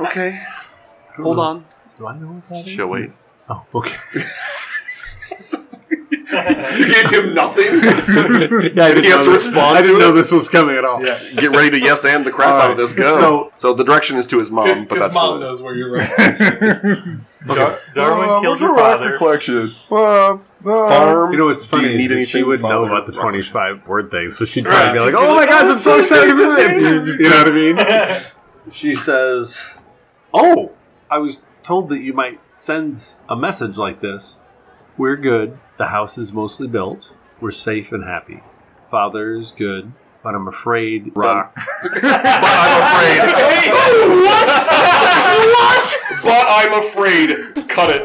[SPEAKER 4] Okay. Hold on.
[SPEAKER 2] Do I know what that is?
[SPEAKER 4] She'll wait.
[SPEAKER 2] Oh, okay.
[SPEAKER 4] you gave him nothing.
[SPEAKER 2] yeah, I didn't
[SPEAKER 4] He has
[SPEAKER 2] know
[SPEAKER 4] to
[SPEAKER 2] this-
[SPEAKER 4] respond
[SPEAKER 2] I didn't
[SPEAKER 4] to
[SPEAKER 2] know
[SPEAKER 4] it?
[SPEAKER 2] this was coming at all.
[SPEAKER 3] Yeah.
[SPEAKER 4] Get ready to yes and the crap out of this. Go. So,
[SPEAKER 2] So-
[SPEAKER 4] the direction is to his mom, Um, but that's
[SPEAKER 6] mom
[SPEAKER 4] what it is.
[SPEAKER 6] knows where you're at.
[SPEAKER 1] Dar- Darwin
[SPEAKER 5] Uh,
[SPEAKER 1] killed
[SPEAKER 5] what's a
[SPEAKER 1] your
[SPEAKER 5] rock
[SPEAKER 1] father.
[SPEAKER 5] collection. Uh, uh,
[SPEAKER 4] Farm.
[SPEAKER 2] You know what's
[SPEAKER 4] Do you
[SPEAKER 2] funny?
[SPEAKER 4] need
[SPEAKER 2] is that she
[SPEAKER 4] anything,
[SPEAKER 2] would know
[SPEAKER 4] Father?
[SPEAKER 2] about the twenty-five word thing, so she'd
[SPEAKER 4] Right.
[SPEAKER 2] probably be like, "Oh my gosh, I'm so excited for this!" You know what I mean? she says, Oh, I was told that you might send a message like this. We're good. The house is mostly built. We're safe and happy. Father is good, but I'm afraid Rock.
[SPEAKER 4] But I'm afraid. what? what? But I'm afraid. Cut it.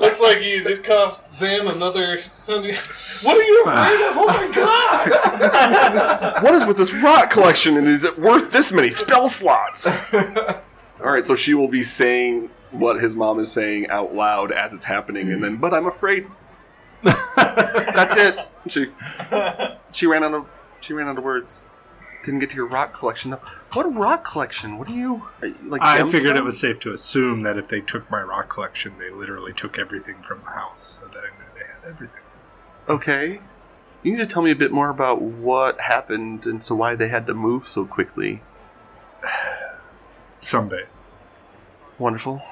[SPEAKER 6] Looks like you just cost Zan another Sunday. What are you afraid of? Oh my god!
[SPEAKER 4] what is with this rock collection, and is it worth this many spell slots? All right, so she will be saying what his mom is saying out loud as it's happening, and then, but I'm afraid. That's it. She she ran out of she ran out of words. Didn't get to your rock collection. though. What rock collection? What do you are you, like?
[SPEAKER 3] I figured
[SPEAKER 4] gemstone?
[SPEAKER 3] it was safe to assume that if they took my rock collection, they literally took everything from the house, so that I knew they had everything.
[SPEAKER 4] okay. You need to tell me a bit more about what happened and so why they had to move so quickly.
[SPEAKER 3] Someday.
[SPEAKER 4] Wonderful.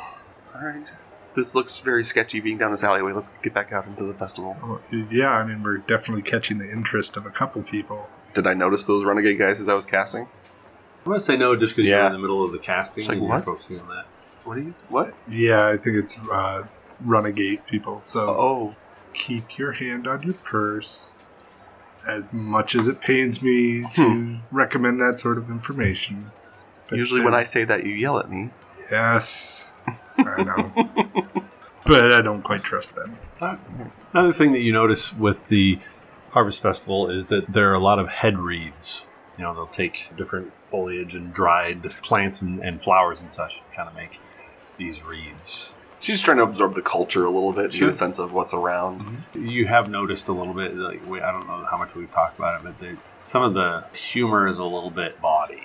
[SPEAKER 4] All right. This looks very sketchy being down this alleyway. Let's get back out into the festival.
[SPEAKER 3] Well, Oh, Yeah, I mean, we're definitely catching the interest of a couple people.
[SPEAKER 4] Did I notice those renegade guys as I was casting?
[SPEAKER 2] I'm gonna say no just because you're
[SPEAKER 4] Yeah.
[SPEAKER 2] in the middle of the casting
[SPEAKER 4] It's like,
[SPEAKER 2] and you're
[SPEAKER 4] what?
[SPEAKER 2] focusing on that.
[SPEAKER 4] What are you? What?
[SPEAKER 3] Yeah, I think it's uh, runagate people. So
[SPEAKER 4] Oh,
[SPEAKER 3] keep your hand on your purse. As much as it pains me
[SPEAKER 4] Hmm.
[SPEAKER 3] to recommend that sort of information. but
[SPEAKER 4] usually when
[SPEAKER 3] there-
[SPEAKER 4] I say that, you yell at me.
[SPEAKER 3] Yes. I know. but I don't quite trust them.
[SPEAKER 2] Another thing that you notice with the Harvest Festival is that there are a lot of head reeds. You know, they'll take different foliage and dried plants and, and flowers and such and kind of make these reeds.
[SPEAKER 4] She's trying to absorb the culture a little bit,
[SPEAKER 2] Sure. Mm-hmm.
[SPEAKER 4] get a sense of what's around.
[SPEAKER 2] You have noticed a little bit, like, we, I don't know how much we've talked about it, but they, some of the humor is a little bit bawdy.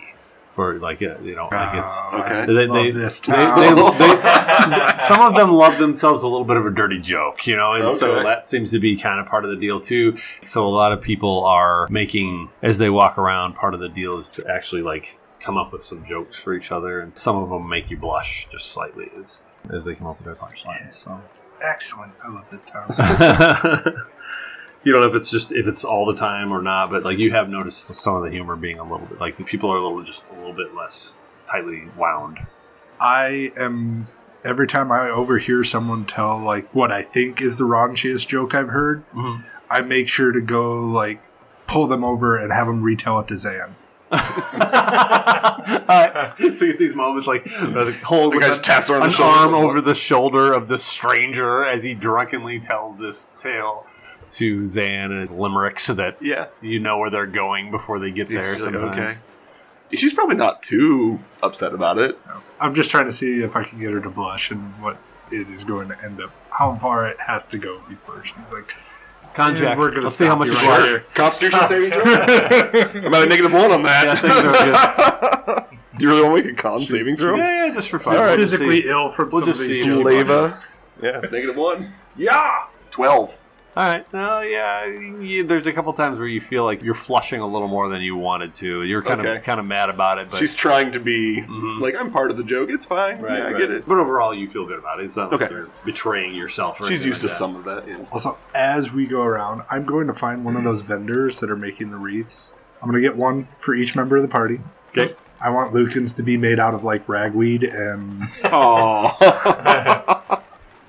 [SPEAKER 2] Or, like, uh, you know, like it's.
[SPEAKER 3] Oh,
[SPEAKER 4] okay.
[SPEAKER 3] I
[SPEAKER 2] They-
[SPEAKER 3] love
[SPEAKER 2] they-
[SPEAKER 3] this
[SPEAKER 2] They,
[SPEAKER 3] town.
[SPEAKER 2] they, they, some of them love themselves a little bit of a dirty joke, you know, and so
[SPEAKER 4] Okay.
[SPEAKER 2] that seems to be kind of part of the deal too. So a lot of people are making as they walk around. Part of the deal is to actually like come up with some jokes for each other, and some of them make you blush just slightly as as they come up with their punchlines. So
[SPEAKER 3] Excellent. I love this town.
[SPEAKER 2] you don't know if it's just if it's all the time or not, but like you have noticed some of the humor being a little bit like the people are a little just a little bit less tightly wound.
[SPEAKER 3] I am every time I overhear someone tell like what I think is the raunchiest joke I've heard,
[SPEAKER 2] Mhm.
[SPEAKER 3] I make sure to go like pull them over and have them retell it to Zan.
[SPEAKER 2] Alright. so you get these moments like uh, the hold
[SPEAKER 5] The
[SPEAKER 2] with
[SPEAKER 5] guy just
[SPEAKER 2] an,
[SPEAKER 5] taps her on the
[SPEAKER 2] an
[SPEAKER 5] shoulder.
[SPEAKER 2] arm over the shoulder of the stranger as he drunkenly tells this tale to Zan and Limerick so that
[SPEAKER 4] Yeah.
[SPEAKER 2] you know where they're going before they get there.
[SPEAKER 4] She's like,
[SPEAKER 2] sometimes.
[SPEAKER 4] okay. She's probably not too upset about it.
[SPEAKER 3] I'm just trying to see if I can get her to blush and what it is going to end up, how far it has to go before she's like,
[SPEAKER 2] Con
[SPEAKER 3] "Eh,
[SPEAKER 2] check.
[SPEAKER 3] we're going to
[SPEAKER 2] Let's see how much you
[SPEAKER 3] right
[SPEAKER 2] are.
[SPEAKER 3] here."
[SPEAKER 4] Constitution saving
[SPEAKER 2] About a negative one on that. Yeah, saving throw, yes.
[SPEAKER 4] Do you really want to make a con saving throw?
[SPEAKER 2] yeah, yeah, just for fun.
[SPEAKER 4] All right.
[SPEAKER 2] We'll just
[SPEAKER 3] physically
[SPEAKER 2] see.
[SPEAKER 3] ill from
[SPEAKER 2] We'll
[SPEAKER 3] some of
[SPEAKER 2] just
[SPEAKER 3] these
[SPEAKER 2] see.
[SPEAKER 3] jokes.
[SPEAKER 4] Leva. Yeah, it's negative one. Yeah, twelve.
[SPEAKER 2] All right. No, yeah. You, there's a couple times where you feel like you're flushing a little more than you wanted to. You're kind
[SPEAKER 4] Okay.
[SPEAKER 2] of kind of mad about it, but
[SPEAKER 4] She's trying to be
[SPEAKER 2] Mhm.
[SPEAKER 4] like, I'm part of the joke. It's fine. yeah, I get it.
[SPEAKER 2] But overall, you feel good about it. It's not like
[SPEAKER 4] Okay.
[SPEAKER 2] you're betraying yourself. Or
[SPEAKER 4] She's
[SPEAKER 2] anything
[SPEAKER 4] used to
[SPEAKER 2] like that.
[SPEAKER 4] some of that. Yeah.
[SPEAKER 3] Also, as we go around, I'm going to find one of those vendors that are making the wreaths. I'm going to get one for each member of the party.
[SPEAKER 2] Okay.
[SPEAKER 3] I want Lucans to be made out of like ragweed and
[SPEAKER 4] Oh.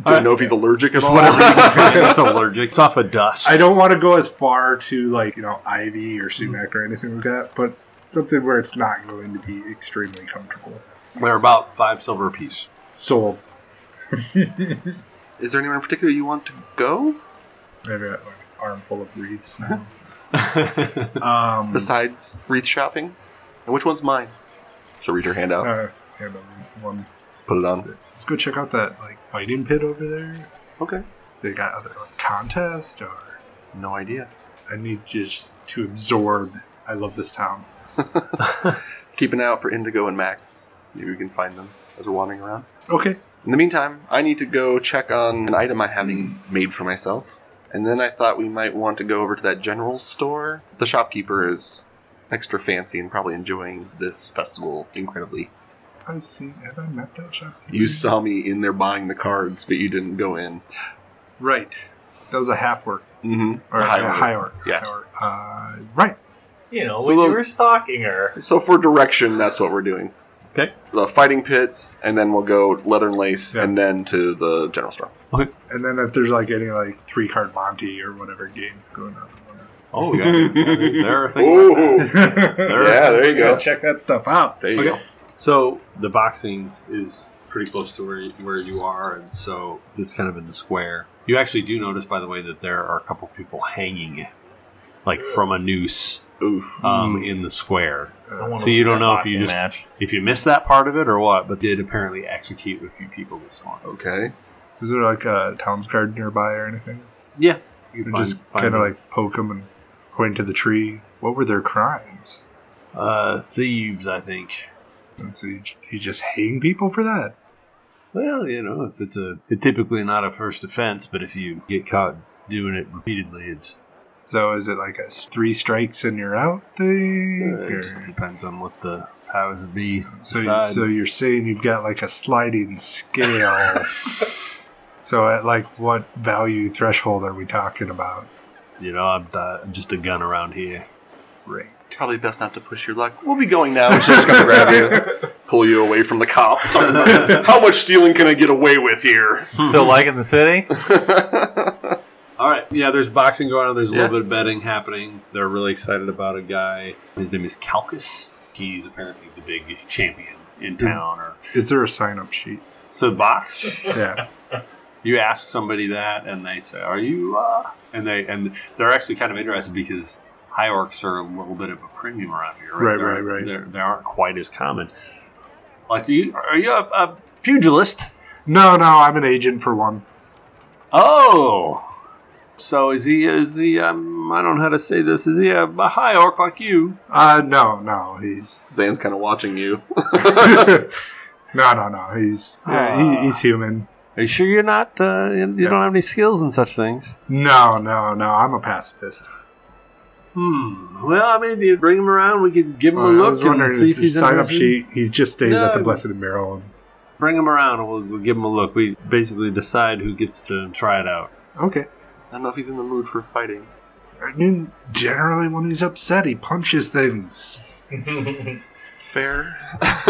[SPEAKER 4] Don't know if he's allergic at all.
[SPEAKER 3] whatever you can
[SPEAKER 2] Something that's allergic. It's off of dust.
[SPEAKER 3] I don't want to go as far to like, you know, ivy or sumac or anything like that, but something where it's not going to be extremely comfortable.
[SPEAKER 2] They're about five silver a piece.
[SPEAKER 3] Sold. Maybe
[SPEAKER 4] Is there anywhere in particular you want to go
[SPEAKER 3] I have an armful of wreaths now.
[SPEAKER 2] All
[SPEAKER 3] Um,
[SPEAKER 4] besides wreath shopping? And which one's mine? She'll reach her hand out,
[SPEAKER 3] uh, yeah, but one.
[SPEAKER 4] put it on.
[SPEAKER 3] Let's go check out that like fighting pit over there.
[SPEAKER 4] Okay.
[SPEAKER 3] They got other like, contest or
[SPEAKER 4] No idea.
[SPEAKER 3] I need just to absorb. I love this town.
[SPEAKER 4] Keep an eye out for Indigo and Max. Maybe we can find them as we're wandering around.
[SPEAKER 3] Okay.
[SPEAKER 4] In the meantime, I need to go check on an item I
[SPEAKER 1] Hmm.
[SPEAKER 4] haven't made for myself. And then I thought we might want to go over to that general store. The shopkeeper is extra fancy and probably enjoying this festival incredibly.
[SPEAKER 3] I see. Have I met that shop?
[SPEAKER 4] You
[SPEAKER 1] Hmm.
[SPEAKER 4] saw me in there buying the cards, but you didn't go in.
[SPEAKER 3] Right. That was a half work
[SPEAKER 4] Mm-hmm.
[SPEAKER 3] or a high, orc.
[SPEAKER 4] Yeah.
[SPEAKER 3] High orc. Uh, right.
[SPEAKER 1] You know,
[SPEAKER 4] So
[SPEAKER 1] when
[SPEAKER 4] those-
[SPEAKER 1] you were stalking her.
[SPEAKER 4] So for direction, that's what we're doing.
[SPEAKER 2] Okay.
[SPEAKER 4] The fighting pits, and then we'll go leather and lace,
[SPEAKER 3] Yeah.
[SPEAKER 4] and then to the general store.
[SPEAKER 3] And then if there's like any like three card Monty or whatever games going on.
[SPEAKER 2] Oh yeah, yeah there are things. like that.
[SPEAKER 4] Ooh, Yeah, there you go.
[SPEAKER 3] Check that stuff out.
[SPEAKER 4] Oh! there you
[SPEAKER 2] Okay.
[SPEAKER 4] go.
[SPEAKER 2] So the boxing is pretty close to where where you are, and so it's kind of in the square. You actually do notice, by the way, that there are a couple people hanging, like from a noose,
[SPEAKER 4] Oof.
[SPEAKER 3] Hmm.
[SPEAKER 2] um, in the square.
[SPEAKER 1] I wanna
[SPEAKER 2] So you
[SPEAKER 1] lose
[SPEAKER 2] don't
[SPEAKER 1] that
[SPEAKER 2] know if you
[SPEAKER 1] boxing
[SPEAKER 2] just-
[SPEAKER 1] match.
[SPEAKER 2] If you missed that part of it or what, but did apparently execute a few people this morning.
[SPEAKER 4] Okay.
[SPEAKER 3] Is there like a town's guard nearby or anything?
[SPEAKER 2] Yeah. You
[SPEAKER 3] And
[SPEAKER 2] find-
[SPEAKER 3] just
[SPEAKER 2] find
[SPEAKER 3] kind
[SPEAKER 2] them.
[SPEAKER 3] of like poke them and point to the tree. What were their crimes?
[SPEAKER 2] uh, thieves, I think.
[SPEAKER 3] And so you, you just hang people for that?
[SPEAKER 2] Well, you know, if it's a it's typically not a first offense, but if you get caught doing it repeatedly, it's
[SPEAKER 3] So is it like a s- three strikes and you're out thing?
[SPEAKER 2] uh,
[SPEAKER 3] or-
[SPEAKER 2] it just depends on what the powers that be
[SPEAKER 3] so,
[SPEAKER 2] decide.
[SPEAKER 3] so you're saying you've got like a sliding scale. so at like what value threshold are we talking about?
[SPEAKER 2] you know, I'm, uh, I'm just a gun around here.
[SPEAKER 3] Great.
[SPEAKER 4] Probably best not to push your luck. We'll be going now. She's just
[SPEAKER 5] gonna grab
[SPEAKER 4] you, pull you away from the cop. Talk about, How much stealing can I get away with here?
[SPEAKER 2] Hmm.
[SPEAKER 1] Still liking the city?
[SPEAKER 2] All right. Yeah, there's boxing going on. There's a
[SPEAKER 4] Yeah.
[SPEAKER 2] little bit of betting happening. They're really excited about a guy. His name is Calcus. He's apparently the big champion in town. Or
[SPEAKER 3] Is there a sign up sheet?
[SPEAKER 2] to box.
[SPEAKER 3] Yeah.
[SPEAKER 2] You ask somebody that, and they say, "Are you?" Uh? And they and they're actually kind of interested because high orcs are a little bit of a premium around here.
[SPEAKER 3] Right,
[SPEAKER 2] They're-
[SPEAKER 3] right, right.
[SPEAKER 2] They're, they aren't quite as common. Like, are you are you a, a pugilist?
[SPEAKER 3] No, no, I'm an agent for one.
[SPEAKER 2] Oh, so is he? Is he? Um, I don't know how to say this. Is he a, a high orc like you?
[SPEAKER 3] Uh, no, no, he's
[SPEAKER 4] Zan's kind of watching you.
[SPEAKER 3] no, no, no, he's yeah,
[SPEAKER 2] Ah.
[SPEAKER 3] he, he's human.
[SPEAKER 2] Are you sure you're not? Uh, you you don't have any skills in such things.
[SPEAKER 3] No, no, no, I'm a pacifist.
[SPEAKER 2] Hmm. Well, I mean, you bring him around. We could give him a
[SPEAKER 3] Uh, I
[SPEAKER 2] look
[SPEAKER 3] was wondering
[SPEAKER 2] and see if
[SPEAKER 3] if his
[SPEAKER 2] he's
[SPEAKER 3] sign up
[SPEAKER 2] interested.
[SPEAKER 3] sheet. He just stays at the
[SPEAKER 2] No.
[SPEAKER 3] Blessed Mirror. and-
[SPEAKER 2] Bring him around. and We'll, we'll give him a look. We basically decide who gets to try it out.
[SPEAKER 3] Okay.
[SPEAKER 4] I don't know if he's in the mood for fighting.
[SPEAKER 3] I mean, generally when he's upset, he punches things.
[SPEAKER 4] Fair.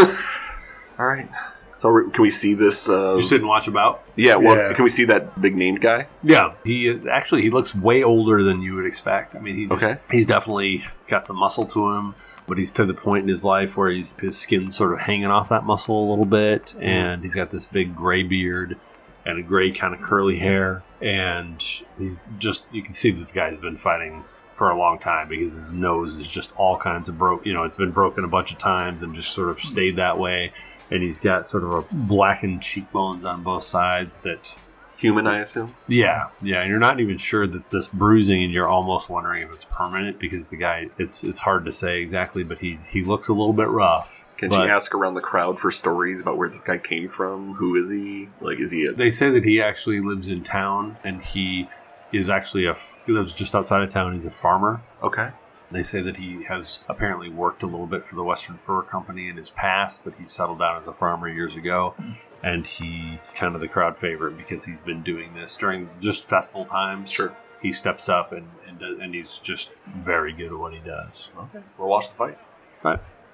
[SPEAKER 4] All right. So we- can we see this? Uh,
[SPEAKER 2] You sit and watch about.
[SPEAKER 4] yeah. Well,
[SPEAKER 3] Yeah.
[SPEAKER 4] can we see that big named guy?
[SPEAKER 2] Yeah, he is actually. He looks way older than you would expect. I mean, he just-
[SPEAKER 4] Okay.
[SPEAKER 2] he's definitely got some muscle to him, but he's to the point in his life where he's his skin's sort of hanging off that muscle a little bit, and he's got this big gray beard and a gray kind of curly hair, and he's just you can see that the guy's been fighting for a long time because his nose is just all kinds of broke. You know, it's been broken a bunch of times and just sort of stayed that way. And he's got sort of a blackened cheekbones on both sides that
[SPEAKER 4] Human, I assume.
[SPEAKER 2] yeah, yeah, and you're not even sure that this bruising, and you're almost wondering if it's permanent because the guy, it's it's hard to say exactly, but he he looks a little bit rough.
[SPEAKER 4] Can
[SPEAKER 2] But
[SPEAKER 4] she ask around the crowd for stories about where this guy came from? Who is he? Like, is he a
[SPEAKER 2] They say that he actually lives in town, and he is actually a f- he lives just outside of town. He's a farmer.
[SPEAKER 4] okay?
[SPEAKER 2] They say that he has apparently worked a little bit for the Western Fur Company in his past, but he settled down as a farmer years ago.
[SPEAKER 4] Hmm.
[SPEAKER 2] And he kind of the crowd favorite because he's been doing this during just festival times.
[SPEAKER 4] Sure.
[SPEAKER 2] he steps up and and, does, and he's just very good at what he does.
[SPEAKER 4] Okay. We'll watch the fight.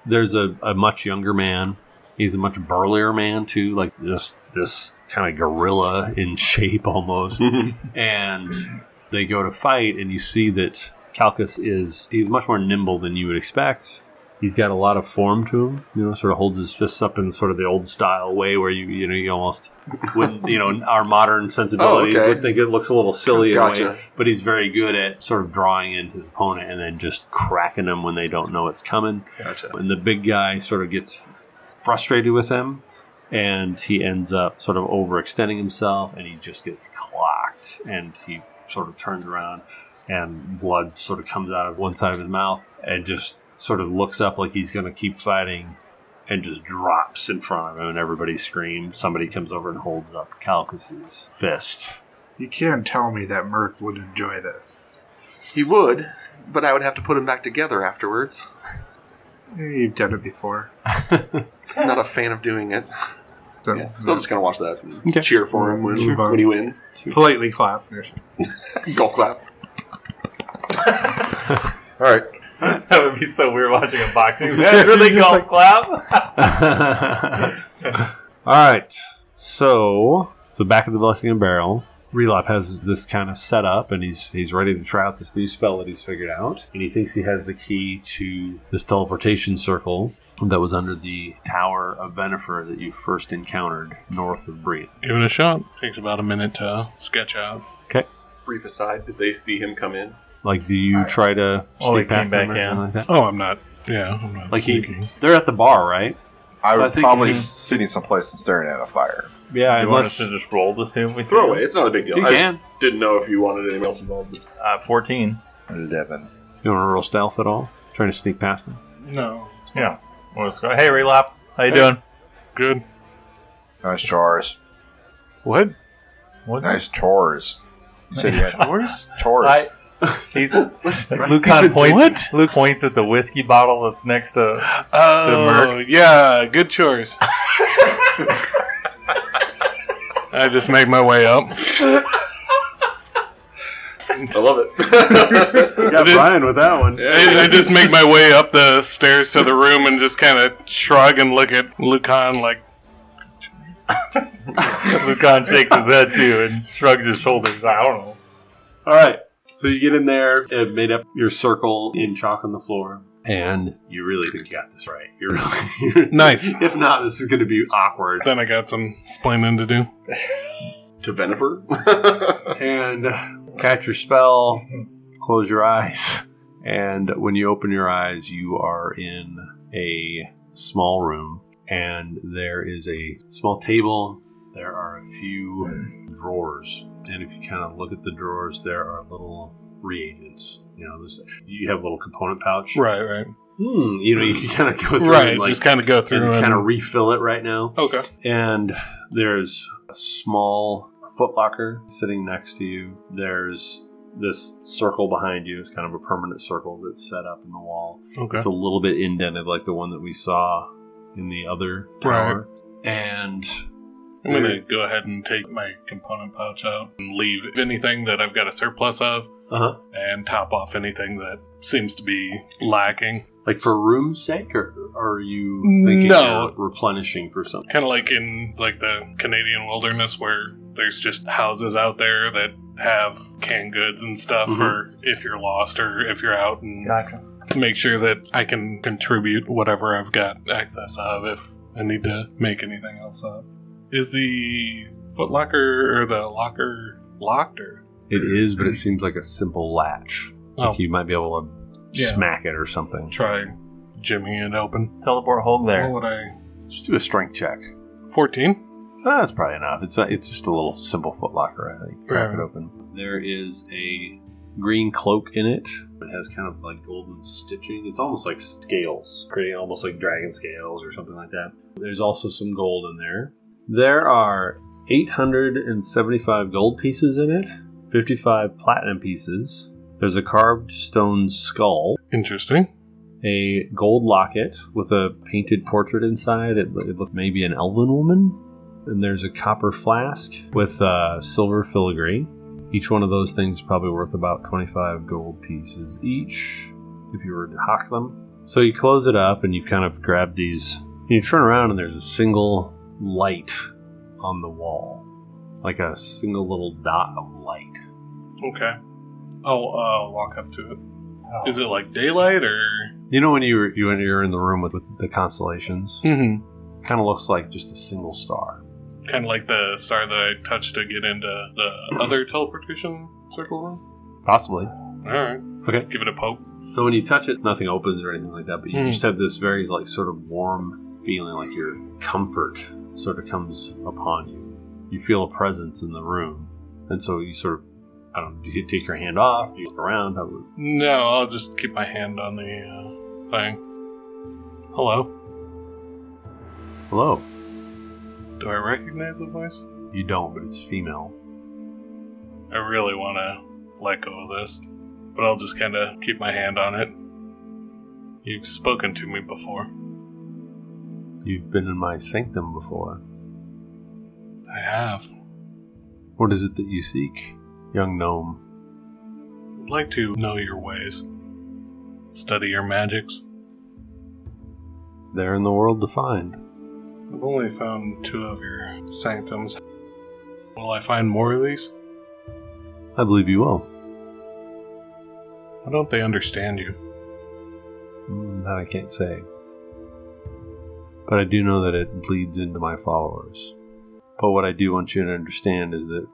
[SPEAKER 2] There's a, a much younger man. He's a much burlier man too, like this this kind of gorilla in shape almost. and they go to fight, and you see that Calcus is he's much more nimble than you would expect. He's got a lot of form to him, you know, sort of holds his fists up in sort of the old style way where you you know you almost wouldn't you know in our modern sensibilities
[SPEAKER 4] Oh, okay.
[SPEAKER 2] would think it looks a little silly in a way
[SPEAKER 4] Gotcha.
[SPEAKER 2] but he's very good at sort of drawing in his opponent and then just cracking them when they don't know it's coming.
[SPEAKER 4] Gotcha.
[SPEAKER 2] And the big guy sort of gets frustrated with him, and he ends up sort of overextending himself, and he just gets clocked, and he sort of turns around, and blood sort of comes out of one side of his mouth, and just sort of looks up like he's going to keep fighting. And just drops in front of him, and everybody screams. Somebody comes over and holds up Calcus's fist.
[SPEAKER 3] You can't tell me that Merc would enjoy this.
[SPEAKER 4] He would, but I would have to put him back together afterwards.
[SPEAKER 3] Eh, You've done it before.
[SPEAKER 4] I'm not a fan of doing it.
[SPEAKER 3] So,
[SPEAKER 4] Yeah. So I'm just gonna watch that. and
[SPEAKER 2] Okay.
[SPEAKER 4] Cheer for him when,
[SPEAKER 3] Sure.
[SPEAKER 4] when he wins.
[SPEAKER 3] politely clap.
[SPEAKER 4] Golf clap.
[SPEAKER 5] All right.
[SPEAKER 1] that would be so weird watching a boxing match. Really, golf clap?
[SPEAKER 2] All right. So, so back at the blessing and barrel, Relop has this kind of setup, and he's he's ready to try out this new spell that he's figured out, and he thinks he has the key to this teleportation circle that was under the tower of Benefer that you first encountered north of Breen.
[SPEAKER 6] Give it a shot. Takes about a minute to sketch out.
[SPEAKER 4] Brief aside, did they see him come in?
[SPEAKER 2] Like, do you try to
[SPEAKER 1] Oh, he
[SPEAKER 2] sneak past
[SPEAKER 1] came back
[SPEAKER 2] them or
[SPEAKER 1] in.
[SPEAKER 2] anything like that?
[SPEAKER 6] Oh, I'm not. Yeah, I'm not
[SPEAKER 2] Like he-
[SPEAKER 6] sneaking.
[SPEAKER 2] They're at the bar, right?
[SPEAKER 5] I
[SPEAKER 2] So I
[SPEAKER 5] would
[SPEAKER 2] think
[SPEAKER 5] probably
[SPEAKER 2] you-
[SPEAKER 5] sitting someplace and staring at a fire.
[SPEAKER 2] Yeah,
[SPEAKER 1] you want us to just roll to see if we see
[SPEAKER 4] Throw
[SPEAKER 1] it?
[SPEAKER 4] away. It's not a big deal.
[SPEAKER 2] you
[SPEAKER 4] I
[SPEAKER 2] can.
[SPEAKER 4] just didn't know if you wanted anyone else involved.
[SPEAKER 1] Uh, 14.
[SPEAKER 5] Eleven.
[SPEAKER 2] You want to roll stealth at all? Trying to sneak past him?
[SPEAKER 6] No.
[SPEAKER 1] Well, let's go. Hey, Relop. How you doing?
[SPEAKER 6] Good.
[SPEAKER 5] Nice chores.
[SPEAKER 6] What?
[SPEAKER 1] What?
[SPEAKER 5] Nice chores. You said you had
[SPEAKER 6] Yours?
[SPEAKER 5] chores.
[SPEAKER 1] I, he's, Lucan points. Luke points at the whiskey bottle that's next to. Uh,
[SPEAKER 6] Oh, yeah. Good chores. I just make my way up.
[SPEAKER 7] I love it.
[SPEAKER 6] Got Brian
[SPEAKER 2] with that one.
[SPEAKER 6] I, I just make my way up the stairs to the room and just kind of shrug and look at Lucan like,
[SPEAKER 1] Lucan shakes his head too and shrugs his shoulders. I don't know.
[SPEAKER 2] All right. So you get in there and made up your circle in chalk on the floor, and you really think you got this right. You're really
[SPEAKER 6] Nice.
[SPEAKER 2] If not, this is going to be awkward.
[SPEAKER 6] then I got some splaining to do.
[SPEAKER 7] to Venifer?
[SPEAKER 2] And catch your spell. Close your eyes, and when you open your eyes, you are in a small room, and there is a small table. There are a few drawers, and if you kind of look at the drawers, there are little reagents. You know, this you have a little component pouch.
[SPEAKER 6] Right, right.
[SPEAKER 2] hmm, you know, you can kind of go through
[SPEAKER 6] Right,
[SPEAKER 2] and, like,
[SPEAKER 6] just kind of go
[SPEAKER 2] and
[SPEAKER 6] through and.
[SPEAKER 2] kind of refill it right now.
[SPEAKER 6] okay.
[SPEAKER 2] And there's a small footlocker sitting next to you. There's this circle behind you. It's kind of a permanent circle that's set up in the wall.
[SPEAKER 6] Okay.
[SPEAKER 2] It's a little bit indented, like the one that we saw in the other tower. And
[SPEAKER 6] I'm going to go ahead and take my component pouch out and leave anything that I've got a surplus of
[SPEAKER 2] uh-huh.
[SPEAKER 6] and top off anything that seems to be lacking.
[SPEAKER 2] like for room's sake, or are you thinking
[SPEAKER 6] No.
[SPEAKER 2] of replenishing for something?
[SPEAKER 6] kind of like in like the Canadian wilderness where there's just houses out there that have canned goods and stuff
[SPEAKER 2] Mhm.
[SPEAKER 6] for if you're lost or if you're out and
[SPEAKER 1] Mm-hmm. Gotcha.
[SPEAKER 6] make sure that I can contribute whatever I've got access of if I need to make anything else up. Is the footlocker or the locker locked or
[SPEAKER 2] It is, but it seems like a simple latch.
[SPEAKER 6] Oh.
[SPEAKER 2] Like you might be able to
[SPEAKER 6] Yeah.
[SPEAKER 2] smack it or something.
[SPEAKER 6] try jimmying it open?
[SPEAKER 1] Teleport Hulk there.
[SPEAKER 6] What would I
[SPEAKER 2] Just do a strength check.
[SPEAKER 6] 14?
[SPEAKER 2] Ah, that's probably enough. It's not, it's just a little simple footlocker. I think. Crack
[SPEAKER 6] Right.
[SPEAKER 2] it open. There is a green cloak in it. It has kind of like golden stitching. It's almost like scales, creating almost like dragon scales or something like that. There's also some gold in there. There are 875 gold pieces in it, 55 platinum pieces. There's a carved stone skull
[SPEAKER 6] Interesting.
[SPEAKER 2] a gold locket with a painted portrait inside. It, it looked maybe an elven woman. And there's a copper flask with uh, silver filigree. Each one of those things is probably worth about 25 gold pieces each if you were to hawk them. So you close it up and you kind of grab these. And you turn around and there's a single light on the wall, like a single little dot of light.
[SPEAKER 6] Okay. I'll uh, walk up to it. Is it like daylight or?
[SPEAKER 2] You know when you were, you when you're in the room with, with the constellations,
[SPEAKER 6] Mm-hmm.
[SPEAKER 2] kind of looks like just a single star.
[SPEAKER 6] Kind of like the star that I touched to get into the other teleportation circle room.
[SPEAKER 2] Possibly.
[SPEAKER 6] All right.
[SPEAKER 2] Okay.
[SPEAKER 6] Give it a poke.
[SPEAKER 2] So when you touch it, nothing opens or anything like that, but you
[SPEAKER 6] Mhm.
[SPEAKER 2] just have this very like sort of warm feeling, like your comfort sort of comes upon you. You feel a presence in the room, and so you sort of, I don't, know, do you take your hand off? Do you look around? How,
[SPEAKER 6] No, I'll just keep my hand on the uh, thing. Hello.
[SPEAKER 2] hello.
[SPEAKER 6] Do I recognize the voice?
[SPEAKER 2] You don't, but it's female.
[SPEAKER 6] I really want to let go of this, but I'll just kind of keep my hand on it. You've spoken to me before.
[SPEAKER 2] You've been in my sanctum before.
[SPEAKER 6] I have.
[SPEAKER 2] What is it that you seek, young gnome?
[SPEAKER 6] I'd like to know your ways, study your magics.
[SPEAKER 2] There in the world to find.
[SPEAKER 6] I've only found two of your sanctums. Will I find more of these?
[SPEAKER 2] I believe you will.
[SPEAKER 6] Why don't they understand you?
[SPEAKER 2] Mm, That I can't say. But I do know that it bleeds into my followers. But what I do want you to understand is that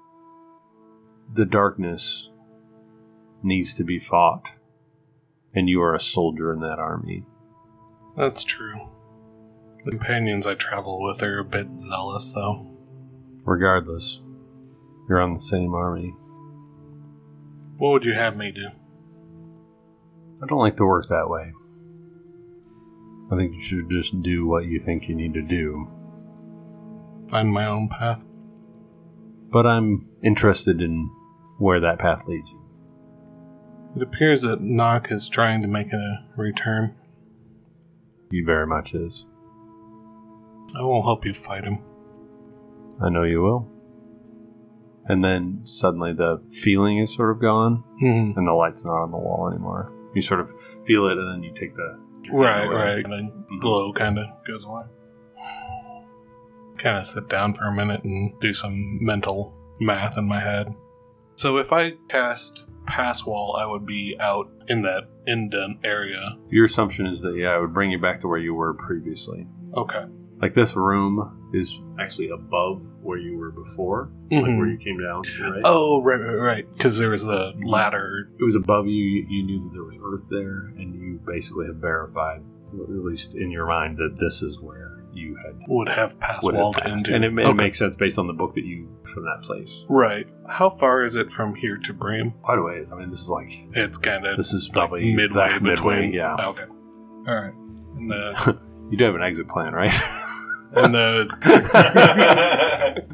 [SPEAKER 2] the darkness needs to be fought, and you are a soldier in that army.
[SPEAKER 6] That's true. The companions I travel with are a bit zealous, though.
[SPEAKER 2] Regardless, you're on the same army.
[SPEAKER 6] What would you have me do?
[SPEAKER 2] I don't like to work that way. I think you should just do what you think you need to do.
[SPEAKER 6] Find my own path?
[SPEAKER 2] But I'm interested in where that path leads you.
[SPEAKER 6] It appears that Nock is trying to make a return.
[SPEAKER 2] He very much is.
[SPEAKER 6] I won't help you fight him.
[SPEAKER 2] I know you will. and then suddenly the feeling is sort of gone,
[SPEAKER 6] Mhm.
[SPEAKER 2] and the light's not on the wall anymore. You sort of feel it, and then you take the
[SPEAKER 6] Right,
[SPEAKER 2] away.
[SPEAKER 6] right. And then
[SPEAKER 2] Mm-hmm.
[SPEAKER 6] glow kind of goes away. Kind of sit down for a minute and do some mental math in my head. So if I cast Pass Wall, I would be out in that indent area.
[SPEAKER 2] Your assumption is that yeah, it would bring you back to where you were previously.
[SPEAKER 6] Okay.
[SPEAKER 2] Like this room is actually above where you were before, like where you came down. Right?
[SPEAKER 6] Mm-hmm. Oh, right, right, right. Because there was the ladder.
[SPEAKER 2] it was above you. you- You knew that there was earth there, and you basically have verified, at least in your mind, that this is where you had
[SPEAKER 6] Would have pass
[SPEAKER 2] would have
[SPEAKER 6] walled
[SPEAKER 2] passed.
[SPEAKER 6] into
[SPEAKER 2] and it, ma- it
[SPEAKER 6] Okay.
[SPEAKER 2] makes sense based on the book that you from that place.
[SPEAKER 6] right. How far is it from here to Bream?
[SPEAKER 2] By the way, I mean this is like
[SPEAKER 6] It's kind of
[SPEAKER 2] this is probably
[SPEAKER 6] midway
[SPEAKER 2] that
[SPEAKER 6] between.
[SPEAKER 2] yeah,
[SPEAKER 6] Okay. All right. And the
[SPEAKER 2] you do have an exit plan, right?
[SPEAKER 6] And the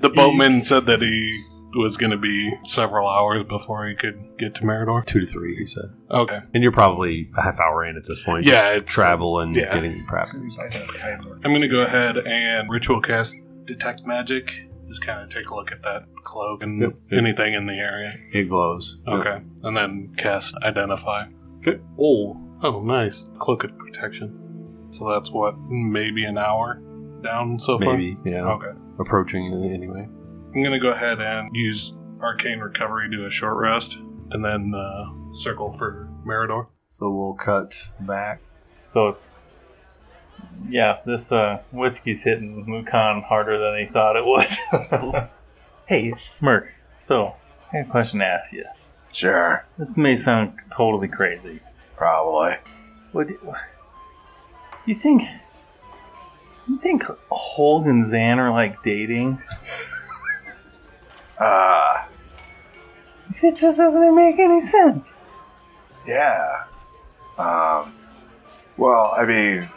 [SPEAKER 6] the boatman said that he was going to be several hours before he could get to Meridor.
[SPEAKER 2] Two to three, he said.
[SPEAKER 6] Okay.
[SPEAKER 2] And you're probably a half hour in at this point.
[SPEAKER 6] Yeah, it's
[SPEAKER 2] travel and
[SPEAKER 6] yeah.
[SPEAKER 2] getting prepped.
[SPEAKER 3] Seems like that type of-
[SPEAKER 6] I'm going to go ahead and ritual cast detect magic. Just kind of take a look at that cloak and
[SPEAKER 2] Yep.
[SPEAKER 6] anything in the area.
[SPEAKER 2] It glows.
[SPEAKER 6] Okay. And then cast identify. Okay. Oh, oh, nice cloak of protection. So that's what maybe an hour down so far.
[SPEAKER 2] Maybe, yeah.
[SPEAKER 6] Okay.
[SPEAKER 2] Approaching it anyway.
[SPEAKER 6] I'm gonna go ahead and use arcane recovery to a short rest, and then uh, circle for Meridor.
[SPEAKER 2] So we'll cut back.
[SPEAKER 1] So, yeah, this uh, whiskey's hitting Mukan harder than he thought it would. hey, Merc. So, I got a question to ask you.
[SPEAKER 5] Sure.
[SPEAKER 1] This may sound totally crazy.
[SPEAKER 5] Probably.
[SPEAKER 1] Would you think? You think Hulk and Zan are like dating?
[SPEAKER 5] Uh,
[SPEAKER 1] It just doesn't make any sense.
[SPEAKER 5] yeah. Um, well, I mean,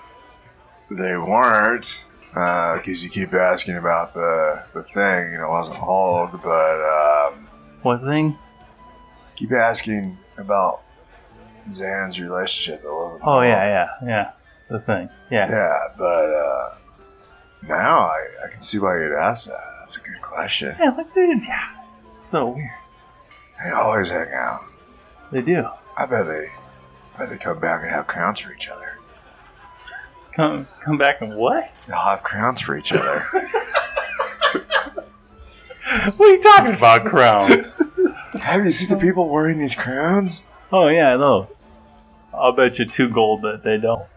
[SPEAKER 5] they weren't. Because you keep asking about the, the thing, and it wasn't Hulk, but um,
[SPEAKER 1] What thing?
[SPEAKER 5] keep asking about Zan's relationship. It wasn't
[SPEAKER 1] Oh
[SPEAKER 5] Hulk.
[SPEAKER 1] yeah, yeah, yeah. The thing. Yeah.
[SPEAKER 5] Yeah, but uh, now I, I can see why you'd ask that. That's a good question.
[SPEAKER 1] Yeah, like dude. Yeah. It's so weird.
[SPEAKER 5] They always hang out.
[SPEAKER 1] They do.
[SPEAKER 5] I bet they, I bet they come back and have crowns for each other.
[SPEAKER 1] Come, come back and what?
[SPEAKER 5] They'll have crowns for each other.
[SPEAKER 1] What are you talking about, Crown?
[SPEAKER 5] have you seen the people wearing these crowns?
[SPEAKER 1] oh yeah, those. I'll bet you two gold that they don't.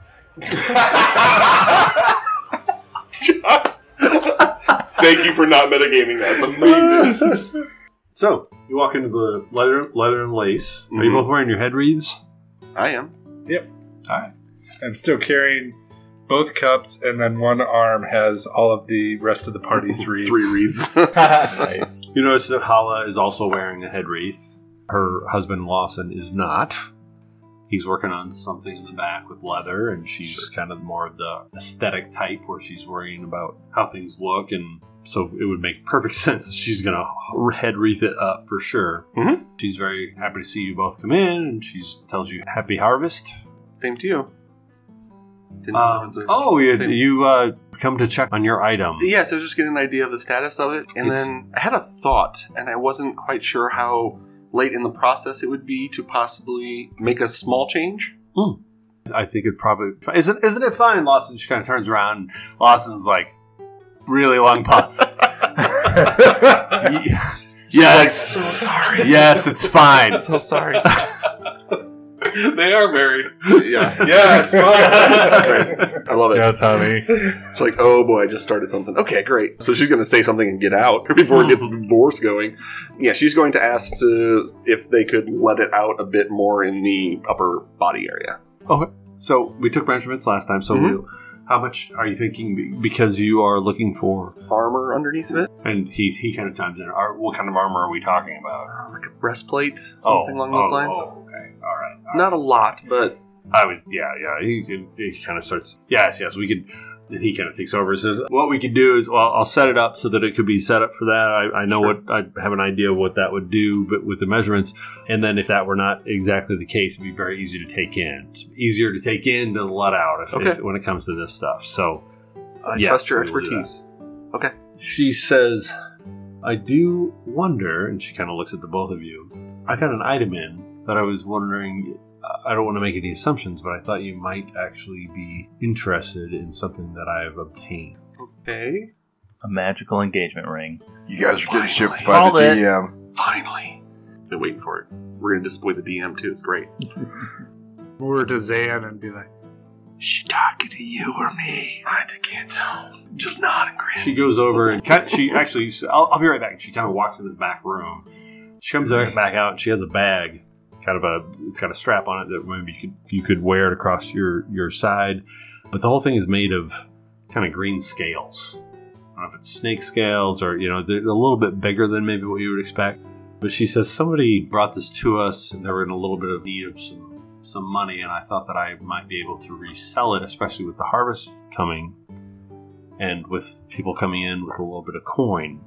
[SPEAKER 7] Thank you for not metagaming that. It's amazing.
[SPEAKER 2] So you walk into the leather, leather and lace. Are you
[SPEAKER 6] Mm-hmm.
[SPEAKER 4] Mhm.
[SPEAKER 2] both wearing your head wreaths?
[SPEAKER 4] I am.
[SPEAKER 3] and still carrying both cups, and then one arm has all of the rest of the party's wreaths.
[SPEAKER 4] Three reads.
[SPEAKER 1] nice.
[SPEAKER 2] You notice that Hala is also wearing a head wreath. Her husband Lawson is not. He's working on something in the back with leather, and she's kind of more of the aesthetic type where she's worrying about how things look, and so it would make perfect sense that she's going to head wreath it up for sure.
[SPEAKER 4] Mhm.
[SPEAKER 2] She's very happy to see you both come in, and she tells you happy harvest.
[SPEAKER 4] Same to you. Didn't know there
[SPEAKER 2] Um,
[SPEAKER 4] was a-
[SPEAKER 2] oh, you,
[SPEAKER 4] same-
[SPEAKER 2] you uh, come to check on your item.
[SPEAKER 4] Yes, I was just getting an idea of the status of it, and
[SPEAKER 2] It's-
[SPEAKER 4] then I had a thought, and I wasn't quite sure how late in the process it would be to possibly make a small change.
[SPEAKER 2] I think it probably isn't. Isn't it fine? Lawson just kind of turns around. And Lawson's like really long pause. Ye- yes,
[SPEAKER 7] so sorry.
[SPEAKER 2] yes, it's fine.
[SPEAKER 7] So sorry.
[SPEAKER 6] they are married.
[SPEAKER 4] yeah,
[SPEAKER 6] Yeah, it's fine.
[SPEAKER 4] Great. I love it.
[SPEAKER 6] honey.
[SPEAKER 4] It's like, oh boy, I just started something. Okay, great. So she's going to say something and get out before it gets divorce going. Yeah, she's going to ask to, if they could let it out a bit more in the upper body area.
[SPEAKER 2] So we took measurements last time. So
[SPEAKER 4] Mhm.
[SPEAKER 2] we, how much are you thinking? be- Because you are looking for,
[SPEAKER 4] Armor underneath of it,
[SPEAKER 2] and he he kind of times in. Are, what kind of armor are we talking about?
[SPEAKER 4] Uh, like a breastplate, something
[SPEAKER 2] Oh,
[SPEAKER 4] along those
[SPEAKER 2] oh,
[SPEAKER 4] lines.
[SPEAKER 2] oh, okay, all right.
[SPEAKER 4] Not a lot, but
[SPEAKER 2] I was, yeah, yeah. He, he, he kind of starts, yes, yes, we could. then He kind of takes over and says, what we could do is, well, I'll set it up so that it could be set up for that. I, I know
[SPEAKER 4] Sure.
[SPEAKER 2] what, I have an idea of what that would do, but with the measurements. And then if that were not exactly the case, it'd be very easy to take in. It's easier to take in than let out if,
[SPEAKER 4] Okay.
[SPEAKER 2] if- when it comes to this stuff. So
[SPEAKER 4] I
[SPEAKER 2] yes,
[SPEAKER 4] trust your
[SPEAKER 2] we will do that.
[SPEAKER 4] expertise.
[SPEAKER 2] she says, I do wonder, and she kind of looks at the both of you. I got an item in that I was wondering. I- I don't want to make any assumptions, but I thought you might actually be interested in something that I've obtained.
[SPEAKER 4] Okay.
[SPEAKER 1] A magical engagement ring.
[SPEAKER 5] You guys are getting shipped by
[SPEAKER 1] Called
[SPEAKER 5] the
[SPEAKER 1] it.
[SPEAKER 5] DM.
[SPEAKER 4] Finally. Been waiting for it. We're going to disappoint the DM too. It's great.
[SPEAKER 3] Over to Zan and be like, "She talking to you or me?"
[SPEAKER 4] I can't tell. Just nod and grin.
[SPEAKER 2] She goes over and cut. She actually, I'll, I'll be right back. And she kind of walks into the back room. She comes right back out and she has a bag, kind of a, it's got a strap on it that maybe you could you could wear it across your your side. But the whole thing is made of kind of green scales. I don't know if it's snake scales or you know they're a little bit bigger than maybe what you would expect. But she says somebody brought this to us and they were in a little bit of need of some some money, and I thought that I might be able to resell it, especially with the harvest coming and with people coming in with a little bit of coin.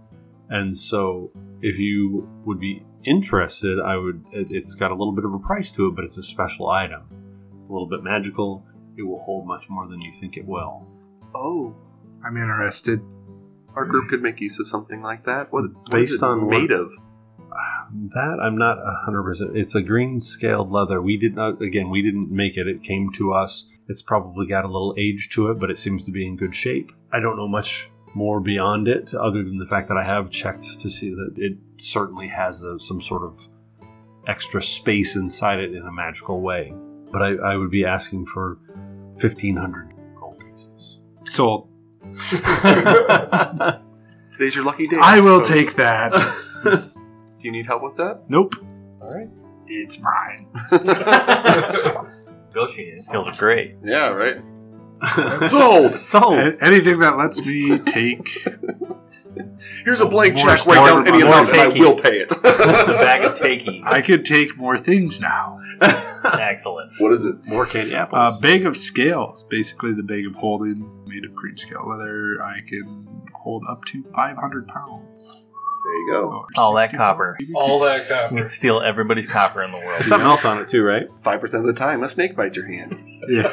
[SPEAKER 2] And so, if you would be interested, I would. it- It's got a little bit of a price to it, but it's a special item. It's a little bit magical. It will hold much more than you think it will.
[SPEAKER 4] Oh,
[SPEAKER 3] I'm interested.
[SPEAKER 4] our group could make use of something like that. What, what is
[SPEAKER 2] Based
[SPEAKER 4] it
[SPEAKER 2] on what-
[SPEAKER 4] made of?
[SPEAKER 2] That I'm not hundred percent. It's a green scaled leather. We did not. Again, we didn't make it. It came to us. It's probably got a little age to it, but it seems to be in good shape. I don't know much more beyond it, other than the fact that I have checked to see that it certainly has a, some sort of extra space inside it in a magical way. But I, I would be asking for fifteen hundred gold pieces.
[SPEAKER 3] Sold.
[SPEAKER 4] Today's your lucky day.
[SPEAKER 3] I will
[SPEAKER 4] suppose.
[SPEAKER 3] take that.
[SPEAKER 4] Do you need help with that?
[SPEAKER 3] nope.
[SPEAKER 4] All right.
[SPEAKER 3] It's mine.
[SPEAKER 1] Negotiating skills are great.
[SPEAKER 7] yeah, right.
[SPEAKER 4] Sold.
[SPEAKER 2] Sold.
[SPEAKER 3] A- Anything that lets me take.
[SPEAKER 7] Here's a blank
[SPEAKER 3] More
[SPEAKER 7] check. Write down any
[SPEAKER 1] more
[SPEAKER 7] amount, and I
[SPEAKER 1] taking.
[SPEAKER 7] will pay it.
[SPEAKER 1] the bag of takey.
[SPEAKER 3] I could take more things now.
[SPEAKER 1] Excellent.
[SPEAKER 7] What is it?
[SPEAKER 2] More candy apples.
[SPEAKER 3] A bag of scales, basically the bag of holding made of green scale leather. I can hold up to 500 pounds. Oh,
[SPEAKER 7] There you go.
[SPEAKER 3] Or
[SPEAKER 1] All Oh, that
[SPEAKER 3] 60
[SPEAKER 1] copper.
[SPEAKER 6] All that copper.
[SPEAKER 1] You could steal everybody's copper in the world.
[SPEAKER 2] Something else on it too, right?
[SPEAKER 4] Five percent of the time, a snake bites your hand.
[SPEAKER 3] Yeah.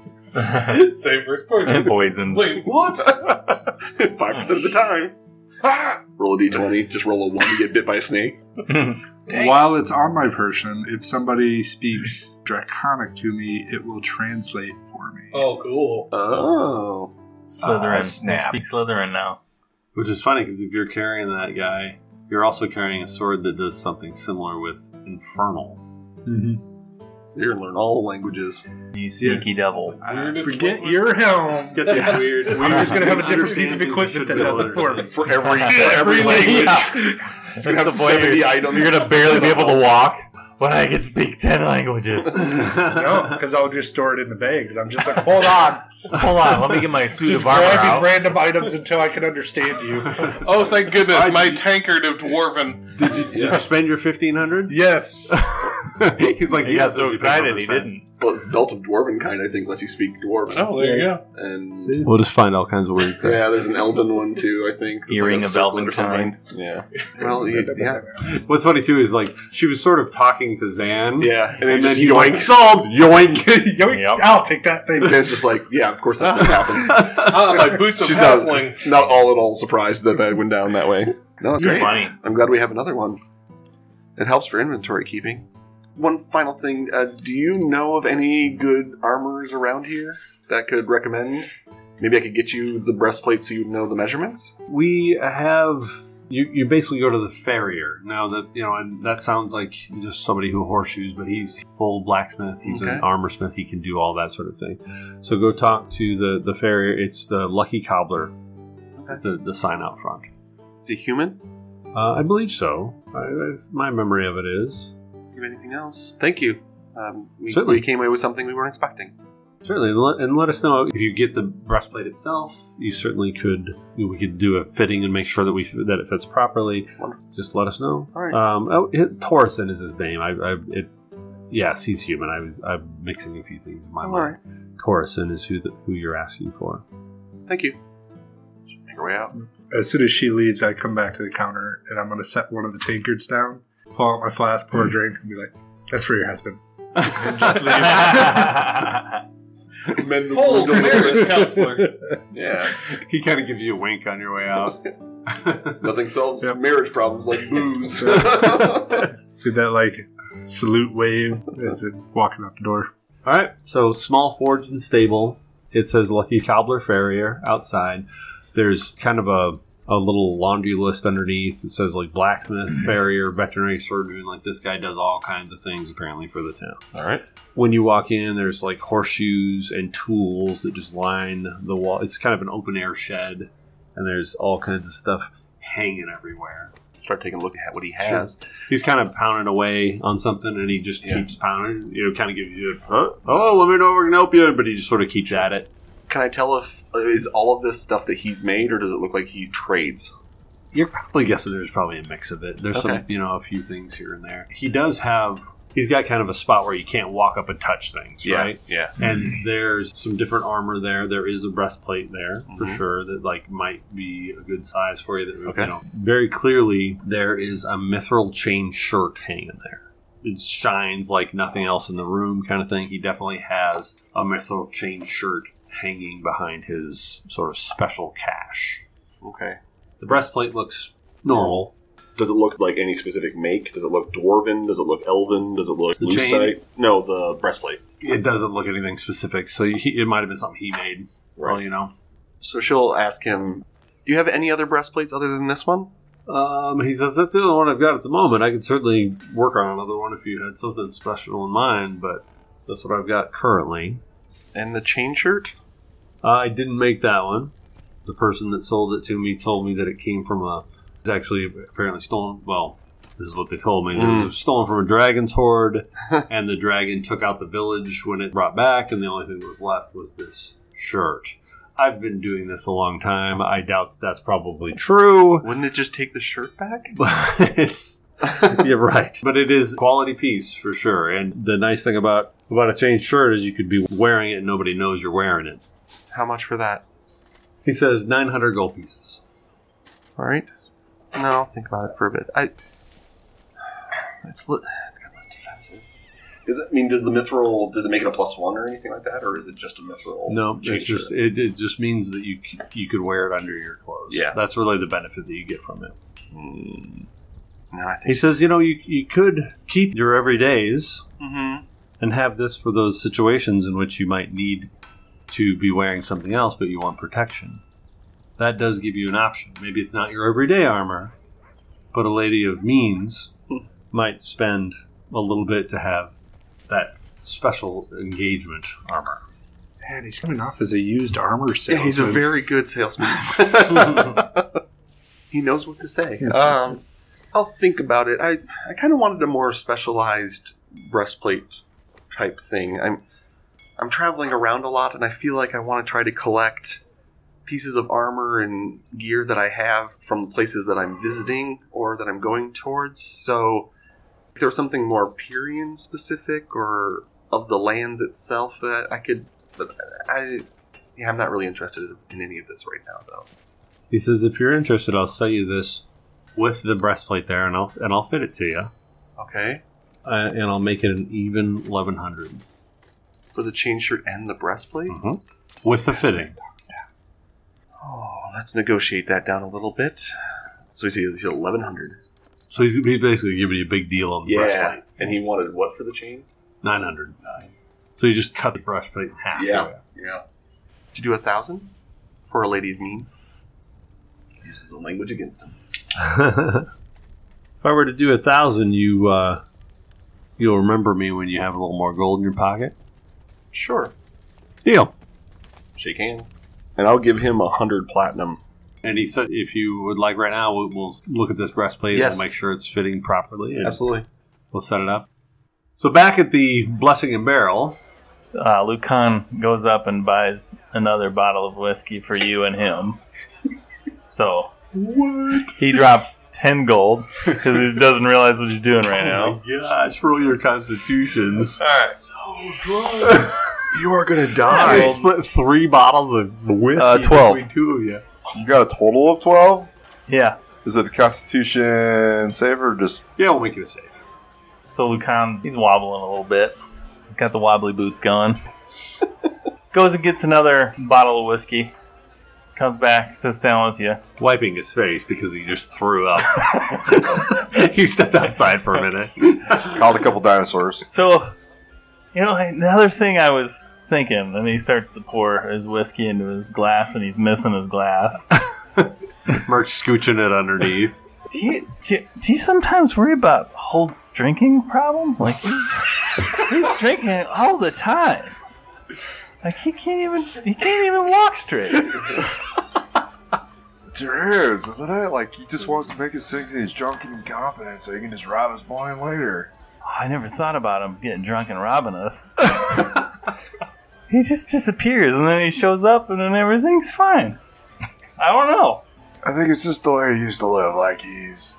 [SPEAKER 6] Save first
[SPEAKER 1] and poison.
[SPEAKER 6] poison. Wait, what?
[SPEAKER 4] Five percent of the time. Ah! roll a d20. Just roll a one to get bit by a snake. Dang.
[SPEAKER 3] While it's on my person, if somebody speaks Draconic to me, it will translate for me.
[SPEAKER 6] Oh, cool.
[SPEAKER 4] Oh.
[SPEAKER 1] Slytherin.
[SPEAKER 5] Ah, snap.
[SPEAKER 1] You speak Slytherin now.
[SPEAKER 2] Which is funny because if you're carrying that guy, you're also carrying a sword that does something similar with infernal.
[SPEAKER 3] Mm-hmm.
[SPEAKER 4] So you're gonna learn all the languages.
[SPEAKER 1] You sneaky devil.
[SPEAKER 6] Weirdest
[SPEAKER 3] forget
[SPEAKER 6] one was-
[SPEAKER 3] your helm.
[SPEAKER 2] Get the weird.
[SPEAKER 3] We're just gonna have a different piece of
[SPEAKER 2] Understand
[SPEAKER 3] equipment that
[SPEAKER 2] you should
[SPEAKER 3] does
[SPEAKER 2] be
[SPEAKER 3] it for me.
[SPEAKER 2] able to-
[SPEAKER 7] For every
[SPEAKER 1] Every
[SPEAKER 7] every language.
[SPEAKER 1] language.
[SPEAKER 7] It's gonna have 70 items.
[SPEAKER 1] You're gonna barely be able to walk, but I can speak ten languages.
[SPEAKER 3] No, because I'll just store it in the bag. And I'm just like, hold on,
[SPEAKER 1] Hold on, let me get my suit
[SPEAKER 3] just
[SPEAKER 1] of armor
[SPEAKER 3] grabbing
[SPEAKER 1] out.
[SPEAKER 3] random items until I can understand you.
[SPEAKER 6] Oh, thank goodness. My tankard of dwarven.
[SPEAKER 2] Did you, did you spend your fifteen hundred?
[SPEAKER 3] Yes,
[SPEAKER 2] He's like,
[SPEAKER 1] he got so excited he didn't.
[SPEAKER 4] Well, it's belt of dwarven kind, I think, lets you speak dwarven.
[SPEAKER 6] Oh, there you go.
[SPEAKER 4] And
[SPEAKER 2] We'll just find all kinds of weird.
[SPEAKER 4] yeah, there's an elven one too, I think. It's like a
[SPEAKER 1] Earring of
[SPEAKER 4] circle
[SPEAKER 1] elven
[SPEAKER 4] or something. Yeah. Well, you, yeah,
[SPEAKER 2] What's funny too is like she was sort of talking to Zan,
[SPEAKER 4] yeah. And,
[SPEAKER 2] and,
[SPEAKER 4] then
[SPEAKER 2] then
[SPEAKER 4] just
[SPEAKER 2] he's
[SPEAKER 4] yoink.
[SPEAKER 2] like, sold, yoink.
[SPEAKER 1] Yep.
[SPEAKER 3] I'll take that thing.
[SPEAKER 4] And it's just like, yeah, of course that's what happened.
[SPEAKER 2] Uh,
[SPEAKER 6] Ah, my boots of
[SPEAKER 4] She's not-
[SPEAKER 6] halfling.
[SPEAKER 4] Not all at all surprised that that went down that way. No, it's
[SPEAKER 1] You're
[SPEAKER 4] great.
[SPEAKER 1] funny.
[SPEAKER 4] I'm glad we have another one. It helps for inventory keeping. One final thing: uh, Do you know of any good armors around here that could recommend? Maybe I could get you the breastplate so you know the measurements.
[SPEAKER 2] We have you. You basically go to the farrier now. That you know, and that sounds like just somebody who horseshoes, but he's full blacksmith. He's
[SPEAKER 4] Okay.
[SPEAKER 2] an armor smith. He can do all that sort of thing. So go talk to the the farrier. It's the lucky cobbler. That's the the sign out front.
[SPEAKER 4] Is he human?
[SPEAKER 2] Uh, I believe so. I, I, my memory of it is
[SPEAKER 4] Do you have anything else? Thank you. Um, we,
[SPEAKER 2] Certainly.
[SPEAKER 4] we came away with something we weren't expecting.
[SPEAKER 2] certainly. And let, and let us know if you get the breastplate itself. You certainly could. We could do a fitting and make sure that we that it fits properly.
[SPEAKER 4] Wonderful.
[SPEAKER 2] Just let us know.
[SPEAKER 4] All right.
[SPEAKER 2] Um, oh, it, Torreson is his name. I, I it, yes, he's human. I was I'm mixing a few things in my
[SPEAKER 4] All
[SPEAKER 2] mind.
[SPEAKER 4] right.
[SPEAKER 2] Torreson is who the, who you're asking for.
[SPEAKER 4] Thank you. Should Make our way out.
[SPEAKER 3] As soon as she leaves, I come back to the counter and I'm gonna set one of the tankards down, pull out my flask,
[SPEAKER 1] Mm.
[SPEAKER 3] pour a drink, and be like, "That's for your husband."
[SPEAKER 6] Hold marriage counselor.
[SPEAKER 4] Yeah.
[SPEAKER 2] he kind of gives you a wink on your way out.
[SPEAKER 7] Nothing solves
[SPEAKER 3] Yep.
[SPEAKER 7] marriage problems like booze.
[SPEAKER 3] Did that like salute wave as it walking out the door.
[SPEAKER 2] All right. So small forge and stable. It says Lucky Cobbler Farrier outside. There's kind of a, a little laundry list underneath. It says like blacksmith, farrier, veterinary surgeon. Like this guy does all kinds of things apparently for the town.
[SPEAKER 6] All right.
[SPEAKER 2] When you walk in, there's like horseshoes and tools that just line the wall. It's kind of an open air shed, and there's all kinds of stuff hanging everywhere.
[SPEAKER 4] Start taking a look at what he has.
[SPEAKER 2] He's kind of pounding away on something, and he just
[SPEAKER 4] Yeah.
[SPEAKER 2] keeps pounding. You know, kind of gives you, a, "Huh? oh, let me know if I can help you, but he just sort of keeps at it.
[SPEAKER 4] Can I tell if is all of this stuff that he's made, or does it look like he trades?
[SPEAKER 2] You're probably guessing there's probably a mix of it. There's some,
[SPEAKER 4] Okay.
[SPEAKER 2] you know, a few things here and there. He does have. He's got kind of a spot where you can't walk up and touch things, right?
[SPEAKER 4] Yeah.
[SPEAKER 2] And there's some different armor there. There is a breastplate there for
[SPEAKER 4] Mhm.
[SPEAKER 2] sure that like might be a good size for you. That would,
[SPEAKER 4] Okay.
[SPEAKER 2] you know, very clearly there is a mithril chain shirt hanging there. It shines like nothing else in the room, kind of thing. He definitely has a mithril chain shirt hanging behind his sort of special cache.
[SPEAKER 4] Okay.
[SPEAKER 2] The breastplate looks normal.
[SPEAKER 7] Does it look like any specific make? Does it look dwarven? Does it look elven? Does it look
[SPEAKER 2] The chain.
[SPEAKER 7] lucite? No, the breastplate.
[SPEAKER 2] it doesn't look anything specific, so he, it might have been something he made. Well, you know,
[SPEAKER 4] So she'll ask him, "Do you have any other breastplates other than this one?"
[SPEAKER 2] um, he says that's the only one I've got at the moment. I could certainly work on another one if you had something special in mind, but that's what I've got currently.
[SPEAKER 4] And the chain shirt.
[SPEAKER 2] I didn't make that one. The person that sold it to me told me that it came from a. It's actually apparently stolen. Well, this is what they told me. It
[SPEAKER 4] Mm.
[SPEAKER 2] was stolen from a dragon's horde, and the dragon took out the village when it brought back, and the only thing that was left was this shirt. I've been doing this a long time. I doubt that's probably true,
[SPEAKER 4] Wouldn't it just take the shirt back?
[SPEAKER 2] but it's yeah, right. But it is quality piece for sure. And the nice thing about about a chain shirt is you could be wearing it and nobody knows you're wearing it.
[SPEAKER 4] How much for that?
[SPEAKER 2] He says 900 gold pieces.
[SPEAKER 4] All right. No, I'll think about it for a bit. I. It's li- it's got less defensive.
[SPEAKER 7] Is it, I mean, does the mithril does it make it a plus one or anything like that, or is it just a mithril?
[SPEAKER 2] No,
[SPEAKER 7] chain
[SPEAKER 2] it's just
[SPEAKER 7] shirt?
[SPEAKER 2] it, it just means that you c- you could wear it under your clothes.
[SPEAKER 7] Yeah.
[SPEAKER 2] that's really the benefit that you get from it.
[SPEAKER 4] Hmm. No, I
[SPEAKER 2] He
[SPEAKER 4] think.
[SPEAKER 2] says, you know, you you could keep your everydays
[SPEAKER 4] Mm-hmm.
[SPEAKER 2] and have this for those situations in which you might need to be wearing something else, but you want protection. That does give you an option. Maybe it's not your everyday armor, but a lady of means might spend a little bit to have that special engagement armor.
[SPEAKER 3] Man, he's coming off as a used armor
[SPEAKER 4] Yeah,
[SPEAKER 3] salesman.
[SPEAKER 4] he's a very good salesman. he knows what to say. Um, I'll think about it. I, I kind of wanted a more specialized breastplate type thing. I'm I'm traveling around a lot, and I feel like I want to try to collect pieces of armor and gear that I have from places that I'm visiting or that I'm going towards. So, if there was something more Pyrian specific or of the lands itself that I could, but I yeah, I'm not really interested in any of this right now, though.
[SPEAKER 2] He says, if you're interested, I'll sell you this with the breastplate there, and I'll and I'll fit it to you,
[SPEAKER 4] Okay.
[SPEAKER 2] uh, and I'll make it an even eleven hundred
[SPEAKER 4] For the chain shirt and the breastplate?
[SPEAKER 7] Mm-hmm.
[SPEAKER 2] with the fitting.
[SPEAKER 4] Oh, let's negotiate that down a little bit. So he's he's 1100.
[SPEAKER 2] So he's, he's basically giving you a big deal on the breastplate.
[SPEAKER 7] and he wanted what for the chain?
[SPEAKER 2] Nine hundred. So you just cut the breastplate in half.
[SPEAKER 7] Yeah, yeah.
[SPEAKER 4] Did you do a thousand for a lady of means?
[SPEAKER 7] Uses the language against him.
[SPEAKER 2] if I were to do a thousand, you uh, you'll remember me when you have a little more gold in your pocket.
[SPEAKER 7] Sure,
[SPEAKER 2] Deal.
[SPEAKER 7] shake hand, and I'll give him a hundred platinum.
[SPEAKER 2] And he said, if you would like, right now we'll, we'll look at this breastplate
[SPEAKER 4] Yes.
[SPEAKER 2] and make sure it's fitting properly, and
[SPEAKER 4] Absolutely.
[SPEAKER 2] we'll set it up. So back at the blessing and barrel,
[SPEAKER 1] So, uh, Lucan goes up and buys another bottle of whiskey for you and him. So he drops ten gold because he doesn't realize what he's doing right now.
[SPEAKER 2] Oh gosh, roll your constitutions.
[SPEAKER 4] You are going to
[SPEAKER 2] I
[SPEAKER 4] die.
[SPEAKER 2] split three bottles of whiskey
[SPEAKER 1] Uh, 12.
[SPEAKER 2] between two of you.
[SPEAKER 5] You got a total of 12?
[SPEAKER 1] Yeah.
[SPEAKER 5] Is it a constitution saver or just.
[SPEAKER 2] Yeah, we'll make it a save.
[SPEAKER 1] So Lucan's he's wobbling a little bit. He's got the wobbly boots going. Goes and gets another bottle of whiskey. comes back, sits down with you.
[SPEAKER 2] wiping his face because he just threw up. he stepped outside for a minute.
[SPEAKER 5] Called a couple dinosaurs.
[SPEAKER 1] So, you know, the other thing I was thinking, and he starts to pour his whiskey into his glass, and he's missing his glass.
[SPEAKER 2] Merch scooching it underneath.
[SPEAKER 1] Do you, do, you- do you sometimes worry about Hold's drinking problem? Like, he- he's drinking all the time. Like he can't even he can't even walk straight.
[SPEAKER 5] There is, isn't it? Like he just wants to make his things. He's drunk and incompetent, so he can just rob his blind later.
[SPEAKER 1] I never thought about him getting drunk and robbing us. he just disappears and then he shows up and then everything's fine. I don't know.
[SPEAKER 5] I think it's just the way he used to live. Like he's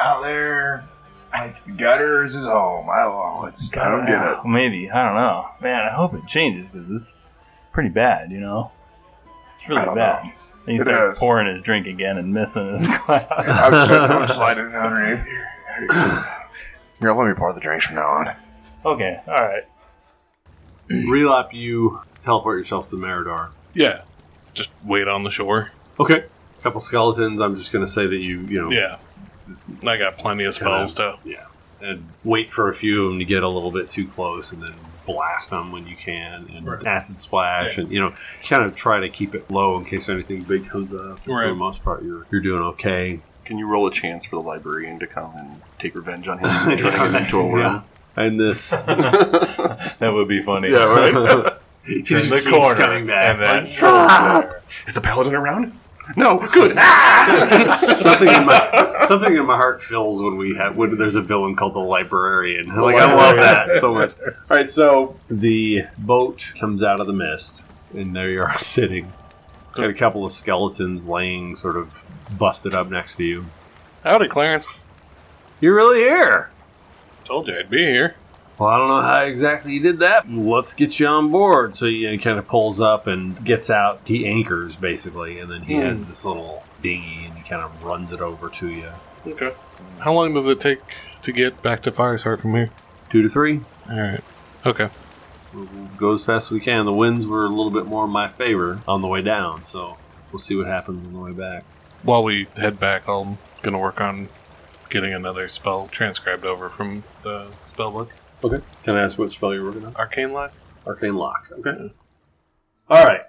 [SPEAKER 5] out there. Like the gutter is his home. I don't know. It's just, I don't get it.
[SPEAKER 1] Maybe I don't know, man. I hope it changes because this is pretty bad. You know, it's really
[SPEAKER 5] I don't
[SPEAKER 1] bad.
[SPEAKER 5] know.
[SPEAKER 1] And he
[SPEAKER 5] It
[SPEAKER 1] starts
[SPEAKER 5] is.
[SPEAKER 1] pouring his drink again and missing his glass.
[SPEAKER 5] I'm, I'm sliding it underneath here. There you go. Here, let me pour the drinks from now on.
[SPEAKER 1] okay, all right.
[SPEAKER 2] Relap, you teleport yourself to Meridar.
[SPEAKER 6] Yeah. Just wait on the shore.
[SPEAKER 2] Okay. Couple skeletons. I'm just going to say that you, you know,
[SPEAKER 6] Yeah. I got plenty of spells to.
[SPEAKER 2] and wait for a few of them to get a little bit too close and then blast them when you can and acid splash and you know kind of try to keep it low in case anything big comes up for the
[SPEAKER 6] Right.
[SPEAKER 2] most part you're, you're doing okay
[SPEAKER 4] Can you roll a chance for the librarian to come and take revenge on him for turning him into a worm?
[SPEAKER 2] and this
[SPEAKER 8] That would be funny.
[SPEAKER 2] He
[SPEAKER 8] Turn
[SPEAKER 2] just
[SPEAKER 8] the
[SPEAKER 2] keeps
[SPEAKER 8] corner
[SPEAKER 2] coming back.
[SPEAKER 8] and then
[SPEAKER 4] "Ah!" Is the paladin around? No, good. Ah!
[SPEAKER 2] something in my something in my heart fills when we have when there's a villain called the librarian. Like I love that so much. All right, so the boat comes out of the mist, and there you are sitting. Got a couple of skeletons laying sort of busted up next to you.
[SPEAKER 6] Howdy, Clarence.
[SPEAKER 2] You're really here.
[SPEAKER 6] Told you I'd be here.
[SPEAKER 2] Well, I don't know how exactly you did that. Let's get you on board. So he kind of pulls up and gets out. He anchors basically, and then he has this little dinghy and he kind of runs it over to you.
[SPEAKER 6] Okay. How long does it take to get back to Fire's Heart from here?
[SPEAKER 2] Two to three.
[SPEAKER 6] All right. Okay.
[SPEAKER 2] We'll go as fast as we can. The winds were a little bit more in my favor on the way down, so we'll see what happens on the way back.
[SPEAKER 6] While we head back, I'm going to work on getting another spell transcribed over from the spell book.
[SPEAKER 2] Okay. Can I ask what spell you're working on?
[SPEAKER 6] Arcane Lock?
[SPEAKER 2] Arcane Lock. Okay. All right.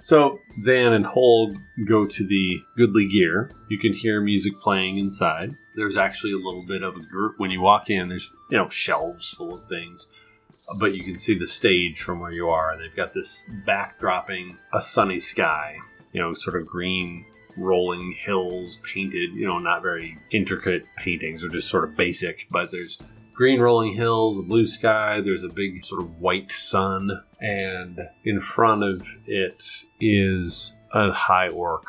[SPEAKER 2] So Zan and Hold go to the Goodly Gear. You can hear music playing inside. There's actually a little bit of a group when you walk in. There's you know shelves full of things, but you can see the stage from where you are, and they've got this backdropping a sunny sky. You know, sort of green rolling hills painted. You know, not very intricate paintings. They're just sort of basic, but there's green rolling hills, a blue sky. There's a big sort of white sun, and in front of it is a high orc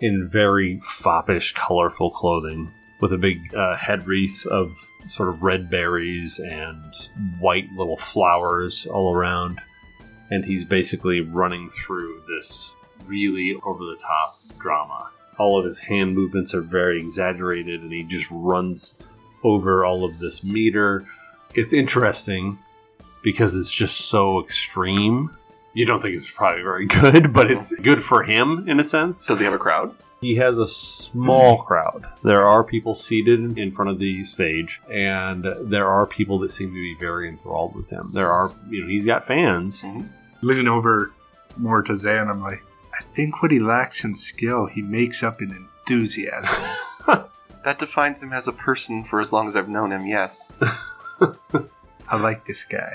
[SPEAKER 2] in very foppish, colorful clothing with a big uh, head wreath of sort of red berries and white little flowers all around. And he's basically running through this really over the top drama. All of his hand movements are very exaggerated, and he just runs over all of this meter. It's interesting because it's just so extreme. You don't think it's probably very good, but it's good for him in a sense.
[SPEAKER 4] Does he have a crowd?
[SPEAKER 2] He has a small crowd. There are people seated in front of the stage, and there are people that seem to be very enthralled with him. There are, you know, he's got fans.
[SPEAKER 3] Leaning over more to Zan, I'm like, I think what he lacks in skill, he makes up in enthusiasm.
[SPEAKER 4] That defines him as a person for as long as I've known him, yes.
[SPEAKER 3] I like this guy.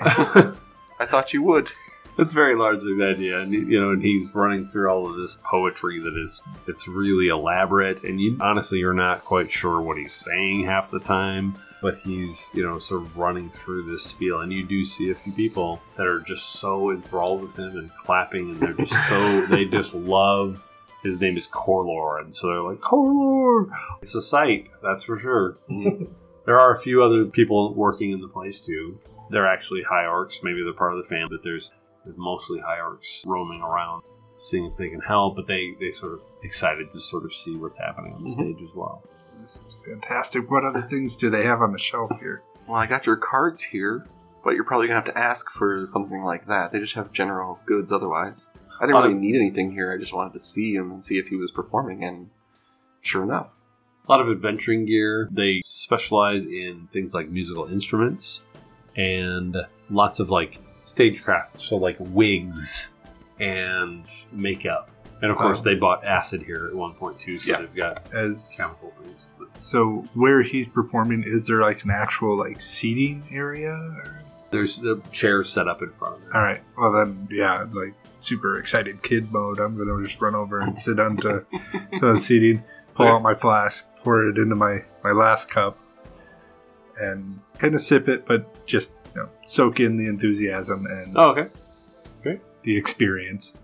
[SPEAKER 4] I thought you would.
[SPEAKER 2] That's very largely the idea, and you know, and he's running through all of this poetry that is it's really elaborate, and you honestly you're not quite sure what he's saying half the time. But he's you know sort of running through this spiel, and you do see a few people that are just so enthralled with him and clapping, and they're just so they just love. His name is Corlor, and so they're like Corlor. It's a sight, that's for sure. Mm-hmm. there are a few other people working in the place too. They're actually high orcs. Maybe they're part of the fam, but there's with mostly high orcs roaming around, seeing if they can help. But they they sort of excited to sort of see what's happening on the
[SPEAKER 4] Mhm.
[SPEAKER 2] stage as well.
[SPEAKER 3] this is fantastic. What other things do they have on the shelf here?
[SPEAKER 4] Well, I got your cards here, but you're probably gonna have to ask for something like that. They just have general goods otherwise. I
[SPEAKER 2] Uh,
[SPEAKER 4] didn't really need anything here. I just wanted to see him and see if he was performing, and sure enough,
[SPEAKER 2] A lot of adventuring gear. They specialize in things like musical instruments and lots of like stagecraft, so like wigs and makeup. And of course,
[SPEAKER 4] Wow.
[SPEAKER 2] they bought acid here at one point too, so
[SPEAKER 4] Yeah.
[SPEAKER 2] they've got
[SPEAKER 3] As
[SPEAKER 2] chemical things.
[SPEAKER 3] so, where he's performing, is there like an actual like seating area? Or?
[SPEAKER 2] There's the chairs set up in front of them.
[SPEAKER 3] All right. Well, then, yeah, like super excited kid mode. I'm gonna just run over and sit down to, to the seating, pull out my flask, pour it into my my last cup, and kind of sip it, but just you know, soak in the enthusiasm and
[SPEAKER 2] Oh, okay.
[SPEAKER 3] the experience.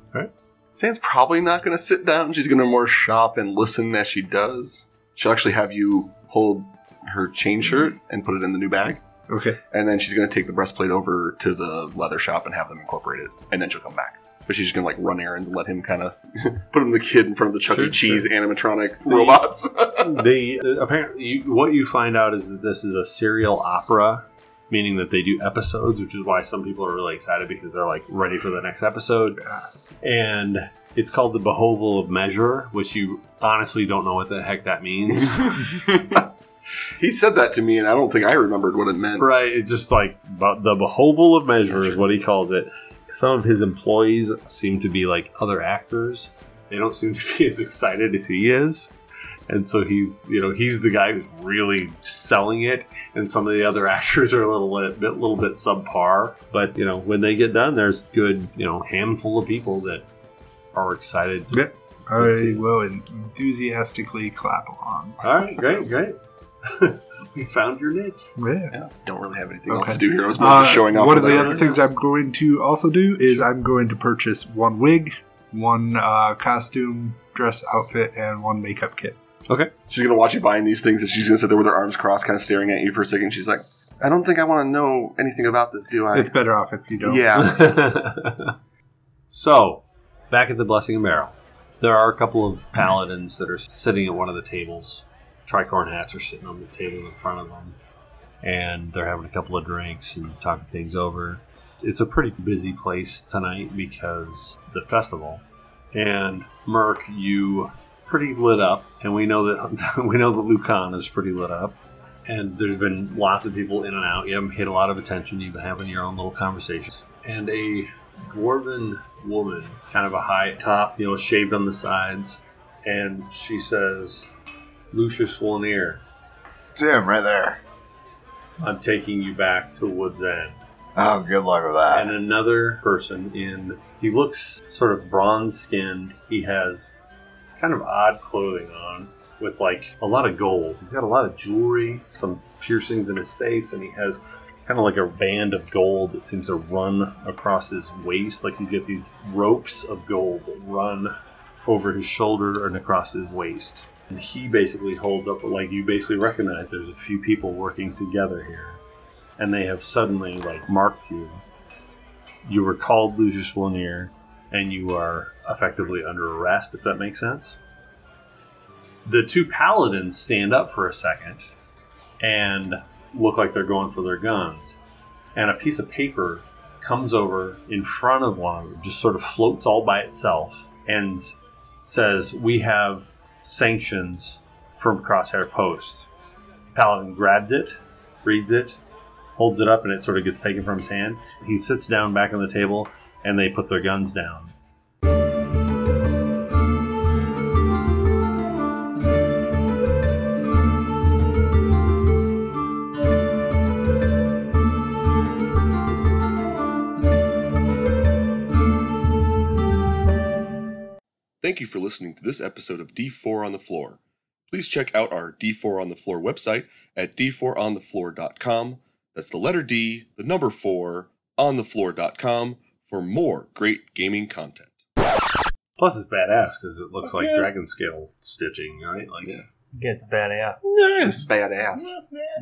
[SPEAKER 4] Sam's probably not going to sit down. She's going to more shop and listen as she does. She'll actually have you hold her
[SPEAKER 2] Mm-hmm.
[SPEAKER 4] chain shirt and put it in the new bag.
[SPEAKER 3] Okay.
[SPEAKER 4] And then she's going to take the breastplate over to the leather shop and have them incorporate it. And then she'll come back. But she's just going to like run errands and let him kind of put him the kid in front of the Chuck E.
[SPEAKER 2] Sure,
[SPEAKER 4] Cheese animatronic robots.
[SPEAKER 2] they apparently you, what you find out is that this is a serial opera meaning that they do episodes which is why some people are really excited because they're like ready for the next episode and it's called the behoval of measure which you honestly don't know what the heck that means
[SPEAKER 4] he said that to me, and I don't think I remembered what it meant.
[SPEAKER 2] right it's just like but the behoval of measure is what he calls it some of his employees seem to be like other actors they don't seem to be as excited as he is and so he's you know he's the guy who's really selling it and some of the other actors are a little bit little bit subpar but you know when they get done there's good you know handful of people that are excited to
[SPEAKER 3] Yeah. I
[SPEAKER 2] So see-
[SPEAKER 3] will enthusiastically clap along.
[SPEAKER 2] all right great great we found your niche
[SPEAKER 3] Yeah.
[SPEAKER 4] Yeah, don't really have anything else
[SPEAKER 3] Okay.
[SPEAKER 4] to do here. I was more
[SPEAKER 3] Uh,
[SPEAKER 4] just showing off.
[SPEAKER 3] One of
[SPEAKER 4] what
[SPEAKER 3] the
[SPEAKER 4] I
[SPEAKER 3] other
[SPEAKER 4] learned.
[SPEAKER 3] things I'm going to also do is I'm going to purchase one wig, one uh, costume, dress outfit, and one makeup kit.
[SPEAKER 4] She's gonna watch you buying these things, and she's gonna sit there with her arms crossed, kind of staring at you for a second. She's like, "I don't think I want to know anything about this, do I?"
[SPEAKER 3] It's better off if you don't.
[SPEAKER 4] yeah.
[SPEAKER 2] so, back at the Blessing and Barrel, there are a couple of paladins that are sitting at one of the tables. Tricorn hats are sitting on the table in front of them, and they're having a couple of drinks and talking things over. It's a pretty busy place tonight because the festival. And Merc, you pretty lit up, and we know that we know that Lucan is pretty lit up and there's been lots of people in and out. You haven't paid a lot of attention. You've been having your own little conversations. And a dwarven woman, kind of a high top, you know, shaved on the sides, and she says, "Lucius Wolnier,
[SPEAKER 5] It's him right there.
[SPEAKER 2] I'm taking you back to Woods End."
[SPEAKER 5] Oh, good luck with that.
[SPEAKER 2] and another person in he looks sort of bronze skinned he has kind of odd clothing on with like a lot of gold he's got a lot of jewelry some piercings in his face and he has kind of like a band of gold that seems to run across his waist like he's got these ropes of gold that run over his shoulder and across his waist and he basically holds up like you basically recognize there's a few people working together here and they have suddenly like marked you you were called Lucius Lanier, and you are effectively under arrest, if that makes sense. The two paladins stand up for a second and look like they're going for their guns, and a piece of paper comes over in front of one of them, just sort of floats all by itself, and says, We have sanctions from Crosshair Post. Paladin grabs it, reads it, holds it up and it sort of gets taken from his hand. He sits down back on the table and they put their guns down.
[SPEAKER 9] Thank you for listening to this episode of D4 on the Floor. Please check out our D4 on the Floor website at d4onthefloor.com. That's the letter D, the number 4, onthefloor.com for more great gaming content.
[SPEAKER 2] Plus, it's badass because it looks like dragon scale stitching, right? Like,
[SPEAKER 1] Gets badass.
[SPEAKER 6] Nice.
[SPEAKER 4] Badass.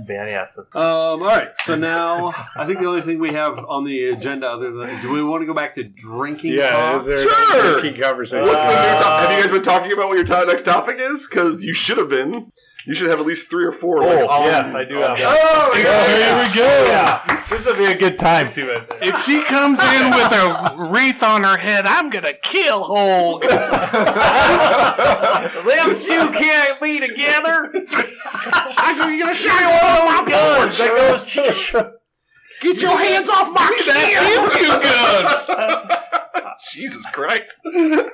[SPEAKER 1] Badass.
[SPEAKER 2] um, all right. So now I think the only thing we have on the agenda, other than do we want to go back to drinking?
[SPEAKER 3] Yeah,
[SPEAKER 2] talk?
[SPEAKER 3] is there
[SPEAKER 4] Sure.
[SPEAKER 3] a conversation?
[SPEAKER 4] What's the new topic? Have you guys been talking about what your to- next topic is? Because you should have been. You should have at least three or four. like,
[SPEAKER 2] Oh,
[SPEAKER 4] all-
[SPEAKER 1] yes, I do. have that.
[SPEAKER 4] Oh, yeah.
[SPEAKER 6] Here we go.
[SPEAKER 1] This would be a good time to it.
[SPEAKER 6] If she comes in with a wreath on her head, I'm gonna kill Hulk.
[SPEAKER 1] Them two can't be together.
[SPEAKER 6] I'm gonna shoot you all my guns. Get your hands off my that gun.
[SPEAKER 4] Jesus Christ!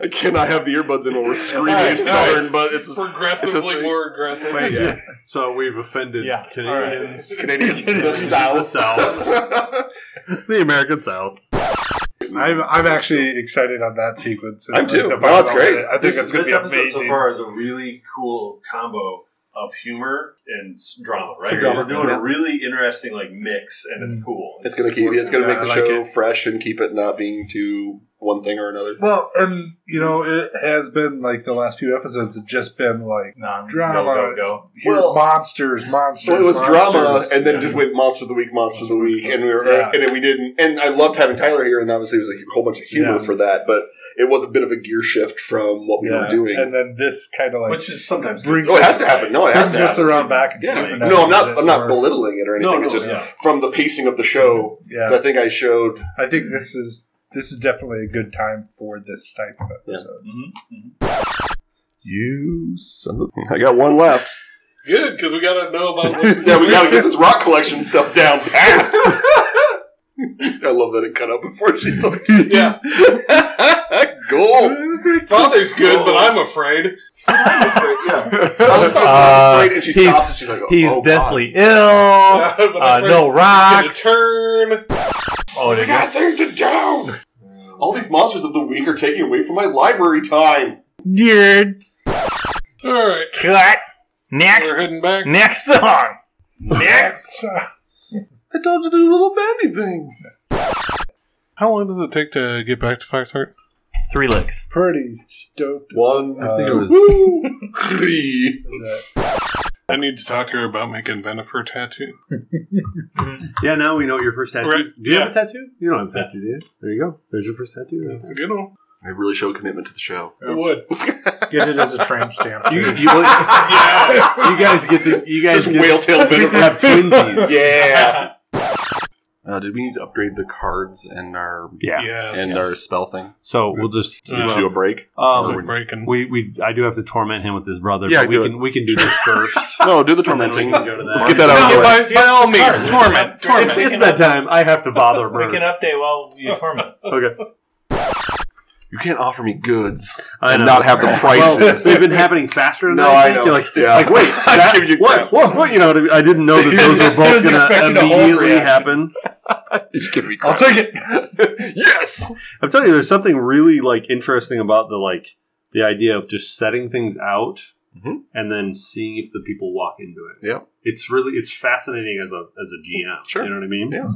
[SPEAKER 4] I cannot have the earbuds in while we're screaming
[SPEAKER 6] All right,
[SPEAKER 4] in
[SPEAKER 6] no,
[SPEAKER 4] Southern,
[SPEAKER 6] it's-
[SPEAKER 4] but it's just It's a
[SPEAKER 6] Progressively
[SPEAKER 4] thing.
[SPEAKER 6] more aggressive.
[SPEAKER 2] Wait, So we've offended
[SPEAKER 1] Yeah.
[SPEAKER 2] Canadians,
[SPEAKER 4] Canadians in the
[SPEAKER 2] the
[SPEAKER 4] South.
[SPEAKER 2] South, the American South.
[SPEAKER 3] I'm, I'm actually excited on that sequence.
[SPEAKER 4] I'm too.
[SPEAKER 3] If
[SPEAKER 4] Well, that's
[SPEAKER 3] I'm
[SPEAKER 4] great.
[SPEAKER 3] on it, I think
[SPEAKER 8] This,
[SPEAKER 3] it's going
[SPEAKER 8] this
[SPEAKER 3] to be
[SPEAKER 8] episode
[SPEAKER 3] amazing.
[SPEAKER 8] so far is a really cool combo of humor and s- drama, right?
[SPEAKER 4] drama,
[SPEAKER 8] We're doing
[SPEAKER 4] yeah.
[SPEAKER 8] a really interesting like mix, and
[SPEAKER 2] Mm.
[SPEAKER 8] it's cool.
[SPEAKER 7] It's gonna keep. It's gonna
[SPEAKER 3] Yeah,
[SPEAKER 7] make the
[SPEAKER 3] I like
[SPEAKER 7] show
[SPEAKER 3] it.
[SPEAKER 7] fresh and keep it not being too one thing or another.
[SPEAKER 3] Well, and you know, it has been like the last few episodes have just been like
[SPEAKER 1] No,
[SPEAKER 3] Drama.
[SPEAKER 1] Go, go, go.
[SPEAKER 3] here,
[SPEAKER 7] Well-
[SPEAKER 3] monsters, monsters.
[SPEAKER 7] Well, it was
[SPEAKER 3] monsters.
[SPEAKER 7] drama, and then
[SPEAKER 3] Yeah.
[SPEAKER 7] just went monster of the week, monster of the week, and we were,
[SPEAKER 1] Yeah.
[SPEAKER 7] and then we didn't. And I loved having Tyler here, and obviously it was a whole bunch of humor
[SPEAKER 3] Yeah.
[SPEAKER 7] for that. But it was a bit of a gear shift from what we were
[SPEAKER 3] Yeah.
[SPEAKER 7] doing.
[SPEAKER 3] and then this kind of like
[SPEAKER 8] Which is sometimes good.
[SPEAKER 4] Oh,
[SPEAKER 3] brings
[SPEAKER 7] no, it has to happen. No, it has
[SPEAKER 3] brings
[SPEAKER 7] to
[SPEAKER 3] us
[SPEAKER 7] happen.
[SPEAKER 3] around back. And
[SPEAKER 7] Yeah.
[SPEAKER 3] humanizes
[SPEAKER 7] No, I'm not.
[SPEAKER 3] it
[SPEAKER 7] I'm not
[SPEAKER 3] more.
[SPEAKER 7] belittling it or anything.
[SPEAKER 8] No, no,
[SPEAKER 7] it's just
[SPEAKER 8] yeah.
[SPEAKER 7] from the pacing of the show. 'cause
[SPEAKER 3] Yeah,
[SPEAKER 7] I think I showed.
[SPEAKER 3] I think this is this is definitely a good time for this type of episode.
[SPEAKER 7] You son of I got one left.
[SPEAKER 6] Good, because we gotta know about what
[SPEAKER 7] yeah, we gotta get this rock collection stuff down pat. I love that it cut out before she told you.
[SPEAKER 6] Yeah.
[SPEAKER 7] Gold.
[SPEAKER 6] Father's good, but I'm afraid.
[SPEAKER 7] I was
[SPEAKER 1] Uh,
[SPEAKER 7] afraid, and she
[SPEAKER 1] he's-
[SPEAKER 7] stops. And she's like,
[SPEAKER 1] He's
[SPEAKER 7] oh, God.
[SPEAKER 1] deathly ill.
[SPEAKER 6] But
[SPEAKER 1] Uh,
[SPEAKER 6] I'm afraid
[SPEAKER 1] no
[SPEAKER 6] it's gonna
[SPEAKER 1] rocks.
[SPEAKER 6] Turn.
[SPEAKER 1] Oh, they got
[SPEAKER 7] things to do. All these monsters of the week are taking away from my library time.
[SPEAKER 1] Dude.
[SPEAKER 6] All right,
[SPEAKER 1] Cut. Next.
[SPEAKER 6] we're heading back.
[SPEAKER 1] Next song.
[SPEAKER 3] Next,
[SPEAKER 4] I told you to do a little bandy thing.
[SPEAKER 6] How long does it take to get back to Foxheart?
[SPEAKER 1] Three licks.
[SPEAKER 3] pretty stoked.
[SPEAKER 4] One,
[SPEAKER 3] I think it was-
[SPEAKER 4] three.
[SPEAKER 3] with that.
[SPEAKER 6] I need to talk to her about making Venefer tattoo.
[SPEAKER 2] Yeah, now we know what your first tattoo.
[SPEAKER 6] Right.
[SPEAKER 2] Do you have
[SPEAKER 6] Yeah.
[SPEAKER 2] a tattoo? You don't have a tattoo, do you? There you go. There's your first tattoo.
[SPEAKER 6] That's a good one.
[SPEAKER 4] I really show commitment to the show.
[SPEAKER 6] It would.
[SPEAKER 3] Get it as a tramp stamp.
[SPEAKER 2] You,
[SPEAKER 3] too.
[SPEAKER 2] you, you guys get to you guys
[SPEAKER 7] Just
[SPEAKER 2] get
[SPEAKER 7] whale tail
[SPEAKER 2] to have twinsies.
[SPEAKER 7] Yeah.
[SPEAKER 4] Uh, did we need to upgrade the cards and our
[SPEAKER 2] Yeah.
[SPEAKER 6] Yes.
[SPEAKER 4] and our spell thing?
[SPEAKER 2] So we'll just
[SPEAKER 6] Yeah.
[SPEAKER 4] Do a break.
[SPEAKER 6] We're
[SPEAKER 2] um,
[SPEAKER 6] breaking.
[SPEAKER 2] we we I do have to torment him with his brother.
[SPEAKER 4] Yeah,
[SPEAKER 2] but we
[SPEAKER 4] do
[SPEAKER 2] can we can do this first.
[SPEAKER 4] No, do the
[SPEAKER 2] and then
[SPEAKER 4] tormenting.
[SPEAKER 2] we can go to that.
[SPEAKER 4] Let's get that out of
[SPEAKER 6] no,
[SPEAKER 4] the way.
[SPEAKER 6] by, by all means, torment.
[SPEAKER 2] It's,
[SPEAKER 6] Torment.
[SPEAKER 2] it's bedtime. I have to bother
[SPEAKER 1] We
[SPEAKER 2] Bert.
[SPEAKER 1] can update while you torment.
[SPEAKER 2] okay.
[SPEAKER 4] You can't offer me goods
[SPEAKER 2] I
[SPEAKER 4] and
[SPEAKER 2] know.
[SPEAKER 4] not have the
[SPEAKER 2] Well,
[SPEAKER 4] prices.
[SPEAKER 2] they've been happening faster than
[SPEAKER 7] No,
[SPEAKER 2] I,
[SPEAKER 7] I
[SPEAKER 2] think.
[SPEAKER 7] know.
[SPEAKER 2] You're like,
[SPEAKER 7] Yeah.
[SPEAKER 2] like wait,
[SPEAKER 7] I'm
[SPEAKER 2] that-
[SPEAKER 7] giving you
[SPEAKER 2] what,
[SPEAKER 7] crap.
[SPEAKER 2] what, what? You know, what I mean? I didn't know that those were
[SPEAKER 3] He was
[SPEAKER 2] both going
[SPEAKER 3] expecting a
[SPEAKER 2] to
[SPEAKER 3] Hulk
[SPEAKER 2] immediately
[SPEAKER 3] reaction.
[SPEAKER 2] happen.
[SPEAKER 7] Just give me
[SPEAKER 3] I'll
[SPEAKER 7] crap.
[SPEAKER 3] take it.
[SPEAKER 7] yes.
[SPEAKER 2] I'm telling you, there's something really like interesting about the like the idea of just setting things out
[SPEAKER 4] Mhm.
[SPEAKER 2] and then seeing if the people walk into it.
[SPEAKER 4] Yeah.
[SPEAKER 2] it's really it's fascinating as a as a GM.
[SPEAKER 4] Sure.
[SPEAKER 2] you know what I mean.
[SPEAKER 4] Yeah.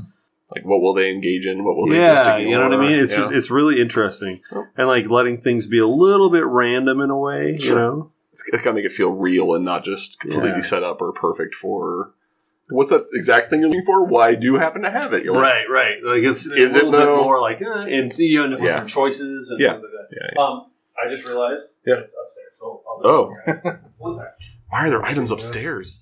[SPEAKER 4] Like, what will they engage in? What will they just
[SPEAKER 2] yeah,
[SPEAKER 4] ignore?
[SPEAKER 2] you know what I mean. It's
[SPEAKER 4] Yeah.
[SPEAKER 2] just, it's really interesting
[SPEAKER 4] Yep.
[SPEAKER 2] and like letting things be a little bit random in a way. You
[SPEAKER 4] Sure.
[SPEAKER 2] know,
[SPEAKER 4] it's gotta make it feel real and not just completely
[SPEAKER 2] Yeah.
[SPEAKER 4] set up or perfect for what's that exact thing you're looking for? Why do you happen to have it? You're like,
[SPEAKER 2] right, right. Like it's,
[SPEAKER 4] Is
[SPEAKER 2] a
[SPEAKER 4] it
[SPEAKER 2] little bit
[SPEAKER 4] though?
[SPEAKER 2] more like eh, and you know,
[SPEAKER 4] Yeah.
[SPEAKER 8] Some choices and
[SPEAKER 4] Yeah.
[SPEAKER 8] things like that.
[SPEAKER 4] Yeah,
[SPEAKER 8] Um, I just realized
[SPEAKER 4] Yeah.
[SPEAKER 8] it's upstairs. So I'll
[SPEAKER 4] oh,
[SPEAKER 8] One sec.
[SPEAKER 4] why are there items upstairs?